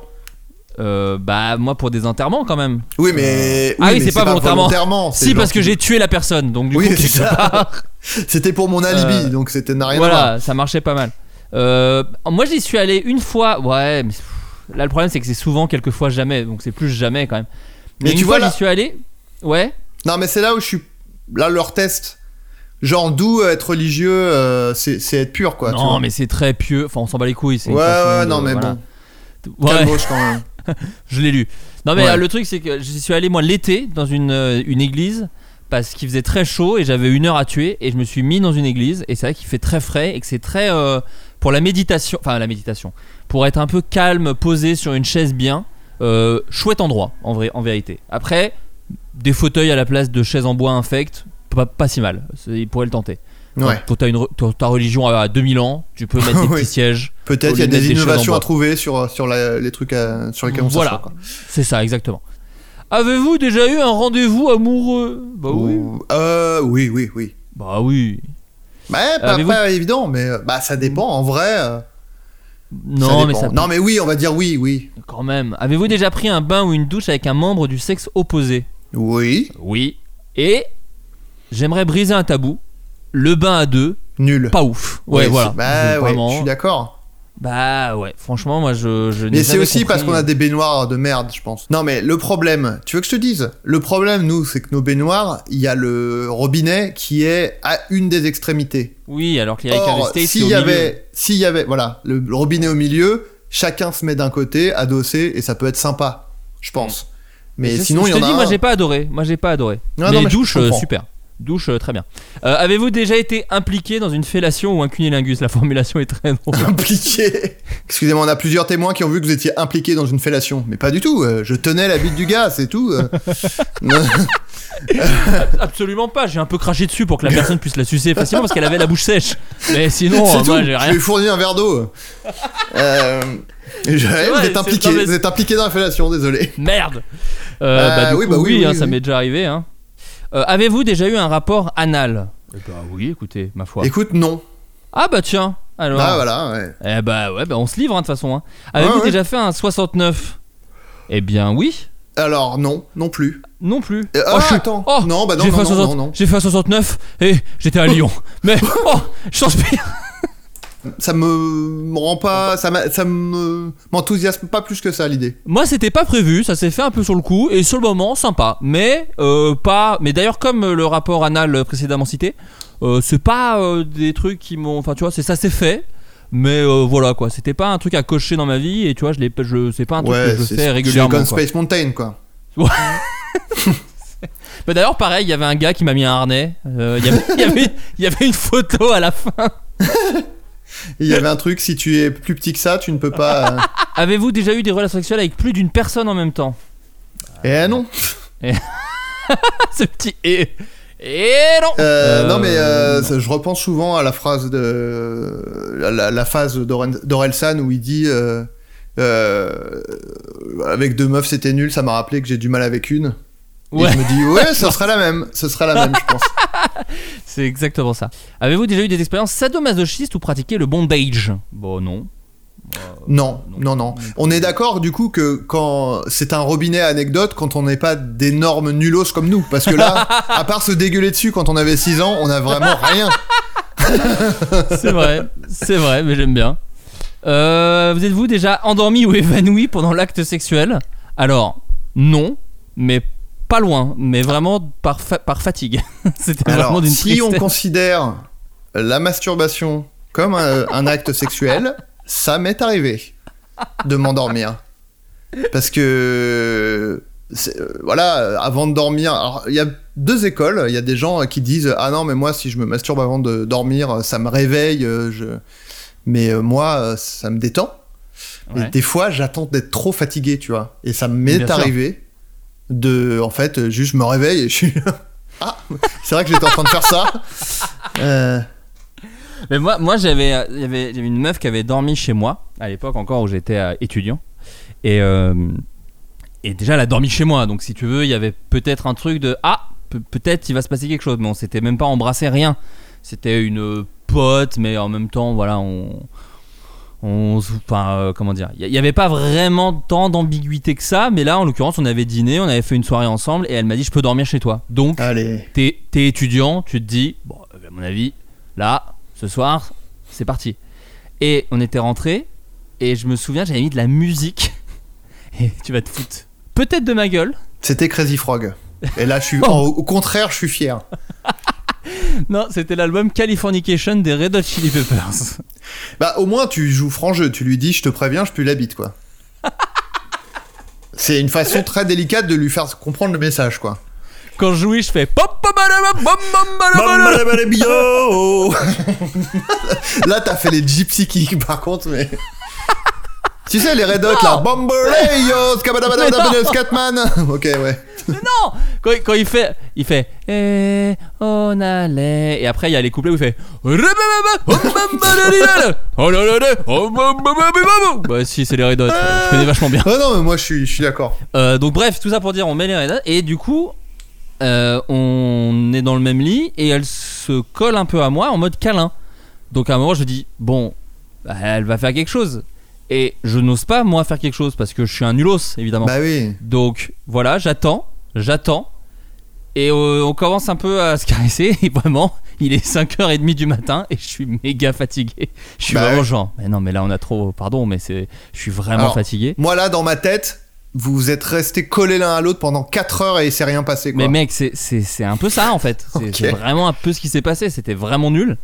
[SPEAKER 1] Euh, Bah, moi, pour des enterrements quand même.
[SPEAKER 7] Oui, mais.
[SPEAKER 1] Ah oui,
[SPEAKER 7] mais
[SPEAKER 1] c'est pas volontairement.
[SPEAKER 7] c'est
[SPEAKER 1] Si,
[SPEAKER 7] genre
[SPEAKER 1] parce que
[SPEAKER 7] tu-
[SPEAKER 1] j'ai tué la personne, donc du
[SPEAKER 7] Oui,
[SPEAKER 1] coup,
[SPEAKER 7] c'est
[SPEAKER 1] quelque
[SPEAKER 7] ça.
[SPEAKER 1] part,
[SPEAKER 7] (laughs) C'était pour mon alibi,
[SPEAKER 1] Euh,
[SPEAKER 7] donc c'était n'a rien à voir.
[SPEAKER 1] voilà, ça marchait pas mal. Euh, moi, j'y suis allé une fois. Ouais, mais pff, là, le problème, c'est que c'est souvent, quelques fois, jamais. Donc, c'est plus jamais quand même. Mais,
[SPEAKER 7] Mais
[SPEAKER 1] une
[SPEAKER 7] tu
[SPEAKER 1] fois,
[SPEAKER 7] vois, là-
[SPEAKER 1] j'y suis allé. Ouais.
[SPEAKER 7] Non, mais c'est là où je suis. Là, leur test. Genre, d'où euh, être religieux, euh, c'est c'est être pur, quoi. tu
[SPEAKER 1] non,
[SPEAKER 7] vois.
[SPEAKER 1] mais c'est très pieux. Enfin, on s'en bat les couilles. c'est
[SPEAKER 7] Ouais,
[SPEAKER 1] une
[SPEAKER 7] ouais,
[SPEAKER 1] façon de-
[SPEAKER 7] non, mais
[SPEAKER 1] voilà.
[SPEAKER 7] bon.
[SPEAKER 1] Ouais,
[SPEAKER 7] Calmos, quand même.
[SPEAKER 1] je l'ai lu. Non, mais
[SPEAKER 7] Ouais.
[SPEAKER 1] euh, le truc, c'est que j'y suis allé, moi, l'été, dans une, euh, une église. Parce qu'il faisait très chaud et j'avais une heure à tuer. Et je me suis mis dans une église. Et c'est vrai qu'il fait très frais et que c'est très. euh, pour la méditation. Enfin, la méditation. Pour être un peu calme, posé sur une chaise bien. euh, chouette endroit, en, vrai, en vérité. Après, des fauteuils à la place de chaises en bois infectes. Pas, pas si mal. C'est- Ils pourraient le tenter.
[SPEAKER 7] Ouais.
[SPEAKER 1] Quand t'as une re- t'as- ta religion à 2000 ans, tu peux
[SPEAKER 7] (laughs)
[SPEAKER 1] mettre des
[SPEAKER 7] Oui.
[SPEAKER 1] petits sièges.
[SPEAKER 7] Peut-être
[SPEAKER 1] Au
[SPEAKER 7] il y a
[SPEAKER 1] lieu de mettre
[SPEAKER 7] des
[SPEAKER 1] des choses en
[SPEAKER 7] innovations
[SPEAKER 1] bois.
[SPEAKER 7] à trouver sur, sur la- les trucs à- sur lesquels on
[SPEAKER 1] Voilà.
[SPEAKER 7] s'assoit, quoi.
[SPEAKER 1] C'est ça, exactement. Avez-vous déjà eu un rendez-vous amoureux Bah oui.
[SPEAKER 7] Ou- Euh, oui, oui, oui.
[SPEAKER 1] Bah oui.
[SPEAKER 7] Bah, ouais, pas,
[SPEAKER 1] Euh, mais
[SPEAKER 7] pas évident, mais euh, bah, ça dépend en vrai. euh, ça
[SPEAKER 1] Non, mais
[SPEAKER 7] dépend.
[SPEAKER 1] ça.
[SPEAKER 7] Non, mais oui, on va dire oui, oui.
[SPEAKER 1] Quand même. Avez-vous déjà pris un bain ou une douche avec un membre du sexe opposé
[SPEAKER 7] Oui,
[SPEAKER 1] Oui. Et j'aimerais briser un tabou. Le bain à deux,
[SPEAKER 7] nul.
[SPEAKER 1] pas ouf. Ouais,
[SPEAKER 7] Oui,
[SPEAKER 1] voilà.
[SPEAKER 7] c'est- Bah, ouais,
[SPEAKER 1] Vraiment.
[SPEAKER 7] je suis d'accord.
[SPEAKER 1] Bah ouais. Franchement, moi, je. je n'ai
[SPEAKER 7] Mais c'est
[SPEAKER 1] jamais
[SPEAKER 7] aussi
[SPEAKER 1] compris.
[SPEAKER 7] parce qu'on a des baignoires de merde, je pense. Non, mais le problème, tu veux que je te dise Le problème, nous, c'est que nos baignoires, il y a le robinet qui est à une des extrémités.
[SPEAKER 1] Oui, alors qu'il y a Carrie
[SPEAKER 7] Or,
[SPEAKER 1] State,
[SPEAKER 7] s'il
[SPEAKER 1] c'est au
[SPEAKER 7] y
[SPEAKER 1] milieu.
[SPEAKER 7] avait, s'il y avait, voilà, le robinet au milieu, chacun se met d'un côté, adossé, et ça peut être sympa, je pense. Mais
[SPEAKER 1] Je-
[SPEAKER 7] sinon,
[SPEAKER 1] Mm. je
[SPEAKER 7] il y en
[SPEAKER 1] te
[SPEAKER 7] a.
[SPEAKER 1] dis,
[SPEAKER 7] un-
[SPEAKER 1] moi j'ai pas adoré. Moi j'ai pas adoré.
[SPEAKER 7] Non,
[SPEAKER 1] mais,
[SPEAKER 7] non, mais je
[SPEAKER 1] douche, euh,
[SPEAKER 7] comprends.
[SPEAKER 1] super. Douche, euh, très bien. Euh, Avez-vous déjà été impliqué dans une fellation ou un cunilingus La formulation est très drôle.
[SPEAKER 7] (laughs) impliqué. Excusez-moi, on a plusieurs témoins qui ont vu que vous étiez impliqué dans une fellation, mais pas du tout. euh, je tenais la bite du gars, c'est tout.
[SPEAKER 1] (laughs)
[SPEAKER 7] euh.
[SPEAKER 1] (laughs) Absolument pas. J'ai un peu craché dessus pour que la personne puisse la sucer facilement parce qu'elle avait la bouche sèche. Mais (laughs) sinon,
[SPEAKER 7] c'est
[SPEAKER 1] euh,
[SPEAKER 7] tout.
[SPEAKER 1] moi j'ai
[SPEAKER 7] Je
[SPEAKER 1] rien.
[SPEAKER 7] lui ai fourni un verre d'eau. Euh, je- vous
[SPEAKER 1] vrai,
[SPEAKER 7] êtes
[SPEAKER 1] c'est-
[SPEAKER 7] impliqué.
[SPEAKER 1] non, mais-
[SPEAKER 7] Vous êtes impliqué dans la fellation, désolé.
[SPEAKER 1] Merde. Euh,
[SPEAKER 7] Euh,
[SPEAKER 1] bah, du
[SPEAKER 7] oui,
[SPEAKER 1] coup,
[SPEAKER 7] bah oui,
[SPEAKER 1] oui,
[SPEAKER 7] oui,
[SPEAKER 1] hein,
[SPEAKER 7] oui.
[SPEAKER 1] ça m'est déjà arrivé. hein. Euh, Avez-vous déjà eu un rapport anal Bah oui, écoutez, ma foi.
[SPEAKER 7] Écoute, non.
[SPEAKER 1] Ah bah tiens. Alors.
[SPEAKER 7] Ah voilà. ouais.
[SPEAKER 1] Eh bah ouais, bah on se livre hein, de toute façon. hein. Avez-vous
[SPEAKER 7] Ouais, ouais.
[SPEAKER 1] déjà fait un 69 Eh bien oui.
[SPEAKER 7] Alors non, non plus.
[SPEAKER 1] Non plus.
[SPEAKER 7] Euh, ah,
[SPEAKER 1] Oh, je suis-
[SPEAKER 7] attends. Non, bah non,
[SPEAKER 1] j'ai
[SPEAKER 7] non,
[SPEAKER 1] fait, un
[SPEAKER 7] non,
[SPEAKER 1] 60
[SPEAKER 7] non, non.
[SPEAKER 1] (laughs) j'ai fait un 69 et j'étais à Lyon. Mais oh, je transpire.
[SPEAKER 7] ça me rend pas, ça, m'a- ça me m'enthousiasme pas plus que ça l'idée.
[SPEAKER 1] Moi, c'était pas prévu, ça s'est fait un peu sur le coup et sur le moment, sympa. Mais euh, pas. Mais d'ailleurs, comme le rapport anal précédemment cité, euh, c'est pas euh, des trucs qui m'ont. Enfin, tu vois, c'est ça s'est fait. Mais euh, voilà quoi, c'était pas un truc à cocher dans ma vie et tu vois, je l'ai, je c'est pas un truc que je
[SPEAKER 7] c'est-
[SPEAKER 1] fais
[SPEAKER 7] c'est
[SPEAKER 1] régulièrement.
[SPEAKER 7] Gone
[SPEAKER 1] quoi.
[SPEAKER 7] Space Mountain quoi.
[SPEAKER 1] Bah, d'ailleurs, pareil, il y avait un gars qui m'a mis un harnais. euh, Il y avait- il y, avait, il y avait une photo à la fin.
[SPEAKER 7] Et Il y avait un truc, si tu es plus petit que ça, tu ne
[SPEAKER 1] (laughs)
[SPEAKER 7] peux pas. euh,
[SPEAKER 1] Avez-vous déjà eu des relations sexuelles avec plus d'une personne en même temps (laughs)
[SPEAKER 7] Eh non.
[SPEAKER 1] Ce petit et et non.
[SPEAKER 7] Euh, non mais euh,
[SPEAKER 1] non.
[SPEAKER 7] ça- je repense souvent à la phrase de la, la- la phase d'Oren- d'Orelsan où il dit euh, euh, avec deux meufs c'était nul, ça m'a rappelé que j'ai du mal avec une.
[SPEAKER 1] Ouais.
[SPEAKER 7] Et je me dis ouais, ça sera la même, ça sera la même, je pense.
[SPEAKER 1] C'est exactement ça. Avez-vous déjà eu des expériences sadomasochistes ou pratiqué le bondage Bon, non.
[SPEAKER 7] Non, non, non. On est d'accord du coup que quand c'est un robinet anecdote quand on n'est pas d'énormes nulos comme nous, parce que là, à part se dégueuler dessus quand on avait 6 ans, on a vraiment rien.
[SPEAKER 1] C'est vrai, c'est vrai, mais j'aime bien. Euh, vous êtes-vous déjà endormi ou évanoui pendant l'acte sexuel Alors, non, mais pas loin, mais vraiment par, fa- par fatigue. (laughs) C'était vraiment
[SPEAKER 7] Alors,
[SPEAKER 1] d'une
[SPEAKER 7] si on
[SPEAKER 1] tristesse.
[SPEAKER 7] considère la masturbation comme un, un acte sexuel, ça m'est arrivé de m'endormir. Parce que, c'est- euh, voilà, avant de dormir, alors, il y a deux écoles. Il y a des gens qui disent Ah non, mais moi, si je me masturbe avant de dormir, ça me réveille. euh, Je... Mais euh, moi, euh, ça me détend.
[SPEAKER 1] Ouais.
[SPEAKER 7] Et des fois, j'attends d'être trop fatigué, tu vois. Et ça
[SPEAKER 1] Bien
[SPEAKER 7] m'est
[SPEAKER 1] sûr.
[SPEAKER 7] arrivé de, en fait, euh, juste je me réveille et je suis là. (laughs) Ah, c'est vrai que j'étais en train de faire ça. Euh,
[SPEAKER 1] Mais moi, moi j'avais, euh, il y avait- j'avais une meuf qui avait dormi chez moi, à l'époque encore où j'étais euh, étudiant. Et, euh, et déjà, elle a dormi chez moi. Donc, si tu veux, il y avait peut-être un truc de Ah, pe- peut-être il va se passer quelque chose. Mais on s'était même pas embrassé, rien. C'était une euh, pote, mais en même temps, voilà, on. On, se- enfin, euh, comment dire, il n'y avait pas vraiment tant d'ambiguïté que ça, mais là en l'occurrence on avait dîné, on avait fait une soirée ensemble et elle m'a dit je peux dormir chez toi. Donc
[SPEAKER 7] allez.
[SPEAKER 1] t'es, t'es étudiant, tu te dis, bon, à mon avis, là, ce soir, c'est parti. Et on était rentré, et je me souviens, j'avais mis de la musique. Et tu vas te foutre peut-être de ma gueule.
[SPEAKER 7] C'était Crazy Frog. Et là, je suis,
[SPEAKER 1] Oh.
[SPEAKER 7] en- au contraire, je suis fier.
[SPEAKER 1] Non, c'était l'album Californication des Red Hot Chili Peppers.
[SPEAKER 7] Bah, au moins, tu joues franc jeu. Tu lui dis, je te préviens, je pue la bite, quoi. C'est une façon très délicate de lui faire comprendre le message, quoi.
[SPEAKER 1] Quand je jouis, je fais pop pop bada, bam, bam, bada, bada.
[SPEAKER 7] là, t'as fait les gypsy kicks, par contre, mais. Tu sais, les Red Hot, là. Bomberlayos,
[SPEAKER 1] Mais non.
[SPEAKER 7] Kabadabadabadabadabadabadabadabadabadabadabadabadabadabadabadabadab- Scatman. Ok, ouais.
[SPEAKER 1] Non quand, quand il fait, il fait Eh, on allait. Et après, il y a les couplets où il fait Bah, si, c'est les Red Hot. Je connais vachement bien.
[SPEAKER 7] Ah non, mais moi, je suis, je suis d'accord.
[SPEAKER 1] Euh, donc bref, tout ça pour dire, on met les Red Hot, et du coup, euh, on est dans le même lit et elle se colle un peu à moi en mode câlin. Donc à un moment, je dis bon, bah, elle va faire quelque chose. Et je n'ose pas moi faire quelque chose parce que je suis un nulos évidemment.
[SPEAKER 7] Bah oui.
[SPEAKER 1] Donc voilà, j'attends, j'attends. Et euh, on commence un peu à se caresser. (laughs) Et vraiment, il est 5h30 du matin et je suis méga fatigué. Je suis
[SPEAKER 7] Bah
[SPEAKER 1] vraiment
[SPEAKER 7] ouais.
[SPEAKER 1] genre, mais non, mais là on a trop, pardon, mais c'est, je suis vraiment
[SPEAKER 7] Alors,
[SPEAKER 1] fatigué.
[SPEAKER 7] Moi, là, dans ma tête, vous vous êtes restés collés l'un à l'autre pendant 4 heures et il s'est rien passé, quoi.
[SPEAKER 1] Mais mec, c'est- c'est c'est un peu ça en fait. C'est
[SPEAKER 7] Ok.
[SPEAKER 1] c'est vraiment un peu ce qui s'est passé. C'était vraiment nul.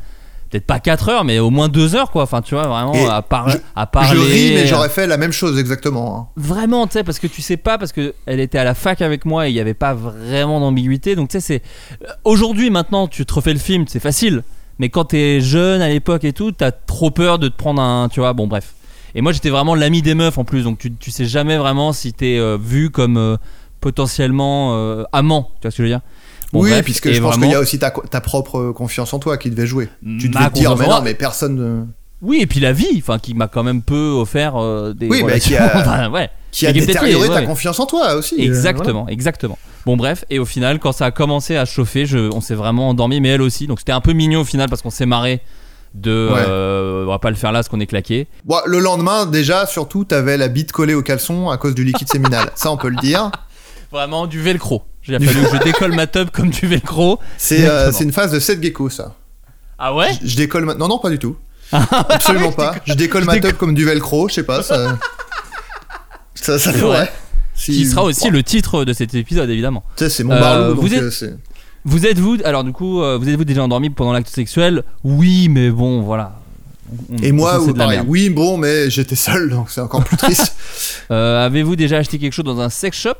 [SPEAKER 1] Peut-être pas 4 heures, mais au moins 2 heures quoi. Enfin, tu vois, vraiment,
[SPEAKER 7] Et
[SPEAKER 1] à, par-
[SPEAKER 7] je-
[SPEAKER 1] à parler.
[SPEAKER 7] Je ris, mais j'aurais fait la même chose, exactement. hein.
[SPEAKER 1] Vraiment, tu sais, parce que tu sais pas, parce que elle était à la fac avec moi et il n'y avait pas vraiment d'ambiguïté. Donc, tu sais, c'est. euh, Aujourd'hui, maintenant, tu te refais le film, c'est facile. Mais quand t'es jeune à l'époque et tout, t'as trop peur de te prendre un. Tu vois, bon, bref. Et moi, j'étais vraiment l'ami des meufs en plus, donc tu, tu sais jamais vraiment si t'es euh, vu comme euh, potentiellement euh, amant. Tu vois ce que je veux dire Bon,
[SPEAKER 7] oui,
[SPEAKER 1] bref,
[SPEAKER 7] puisque
[SPEAKER 1] et
[SPEAKER 7] je pense
[SPEAKER 1] vraiment-
[SPEAKER 7] qu'il y a aussi ta, ta propre confiance en toi qui devait jouer.
[SPEAKER 1] Ma
[SPEAKER 7] Tu devais te dire,
[SPEAKER 1] confiance en
[SPEAKER 7] mais
[SPEAKER 1] moi.
[SPEAKER 7] non, mais personne. ne-
[SPEAKER 1] Oui, et puis la vie, enfin, qui m'a quand même peu offert euh, des.
[SPEAKER 7] Oui, mais
[SPEAKER 1] relations.
[SPEAKER 7] qui
[SPEAKER 1] (laughs)
[SPEAKER 7] a-
[SPEAKER 1] Enfin, ouais.
[SPEAKER 7] Qui a
[SPEAKER 1] Et qui est peut-être
[SPEAKER 7] détérioré
[SPEAKER 1] lié,
[SPEAKER 7] ta
[SPEAKER 1] ouais.
[SPEAKER 7] confiance en toi aussi. euh,
[SPEAKER 1] Exactement, exactement. Bon bref, et au final, quand ça a commencé à chauffer, je, on s'est vraiment endormi, mais elle aussi. Donc c'était un peu mignon au final parce qu'on s'est marré de...
[SPEAKER 7] Ouais.
[SPEAKER 1] euh, on va pas le faire là parce qu'on est claqué.
[SPEAKER 7] Bon, le lendemain, déjà, surtout, t'avais la bite collée au caleçon à cause du liquide séminal. Ça, on peut le dire.
[SPEAKER 1] Vraiment du velcro.
[SPEAKER 7] (laughs)
[SPEAKER 1] J'ai fallu que je décolle ma tub comme du velcro.
[SPEAKER 7] C'est euh,
[SPEAKER 1] Exactement.
[SPEAKER 7] c'est une phase de 7 gecko, ça.
[SPEAKER 1] Ah ouais
[SPEAKER 7] Je décolle maintenant. Non, non, pas du tout. Absolument pas. Je décolle
[SPEAKER 1] Ah, Je
[SPEAKER 7] ma
[SPEAKER 1] décolle.
[SPEAKER 7] top comme du velcro, je sais pas, ça. ça, ça
[SPEAKER 1] C'est
[SPEAKER 7] pourrait.
[SPEAKER 1] vrai.
[SPEAKER 7] Si-
[SPEAKER 1] Qui sera aussi
[SPEAKER 7] Tu
[SPEAKER 1] le titre de cet épisode, évidemment.
[SPEAKER 7] sais, c'est mon
[SPEAKER 1] Euh,
[SPEAKER 7] barlou, donc
[SPEAKER 1] vous êtes-
[SPEAKER 7] euh, c'est-
[SPEAKER 1] Vous êtes-vous, alors du coup, euh, vous êtes-vous déjà endormi pendant l'acte sexuel Oui, mais bon, voilà. On-
[SPEAKER 7] Et
[SPEAKER 1] on
[SPEAKER 7] moi,
[SPEAKER 1] sait
[SPEAKER 7] ou-
[SPEAKER 1] de la
[SPEAKER 7] pareil,
[SPEAKER 1] merde.
[SPEAKER 7] oui, bon, mais j'étais seul, donc c'est encore
[SPEAKER 1] (laughs)
[SPEAKER 7] plus triste.
[SPEAKER 1] Euh, Avez-vous déjà acheté quelque chose dans un sex shop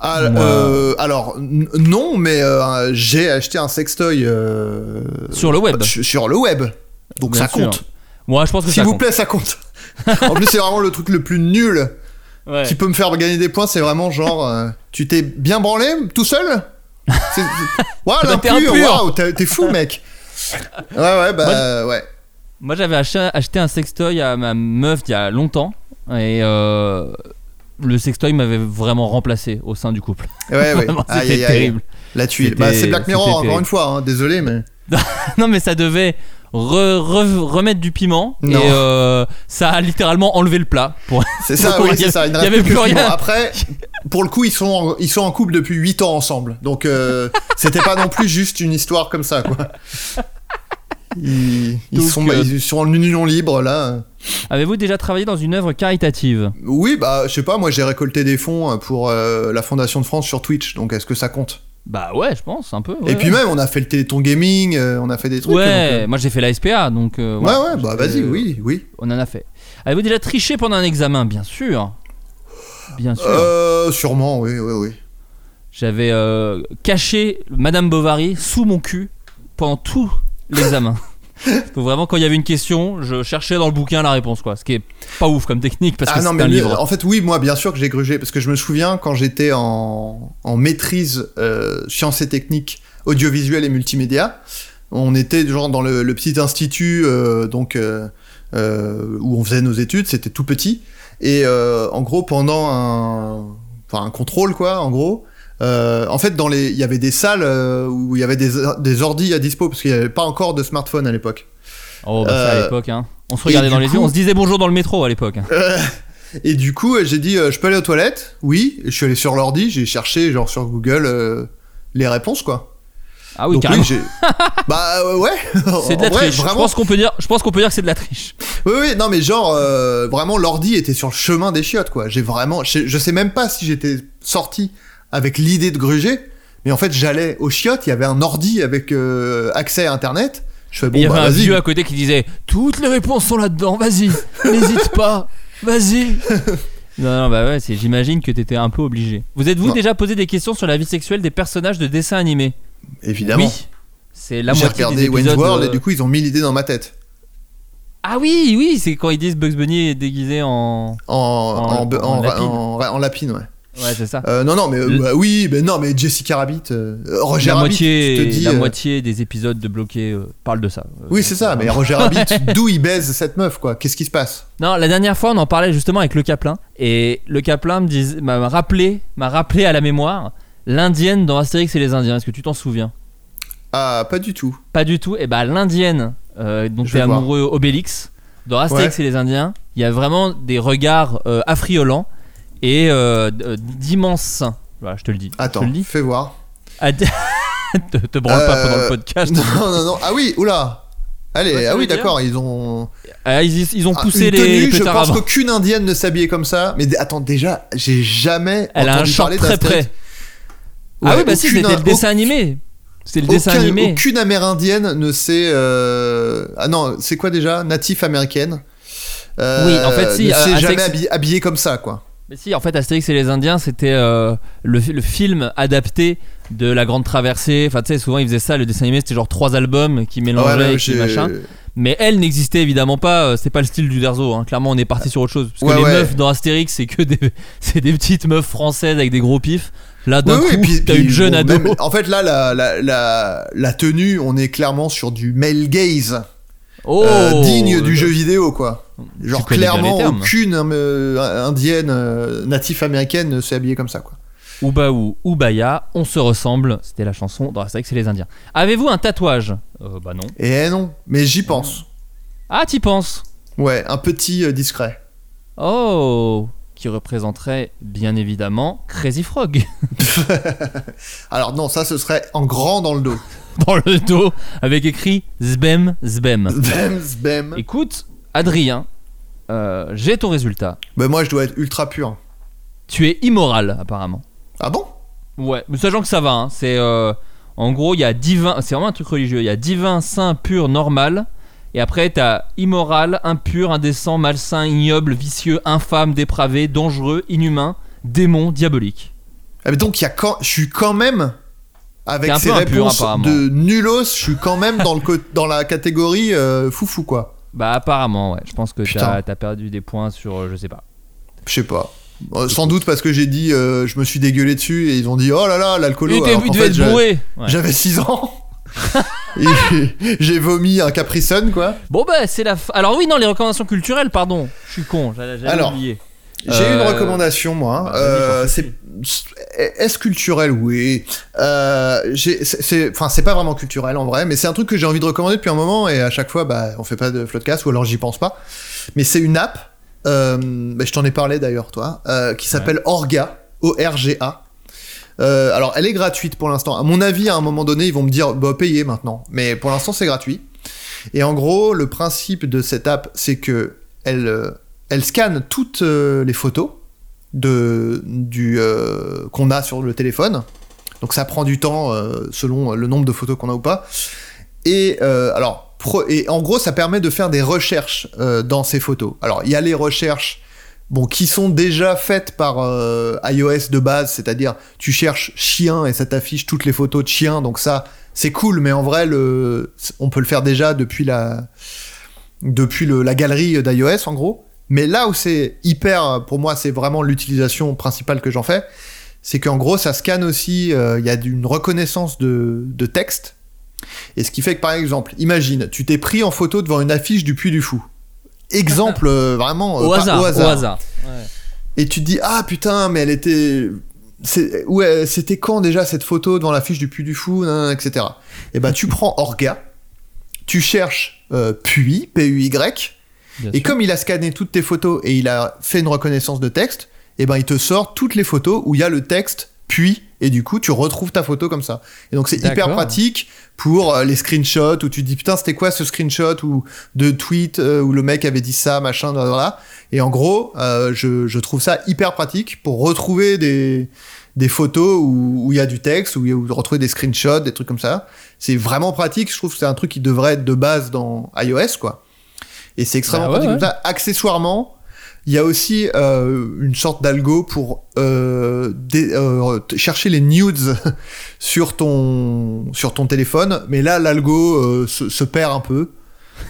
[SPEAKER 7] Ah,
[SPEAKER 1] Moi-
[SPEAKER 7] euh, alors, n- non, mais euh, j'ai acheté un sextoy euh,
[SPEAKER 1] sur le web
[SPEAKER 7] sur- sur le web. Donc
[SPEAKER 1] Bien
[SPEAKER 7] ça
[SPEAKER 1] sûr.
[SPEAKER 7] compte.
[SPEAKER 1] Moi, je pense que
[SPEAKER 7] S'il
[SPEAKER 1] ça
[SPEAKER 7] vous
[SPEAKER 1] compte.
[SPEAKER 7] plaît, ça compte. (laughs) en plus, c'est vraiment le truc le plus nul
[SPEAKER 1] Ouais.
[SPEAKER 7] qui peut me faire gagner des points. C'est vraiment genre, euh, tu t'es bien branlé tout seul
[SPEAKER 1] (laughs)
[SPEAKER 7] C'est- Waouh,
[SPEAKER 1] Bah, t'es
[SPEAKER 7] l'impur,
[SPEAKER 1] impur.
[SPEAKER 7] waouh, t'es t'es fou, mec. Ouais, ouais, bah, ouais.
[SPEAKER 1] Moi, j'avais ach- acheté, un sextoy à ma meuf il y a longtemps et euh, le sextoy m'avait vraiment remplacé au sein du couple.
[SPEAKER 7] Ouais,
[SPEAKER 1] (laughs)
[SPEAKER 7] ouais.
[SPEAKER 1] Vraiment,
[SPEAKER 7] Aïe,
[SPEAKER 1] C'était
[SPEAKER 7] aïe, aïe.
[SPEAKER 1] terrible.
[SPEAKER 7] La tuile.
[SPEAKER 1] C'était-
[SPEAKER 7] Bah, c'est Black Mirror,
[SPEAKER 1] c'était
[SPEAKER 7] encore
[SPEAKER 1] terrible.
[SPEAKER 7] une fois, hein, désolé, mais.
[SPEAKER 1] Non, mais ça devait re- re- remettre du piment
[SPEAKER 7] Non.
[SPEAKER 1] et euh, ça a littéralement enlevé le plat. Pour...
[SPEAKER 7] C'est ça,
[SPEAKER 1] Bon,
[SPEAKER 7] oui,
[SPEAKER 1] il y
[SPEAKER 7] c'est
[SPEAKER 1] avait-
[SPEAKER 7] ça. Il ne
[SPEAKER 1] il y
[SPEAKER 7] reste
[SPEAKER 1] avait
[SPEAKER 7] plus
[SPEAKER 1] plus
[SPEAKER 7] que six
[SPEAKER 1] rien.
[SPEAKER 7] mois. Après, pour le coup, ils sont en, ils sont en couple depuis 8 ans ensemble. Donc, euh, c'était pas non plus juste une histoire comme ça, quoi. Ils, ils
[SPEAKER 1] Donc,
[SPEAKER 7] sont,
[SPEAKER 1] euh,
[SPEAKER 7] ils sont en union libre, là.
[SPEAKER 1] (laughs) Avez-vous déjà travaillé dans une œuvre caritative
[SPEAKER 7] Oui, bah, je sais pas, moi, j'ai récolté des fonds pour euh, la Fondation de France sur Twitch. Donc, est-ce que ça compte
[SPEAKER 1] Bah ouais, je pense un peu.
[SPEAKER 7] Et
[SPEAKER 1] ouais,
[SPEAKER 7] puis,
[SPEAKER 1] ouais.
[SPEAKER 7] même, on a fait le Téléthon Gaming, euh, on a fait des trucs.
[SPEAKER 1] ouais,
[SPEAKER 7] donc,
[SPEAKER 1] moi j'ai fait la SPA, donc. euh,
[SPEAKER 7] euh,
[SPEAKER 1] voilà.
[SPEAKER 7] ouais, ouais, bah, vas-y,
[SPEAKER 1] Euh,
[SPEAKER 7] oui, oui.
[SPEAKER 1] On en a fait. Avez-vous déjà triché pendant un examen Bien sûr. Bien sûr.
[SPEAKER 7] Euh, sûrement, oui, oui, oui.
[SPEAKER 1] J'avais euh, caché Madame Bovary sous mon cul pendant tout
[SPEAKER 7] (laughs)
[SPEAKER 1] l'examen. Donc vraiment, quand il y avait une question, je cherchais dans le bouquin la réponse, quoi. Ce qui est pas ouf comme technique parce que
[SPEAKER 7] Ah non,
[SPEAKER 1] c'est
[SPEAKER 7] mais
[SPEAKER 1] un
[SPEAKER 7] lui,
[SPEAKER 1] livre.
[SPEAKER 7] En fait, oui, moi, bien sûr que j'ai grugé, parce que je me souviens quand j'étais en, en maîtrise euh, sciences et techniques audiovisuelles et multimédia, on était genre dans le, le petit institut euh, donc euh, euh, où on faisait nos études, c'était tout petit, et euh, en gros pendant un, enfin, un contrôle quoi, en gros. euh, en fait, dans les, il y avait des salles euh, où il y avait des, des ordi à dispo parce qu'il n'y avait pas encore de smartphone à l'époque.
[SPEAKER 1] Oh, bah ça à
[SPEAKER 7] euh,
[SPEAKER 1] l'époque, hein. On se
[SPEAKER 7] et
[SPEAKER 1] regardait
[SPEAKER 7] du
[SPEAKER 1] dans les yeux,
[SPEAKER 7] coup-
[SPEAKER 1] on se disait bonjour dans le métro à l'époque.
[SPEAKER 7] Euh, et du coup, euh, j'ai dit, euh, je peux aller aux toilettes Oui. Et je suis allé sur l'ordi, j'ai cherché genre sur Google euh, les réponses quoi.
[SPEAKER 1] Ah oui,
[SPEAKER 7] Donc
[SPEAKER 1] carrément. (laughs)
[SPEAKER 7] j'ai. bah euh, ouais.
[SPEAKER 1] c'est de la
[SPEAKER 7] En vrai,
[SPEAKER 1] triche. Je
[SPEAKER 7] Vraiment.
[SPEAKER 1] pense qu'on peut dire, je pense qu'on peut dire que c'est de la triche.
[SPEAKER 7] Oui, oui. Non, mais genre euh, vraiment, l'ordi était sur le chemin des chiottes quoi. J'ai vraiment. Je, sais- je sais même pas si j'étais sorti avec l'idée de gruger, mais en fait, j'allais aux chiottes. Il y avait un ordi avec euh, accès à Internet. Je fais
[SPEAKER 1] Et il y
[SPEAKER 7] bon,
[SPEAKER 1] avait
[SPEAKER 7] bah,
[SPEAKER 1] un
[SPEAKER 7] vas-y.
[SPEAKER 1] vieux à côté qui disait toutes les réponses sont là-dedans. (laughs) Vas-y, n'hésite pas. Vas-y. Non, non, bah ouais, c'est- j'imagine que t'étais un peu obligé. Vous êtes-vous
[SPEAKER 7] Non.
[SPEAKER 1] déjà posé des questions sur la vie sexuelle des personnages de dessins animés
[SPEAKER 7] Évidemment.
[SPEAKER 1] Oui. C'est la
[SPEAKER 7] j'ai
[SPEAKER 1] moitié des
[SPEAKER 7] regardé Wayne's
[SPEAKER 1] épisodes.
[SPEAKER 7] World
[SPEAKER 1] euh,
[SPEAKER 7] et du coup, ils ont mis l'idée dans ma tête.
[SPEAKER 1] Ah oui, oui, c'est quand ils disent Bugs Bunny est déguisé en.
[SPEAKER 7] En, en,
[SPEAKER 1] en
[SPEAKER 7] en, en,
[SPEAKER 1] lapine.
[SPEAKER 7] en lapine, ouais.
[SPEAKER 1] Ouais, c'est ça.
[SPEAKER 7] Euh, non, non, mais euh,
[SPEAKER 1] Le-
[SPEAKER 7] bah oui, mais non, mais Jessica Rabbit, euh, euh, Roger
[SPEAKER 1] la
[SPEAKER 7] Rabbit,
[SPEAKER 1] moitié,
[SPEAKER 7] je te dis.
[SPEAKER 1] la
[SPEAKER 7] euh,
[SPEAKER 1] moitié des épisodes de Bloqué euh, parlent de ça. Euh,
[SPEAKER 7] Oui, c'est
[SPEAKER 1] (laughs)
[SPEAKER 7] ça, mais Roger Rabbit, d'où il baise cette meuf, quoi Qu'est-ce qui se passe
[SPEAKER 1] Non, la dernière fois, on en parlait justement avec le Caplin. Et le Caplin me disait- m'a rappelé, m'a rappelé à la mémoire l'Indienne dans Astérix et les Indiens. Est-ce que tu t'en souviens
[SPEAKER 7] Ah, pas du tout.
[SPEAKER 1] Pas du tout. Et bah, l'Indienne euh, dont
[SPEAKER 7] Je
[SPEAKER 1] t'es
[SPEAKER 7] vais voir.
[SPEAKER 1] amoureux, Obélix, dans Astérix et les Indiens, il y a vraiment des regards euh, affriolants et euh, d- euh, d'immenses seins. Voilà, je te le dis. Je
[SPEAKER 7] Attends,
[SPEAKER 1] te le dis.
[SPEAKER 7] fais voir.
[SPEAKER 1] Ah, (laughs) d- te, te branle pas
[SPEAKER 7] Euh,
[SPEAKER 1] pendant le podcast.
[SPEAKER 7] (laughs) Non, non, non. Ah oui, oula. Allez,
[SPEAKER 1] Ouais, tu
[SPEAKER 7] ah
[SPEAKER 1] veux
[SPEAKER 7] oui,
[SPEAKER 1] dire
[SPEAKER 7] d'accord, ils ont.
[SPEAKER 1] Ah, ils, ils ont
[SPEAKER 7] Ah,
[SPEAKER 1] poussé
[SPEAKER 7] une
[SPEAKER 1] les
[SPEAKER 7] tenue, je
[SPEAKER 1] pétards
[SPEAKER 7] pense
[SPEAKER 1] avant.
[SPEAKER 7] qu'aucune indienne ne s'habillait comme ça. Mais d- attends, déjà, j'ai jamais.
[SPEAKER 1] Elle a un
[SPEAKER 7] entendu
[SPEAKER 1] short
[SPEAKER 7] parler
[SPEAKER 1] très
[SPEAKER 7] d'Astérix.
[SPEAKER 1] près. ah
[SPEAKER 7] Ouais,
[SPEAKER 1] oui, bah si,
[SPEAKER 7] aucune-
[SPEAKER 1] c'était le dessin animé. C'est le dessin
[SPEAKER 7] aucun-
[SPEAKER 1] animé.
[SPEAKER 7] Aucune amérindienne ne sait. euh, Ah non, c'est quoi déjà Natif américaine. Euh,
[SPEAKER 1] Oui, en fait, si,
[SPEAKER 7] Ne
[SPEAKER 1] euh,
[SPEAKER 7] s'est
[SPEAKER 1] un
[SPEAKER 7] jamais
[SPEAKER 1] sexe-
[SPEAKER 7] habillée habillé comme ça, quoi.
[SPEAKER 1] Mais si, en fait, Astérix et les Indiens, c'était euh, le, le film adapté de La Grande Traversée. Enfin, tu sais, souvent ils faisaient ça, le dessin animé, c'était genre trois albums qui mélangeaient
[SPEAKER 7] Ouais,
[SPEAKER 1] et
[SPEAKER 7] ouais,
[SPEAKER 1] qui
[SPEAKER 7] j'ai-
[SPEAKER 1] machin. Mais elle n'existait évidemment pas, euh, c'est pas le style du Derzo. hein. Clairement, on est parti sur autre chose. Parce que
[SPEAKER 7] Euh, Ouais,
[SPEAKER 1] les
[SPEAKER 7] ouais.
[SPEAKER 1] meufs dans Astérix, c'est que des, (laughs) c'est des petites meufs françaises avec des gros pifs. Là,
[SPEAKER 7] Oui,
[SPEAKER 1] d'un
[SPEAKER 7] oui,
[SPEAKER 1] coup,
[SPEAKER 7] puis-
[SPEAKER 1] t'as
[SPEAKER 7] puis,
[SPEAKER 1] une jeune
[SPEAKER 7] bon,
[SPEAKER 1] ado.
[SPEAKER 7] même- en fait, là, la, la, la, la tenue, on est clairement sur du male gaze,
[SPEAKER 1] Oh
[SPEAKER 7] euh, digne du jeu vidéo, quoi. Genre,
[SPEAKER 1] connais bien les
[SPEAKER 7] clairement,
[SPEAKER 1] termes.
[SPEAKER 7] aucune euh, indienne euh, natif américaine ne s'est habillée comme ça, quoi.
[SPEAKER 1] Oubaou, Oubaya, on se ressemble. C'était la chanson dans Astérix et les Indiens. Avez-vous un tatouage euh, Bah non.
[SPEAKER 7] Et eh non, mais j'y pense.
[SPEAKER 1] Ah, t'y penses
[SPEAKER 7] Ouais, un petit euh, discret.
[SPEAKER 1] Oh, qui qui représenterait bien évidemment Crazy Frog
[SPEAKER 7] (laughs)
[SPEAKER 1] (laughs)
[SPEAKER 7] Alors non, ça ce serait en grand dans le dos.
[SPEAKER 1] dans le dos avec écrit Zbem Zbem.
[SPEAKER 7] Bam, bam.
[SPEAKER 1] Écoute, Adrien, euh, j'ai ton résultat.
[SPEAKER 7] Ben moi je dois être ultra pur.
[SPEAKER 1] Tu es immoral apparemment.
[SPEAKER 7] Ah bon
[SPEAKER 1] Ouais, mais sachant que ça va, hein, c'est euh, en gros, il y a divin, c'est vraiment un truc religieux, il y a divin, saint, pur, normal, et après t'as immoral, impur, indécent, malsain, ignoble, vicieux, infâme, dépravé, dangereux, inhumain, démon, diabolique.
[SPEAKER 7] Ah, mais donc il y a quand, je suis quand même avec
[SPEAKER 1] T'es un
[SPEAKER 7] ces
[SPEAKER 1] peu impur,
[SPEAKER 7] réponses
[SPEAKER 1] apparemment.
[SPEAKER 7] de nulos, je suis quand même dans le co- dans la catégorie euh, foufou quoi.
[SPEAKER 1] Bah apparemment, ouais, je pense que
[SPEAKER 7] Putain.
[SPEAKER 1] t'as t'as perdu des points sur, euh, je sais pas.
[SPEAKER 7] Je sais pas. Euh, sans doute parce que j'ai dit, euh, je me suis dégueulé dessus et ils ont dit oh là là l'alcoolo.
[SPEAKER 1] Il était-
[SPEAKER 7] alors
[SPEAKER 1] il
[SPEAKER 7] qu'en
[SPEAKER 1] devait
[SPEAKER 7] fait,
[SPEAKER 1] être
[SPEAKER 7] j'avais-
[SPEAKER 1] bourré. Ouais.
[SPEAKER 7] (laughs) J'avais
[SPEAKER 1] (laughs)
[SPEAKER 7] 6 ans. Et j'ai vomi un Capri Sun quoi.
[SPEAKER 1] Bon bah c'est la. fin. Alors oui, non, les recommandations culturelles, pardon, je suis con, j'avais j'avais
[SPEAKER 7] Alors,
[SPEAKER 1] oublié.
[SPEAKER 7] J'ai
[SPEAKER 1] Euh,
[SPEAKER 7] une recommandation, moi. hein.
[SPEAKER 1] bah, vas-y,
[SPEAKER 7] Euh,
[SPEAKER 1] j'en
[SPEAKER 7] c'est est-ce culturel Oui. Euh, j'ai- c'est, c'est- enfin, c'est pas vraiment culturel en vrai, mais c'est un truc que j'ai envie de recommander depuis un moment et à chaque fois, bah, on fait pas de floodcast ou alors j'y pense pas. Mais c'est une app. euh, bah, je t'en ai parlé d'ailleurs, toi, euh, qui s'appelle Orga, O-R-G-A. Euh, alors, elle est gratuite pour l'instant. À mon avis, à un moment donné, ils vont me dire, bah, payez maintenant. Mais pour l'instant, c'est gratuit. Et en gros, le principe de cette app, c'est que elle, euh, elle scanne toutes euh, les photos de, du, euh, qu'on a sur le téléphone. Donc ça prend du temps euh, selon le nombre de photos qu'on a ou pas. Et euh, alors, pro- et en gros, ça permet de faire des recherches euh, dans ces photos. Alors, il y a les recherches bon, qui sont déjà faites par euh, iOS de base, c'est-à-dire tu cherches chien et ça t'affiche toutes les photos de chien. Donc ça, c'est cool, mais en vrai, le, on peut le faire déjà depuis la, depuis le- la galerie d'iOS, en gros. Mais là où c'est hyper, pour moi, c'est vraiment l'utilisation principale que j'en fais, c'est qu'en gros, ça scanne aussi, euh, il y a une reconnaissance de, de texte. Et ce qui fait que, par exemple, imagine, tu t'es pris en photo devant une affiche du Puy du Fou. Exemple euh, vraiment euh,
[SPEAKER 1] Au
[SPEAKER 7] pas-
[SPEAKER 1] hasard, au hasard.
[SPEAKER 7] et tu te dis ah putain mais elle était c'est- ouais c'était quand déjà cette photo devant l'affiche du Puy du Fou nan, nan, etc et bah tu prends Orga tu cherches euh, Puy P U Y
[SPEAKER 1] Bien
[SPEAKER 7] et
[SPEAKER 1] sûr.
[SPEAKER 7] comme il a scanné toutes tes photos et il a fait une reconnaissance de texte et ben il te sort toutes les photos où il y a le texte Puy et du coup tu retrouves ta photo comme ça et donc c'est hyper
[SPEAKER 1] D'accord.
[SPEAKER 7] pratique pour euh, les screenshots où tu te dis putain c'était quoi ce screenshot ou de tweet euh, où le mec avait dit ça machin là, là, là. Et en gros, euh, je, je trouve ça hyper pratique pour retrouver des, des photos où où il y a du texte, où il y a où retrouver des screenshots, des trucs comme ça. C'est vraiment pratique. Je trouve que c'est un truc qui devrait être de base dans iOS, quoi. Et c'est extrêmement
[SPEAKER 1] Bah ouais,
[SPEAKER 7] pratique comme ça. Accessoirement, il y a aussi euh, une sorte d'algo pour euh, dé- euh, t- chercher les nudes sur ton sur ton téléphone. Mais là, l'algo euh, se, se perd un peu.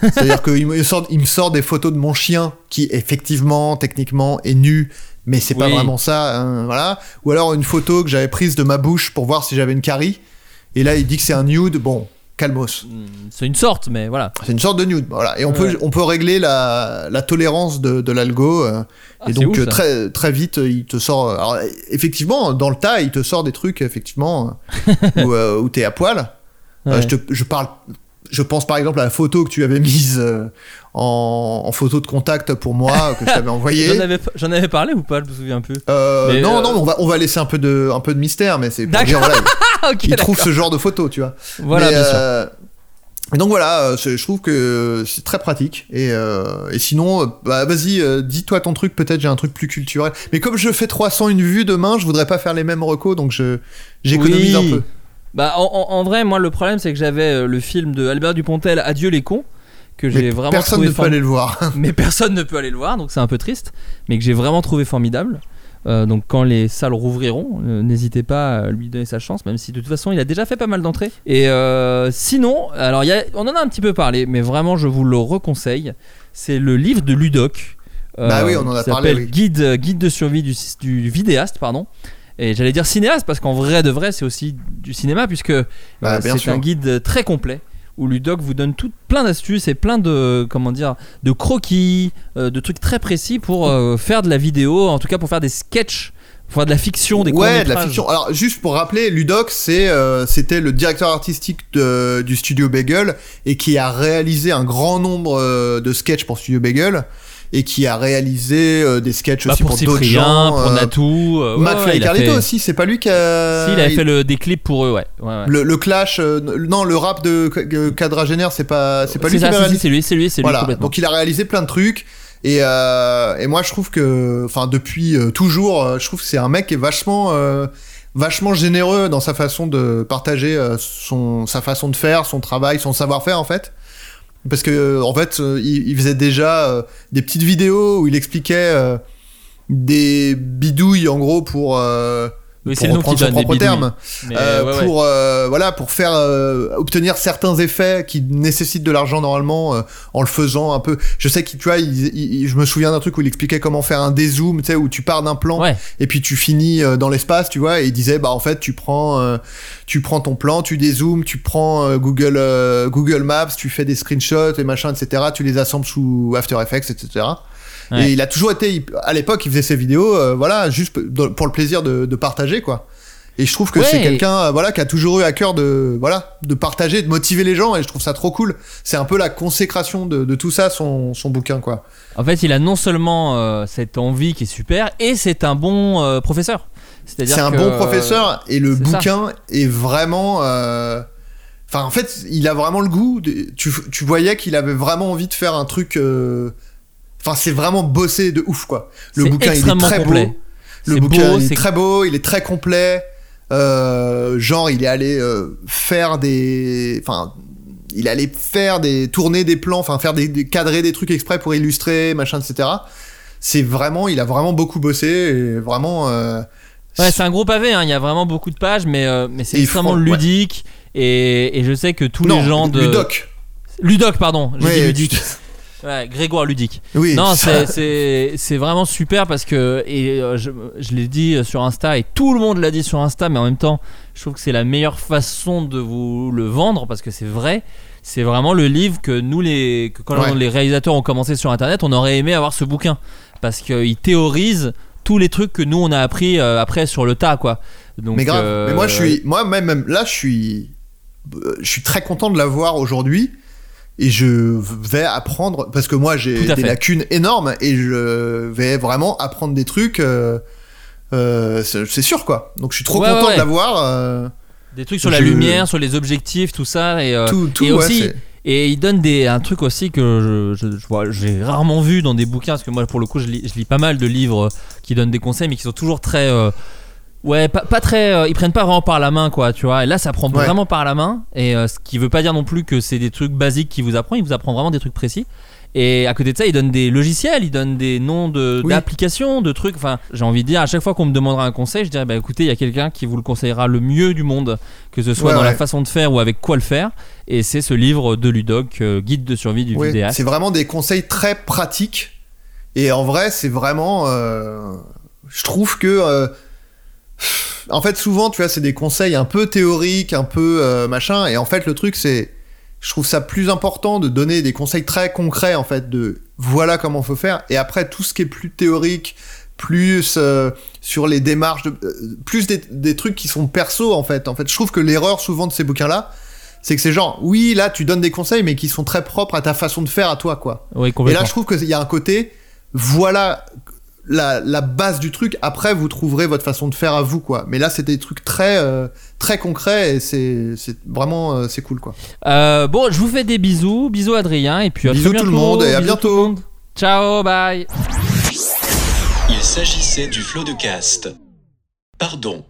[SPEAKER 7] C'est-à-dire (laughs) qu'il me, sort- il me sort des photos de mon chien qui, effectivement, techniquement, est nu, mais c'est pas
[SPEAKER 1] Oui.
[SPEAKER 7] vraiment ça. hein, voilà. Ou alors une photo que j'avais prise de ma bouche pour voir si j'avais une carie. Et là, il dit que c'est un nude. Bon, calmos.
[SPEAKER 1] C'est une sorte, mais voilà.
[SPEAKER 7] C'est une sorte de nude. Voilà. Et on, peut,
[SPEAKER 1] Ouais.
[SPEAKER 7] on peut régler la, la tolérance de, de l'algo. euh,
[SPEAKER 1] Ah,
[SPEAKER 7] et
[SPEAKER 1] c'est
[SPEAKER 7] donc,
[SPEAKER 1] ouf,
[SPEAKER 7] euh,
[SPEAKER 1] ça.
[SPEAKER 7] très, très vite, il te sort. euh, Alors, effectivement, dans le tas, il te sort des trucs, effectivement,
[SPEAKER 1] (laughs)
[SPEAKER 7] euh, où, euh, où t'es à poil. Euh,
[SPEAKER 1] Ouais.
[SPEAKER 7] je, te- je parle. Je pense par exemple à la photo que tu avais mise euh, en, en photo de contact pour moi
[SPEAKER 1] (laughs)
[SPEAKER 7] que je t'avais envoyée.
[SPEAKER 1] J'en avais, j'en avais parlé ou pas Je me souviens plus.
[SPEAKER 7] Euh,
[SPEAKER 1] Mais,
[SPEAKER 7] non,
[SPEAKER 1] euh,
[SPEAKER 7] non, mais on va on va laisser un peu de un peu de mystère, mais c'est pour
[SPEAKER 1] D'accord.
[SPEAKER 7] dire voilà,
[SPEAKER 1] Ah, (laughs) ok.
[SPEAKER 7] il trouve ce genre de photo, tu vois.
[SPEAKER 1] Voilà,
[SPEAKER 7] Mais,
[SPEAKER 1] bien sûr.
[SPEAKER 7] euh, et donc voilà, euh, c'est- je trouve que c'est très pratique. Et, euh, et sinon, euh, bah, vas-y, euh, dis-toi ton truc, peut-être j'ai un truc plus culturel. Mais comme je fais 301 vues demain, je voudrais pas faire les mêmes recos, donc je j'économise
[SPEAKER 1] Oui.
[SPEAKER 7] un peu.
[SPEAKER 1] Bah, en, en- en vrai, moi, le problème, c'est que j'avais euh, le film de Albert Dupontel, Adieu les cons, que j'ai
[SPEAKER 7] Mais
[SPEAKER 1] vraiment
[SPEAKER 7] personne
[SPEAKER 1] trouvé
[SPEAKER 7] ne peut
[SPEAKER 1] formidable.
[SPEAKER 7] aller le voir. (laughs)
[SPEAKER 1] mais personne ne peut aller le voir, donc c'est un peu triste, mais que j'ai vraiment trouvé formidable. Euh, donc quand les salles rouvriront, euh, n'hésitez pas à lui donner sa chance, même si de toute façon il a déjà fait pas mal d'entrées. Et euh, sinon, alors il y a- on en a un petit peu parlé, mais vraiment je vous le reconseille, c'est le livre de Ludoc. euh,
[SPEAKER 7] Bah oui, on en a
[SPEAKER 1] qui
[SPEAKER 7] parlé,
[SPEAKER 1] s'appelle
[SPEAKER 7] oui.
[SPEAKER 1] Guide, euh, guide de survie du, cis- du vidéaste, pardon. Et j'allais dire cinéaste parce qu'en vrai de vrai c'est aussi du cinéma puisque euh,
[SPEAKER 7] Bah, bien
[SPEAKER 1] c'est
[SPEAKER 7] sûr.
[SPEAKER 1] un guide très complet où Ludoc vous donne tout, plein d'astuces et plein de comment dire de croquis, euh, de trucs très précis pour euh, faire de la vidéo, en tout cas pour faire des sketchs, pour faire de la fiction, des
[SPEAKER 7] ouais, de la
[SPEAKER 1] courts-métrages.
[SPEAKER 7] fiction. Alors juste pour rappeler, Ludoc, c'est euh, c'était le directeur artistique de- du studio Bagel et qui a réalisé un grand nombre euh, de sketchs pour Studio Bagel. et qui a réalisé euh, des sketchs
[SPEAKER 1] Bah,
[SPEAKER 7] aussi
[SPEAKER 1] pour,
[SPEAKER 7] pour, d'autres
[SPEAKER 1] Cyprien,
[SPEAKER 7] gens.
[SPEAKER 1] pour
[SPEAKER 7] euh,
[SPEAKER 1] Natou. euh, ouais,
[SPEAKER 7] McFly
[SPEAKER 1] ouais,
[SPEAKER 7] et
[SPEAKER 1] il a
[SPEAKER 7] Carlito
[SPEAKER 1] fait-
[SPEAKER 7] aussi, c'est pas lui qui a.
[SPEAKER 1] Si, il avait fait le, des clips pour eux, ouais. ouais, ouais.
[SPEAKER 7] le, le clash, euh, non, le rap de euh, Quadragénaire, c'est pas, c'est pas lui
[SPEAKER 1] C'est ça,
[SPEAKER 7] qui l'a
[SPEAKER 1] si, si,
[SPEAKER 7] réalisé.
[SPEAKER 1] c'est lui, c'est lui, c'est lui
[SPEAKER 7] Voilà.
[SPEAKER 1] complètement.
[SPEAKER 7] Donc il a réalisé plein de trucs. Et, euh, et moi je trouve que, enfin depuis euh, toujours, euh, je trouve que c'est un mec qui est vachement, euh, vachement généreux dans sa façon de partager euh, son, sa façon de faire, son travail, son savoir-faire en fait. Parce que euh, en fait, euh, il, il faisait déjà euh, des petites vidéos où il expliquait euh, des bidouilles en gros pour, euh,
[SPEAKER 1] Oui, c'est
[SPEAKER 7] pour
[SPEAKER 1] le nom qui
[SPEAKER 7] reprendre son
[SPEAKER 1] donne des
[SPEAKER 7] propre
[SPEAKER 1] bidouilles.
[SPEAKER 7] terme.
[SPEAKER 1] Mais,
[SPEAKER 7] Euh,
[SPEAKER 1] ouais, ouais.
[SPEAKER 7] pour euh, voilà pour faire euh, obtenir certains effets qui nécessitent de l'argent normalement euh, en le faisant un peu je sais que tu vois il- il- il- je me souviens d'un truc où il expliquait comment faire un dézoom tu sais où tu pars d'un plan
[SPEAKER 1] Ouais.
[SPEAKER 7] et puis tu finis euh, dans l'espace tu vois et il disait bah en fait tu prends euh, tu prends ton plan tu dézoomes tu prends euh, Google euh, Google Maps tu fais des screenshots et machin etc tu les assembles sous After Effects etc
[SPEAKER 1] Ouais.
[SPEAKER 7] et il a toujours été il- à l'époque il faisait ses vidéos euh, voilà juste p- dans- pour le plaisir de, de partager quoi et je trouve que c'est
[SPEAKER 1] Ouais.
[SPEAKER 7] quelqu'un euh, voilà qui a toujours eu à cœur de voilà de partager de motiver les gens et je trouve ça trop cool c'est un peu la consécration de, de tout ça son, son bouquin quoi
[SPEAKER 1] En fait, il a non seulement euh, cette envie qui est super, et c'est un bon euh, professeur. C'est-à-dire
[SPEAKER 7] C'est un
[SPEAKER 1] que, euh,
[SPEAKER 7] bon professeur et le
[SPEAKER 1] c'est
[SPEAKER 7] bouquin est vraiment. euh, Enfin, en fait, il a vraiment le goût. de- Tu, tu voyais qu'il avait vraiment envie de faire un truc. euh, Enfin, c'est vraiment bossé de ouf, quoi. Le
[SPEAKER 1] C'est
[SPEAKER 7] bouquin, il est
[SPEAKER 1] extrêmement
[SPEAKER 7] très
[SPEAKER 1] complet.
[SPEAKER 7] beau. Le
[SPEAKER 1] C'est
[SPEAKER 7] bouquin,
[SPEAKER 1] beau,
[SPEAKER 7] il est,
[SPEAKER 1] c'est-
[SPEAKER 7] très beau, il est très complet. Euh, genre, il est allé euh, faire des. Enfin. Il allait faire des tourner des plans, enfin faire des, des- cadrer des trucs exprès pour illustrer, machin, etc. C'est vraiment, il a vraiment beaucoup bossé et vraiment. euh,
[SPEAKER 1] Ouais, c'est un gros pavé, hein, il y a vraiment beaucoup de pages, mais, euh, mais c'est
[SPEAKER 7] Et
[SPEAKER 1] extrêmement
[SPEAKER 7] fran- ouais.
[SPEAKER 1] ludique. Et, et je sais que tous
[SPEAKER 7] non,
[SPEAKER 1] les gens de.
[SPEAKER 7] Ludoc.
[SPEAKER 1] Ludoc, pardon. J'ai
[SPEAKER 7] Oui,
[SPEAKER 1] dit
[SPEAKER 7] tu-
[SPEAKER 1] ludique. Ouais, Grégoire Ludique.
[SPEAKER 7] (laughs) Oui,
[SPEAKER 1] non,
[SPEAKER 7] ça-
[SPEAKER 1] c'est- c'est c'est vraiment super parce que. Et euh, je, je l'ai dit sur Insta, et tout le monde l'a dit sur Insta, mais en même temps, je trouve que c'est la meilleure façon de vous le vendre parce que c'est vrai. C'est vraiment le livre que nous, les, que quand
[SPEAKER 7] Ouais.
[SPEAKER 1] les réalisateurs ont commencé sur Internet, on aurait aimé avoir ce bouquin. Parce qu'il théorise tous les trucs que nous, on a appris euh, après sur le tas, quoi. Donc,
[SPEAKER 7] (laughs) mais grave.
[SPEAKER 1] euh,
[SPEAKER 7] Mais moi, je suis, moi même, même là, je suis, euh, je suis très content de l'avoir aujourd'hui. Et je vais apprendre parce que moi j'ai
[SPEAKER 1] Tout à
[SPEAKER 7] des
[SPEAKER 1] fait.
[SPEAKER 7] lacunes énormes et je vais vraiment apprendre des trucs. euh, euh, c'est c'est sûr quoi. Donc je suis trop
[SPEAKER 1] Ouais,
[SPEAKER 7] content
[SPEAKER 1] ouais,
[SPEAKER 7] de
[SPEAKER 1] ouais.
[SPEAKER 7] l'avoir. euh,
[SPEAKER 1] Des trucs sur la
[SPEAKER 7] Je-
[SPEAKER 1] lumière, sur les objectifs, tout ça. Et, euh,
[SPEAKER 7] tout, tout.
[SPEAKER 1] et
[SPEAKER 7] ouais,
[SPEAKER 1] aussi,
[SPEAKER 7] c'est-
[SPEAKER 1] Et il donne des, un truc aussi que je, je- je vois- j'ai rarement vu dans des bouquins, parce que moi, pour le coup, je lis, je lis pas mal de livres euh, qui donnent des conseils, mais qui sont toujours très. euh, ouais, pas, pas très. euh, ils prennent pas vraiment par la main, quoi, tu vois. Et là, ça prend
[SPEAKER 7] Ouais.
[SPEAKER 1] vraiment par la main, et euh, ce qui veut pas dire non plus que c'est des trucs basiques qu'il vous apprend, il vous apprend vraiment des trucs précis. Et à côté de ça, il donne des logiciels, il donne des noms de-
[SPEAKER 7] Oui.
[SPEAKER 1] d'applications, de, trucs. Enfin, j'ai envie de dire, à chaque fois qu'on me demandera un conseil, je dirais, bah écoutez, il y a quelqu'un qui vous le conseillera le mieux du monde, que ce soit
[SPEAKER 7] Ouais,
[SPEAKER 1] dans la
[SPEAKER 7] ouais.
[SPEAKER 1] façon de faire ou avec quoi le faire. Et c'est ce livre de Ludoc, euh, Guide de survie du
[SPEAKER 7] Ouais,
[SPEAKER 1] vidéaste.
[SPEAKER 7] c'est vraiment des conseils très pratiques. Et en vrai, c'est vraiment. euh, je trouve que. euh, en fait, souvent, tu vois, c'est des conseils un peu théoriques, un peu euh, machin. Et en fait, le truc, c'est. Je trouve ça plus important de donner des conseils très concrets, en fait, de voilà comment faut faire. Et après, tout ce qui est plus théorique, plus euh, sur les démarches, de- euh, plus des, des trucs qui sont perso, en fait. En fait, je trouve que l'erreur souvent de ces bouquins-là, c'est que c'est genre, oui, là, tu donnes des conseils, mais qui sont très propres à ta façon de faire, à toi, quoi.
[SPEAKER 1] Oui,
[SPEAKER 7] Et
[SPEAKER 1] complètement.
[SPEAKER 7] là, je trouve qu'il y a un côté, voilà la, la base du truc, après, vous trouverez votre façon de faire à vous, quoi. Mais là, c'est des trucs très, euh, très concrets, et c'est c'est vraiment, euh, c'est cool, quoi.
[SPEAKER 1] Euh, bon, je vous fais des bisous. Bisous, Adrien. Et puis à
[SPEAKER 7] Bisous
[SPEAKER 1] très
[SPEAKER 7] tout le monde, et à
[SPEAKER 1] Bisous tout le
[SPEAKER 7] bientôt.
[SPEAKER 1] monde. Ciao, bye.
[SPEAKER 2] Il s'agissait du flot de cast. Pardon.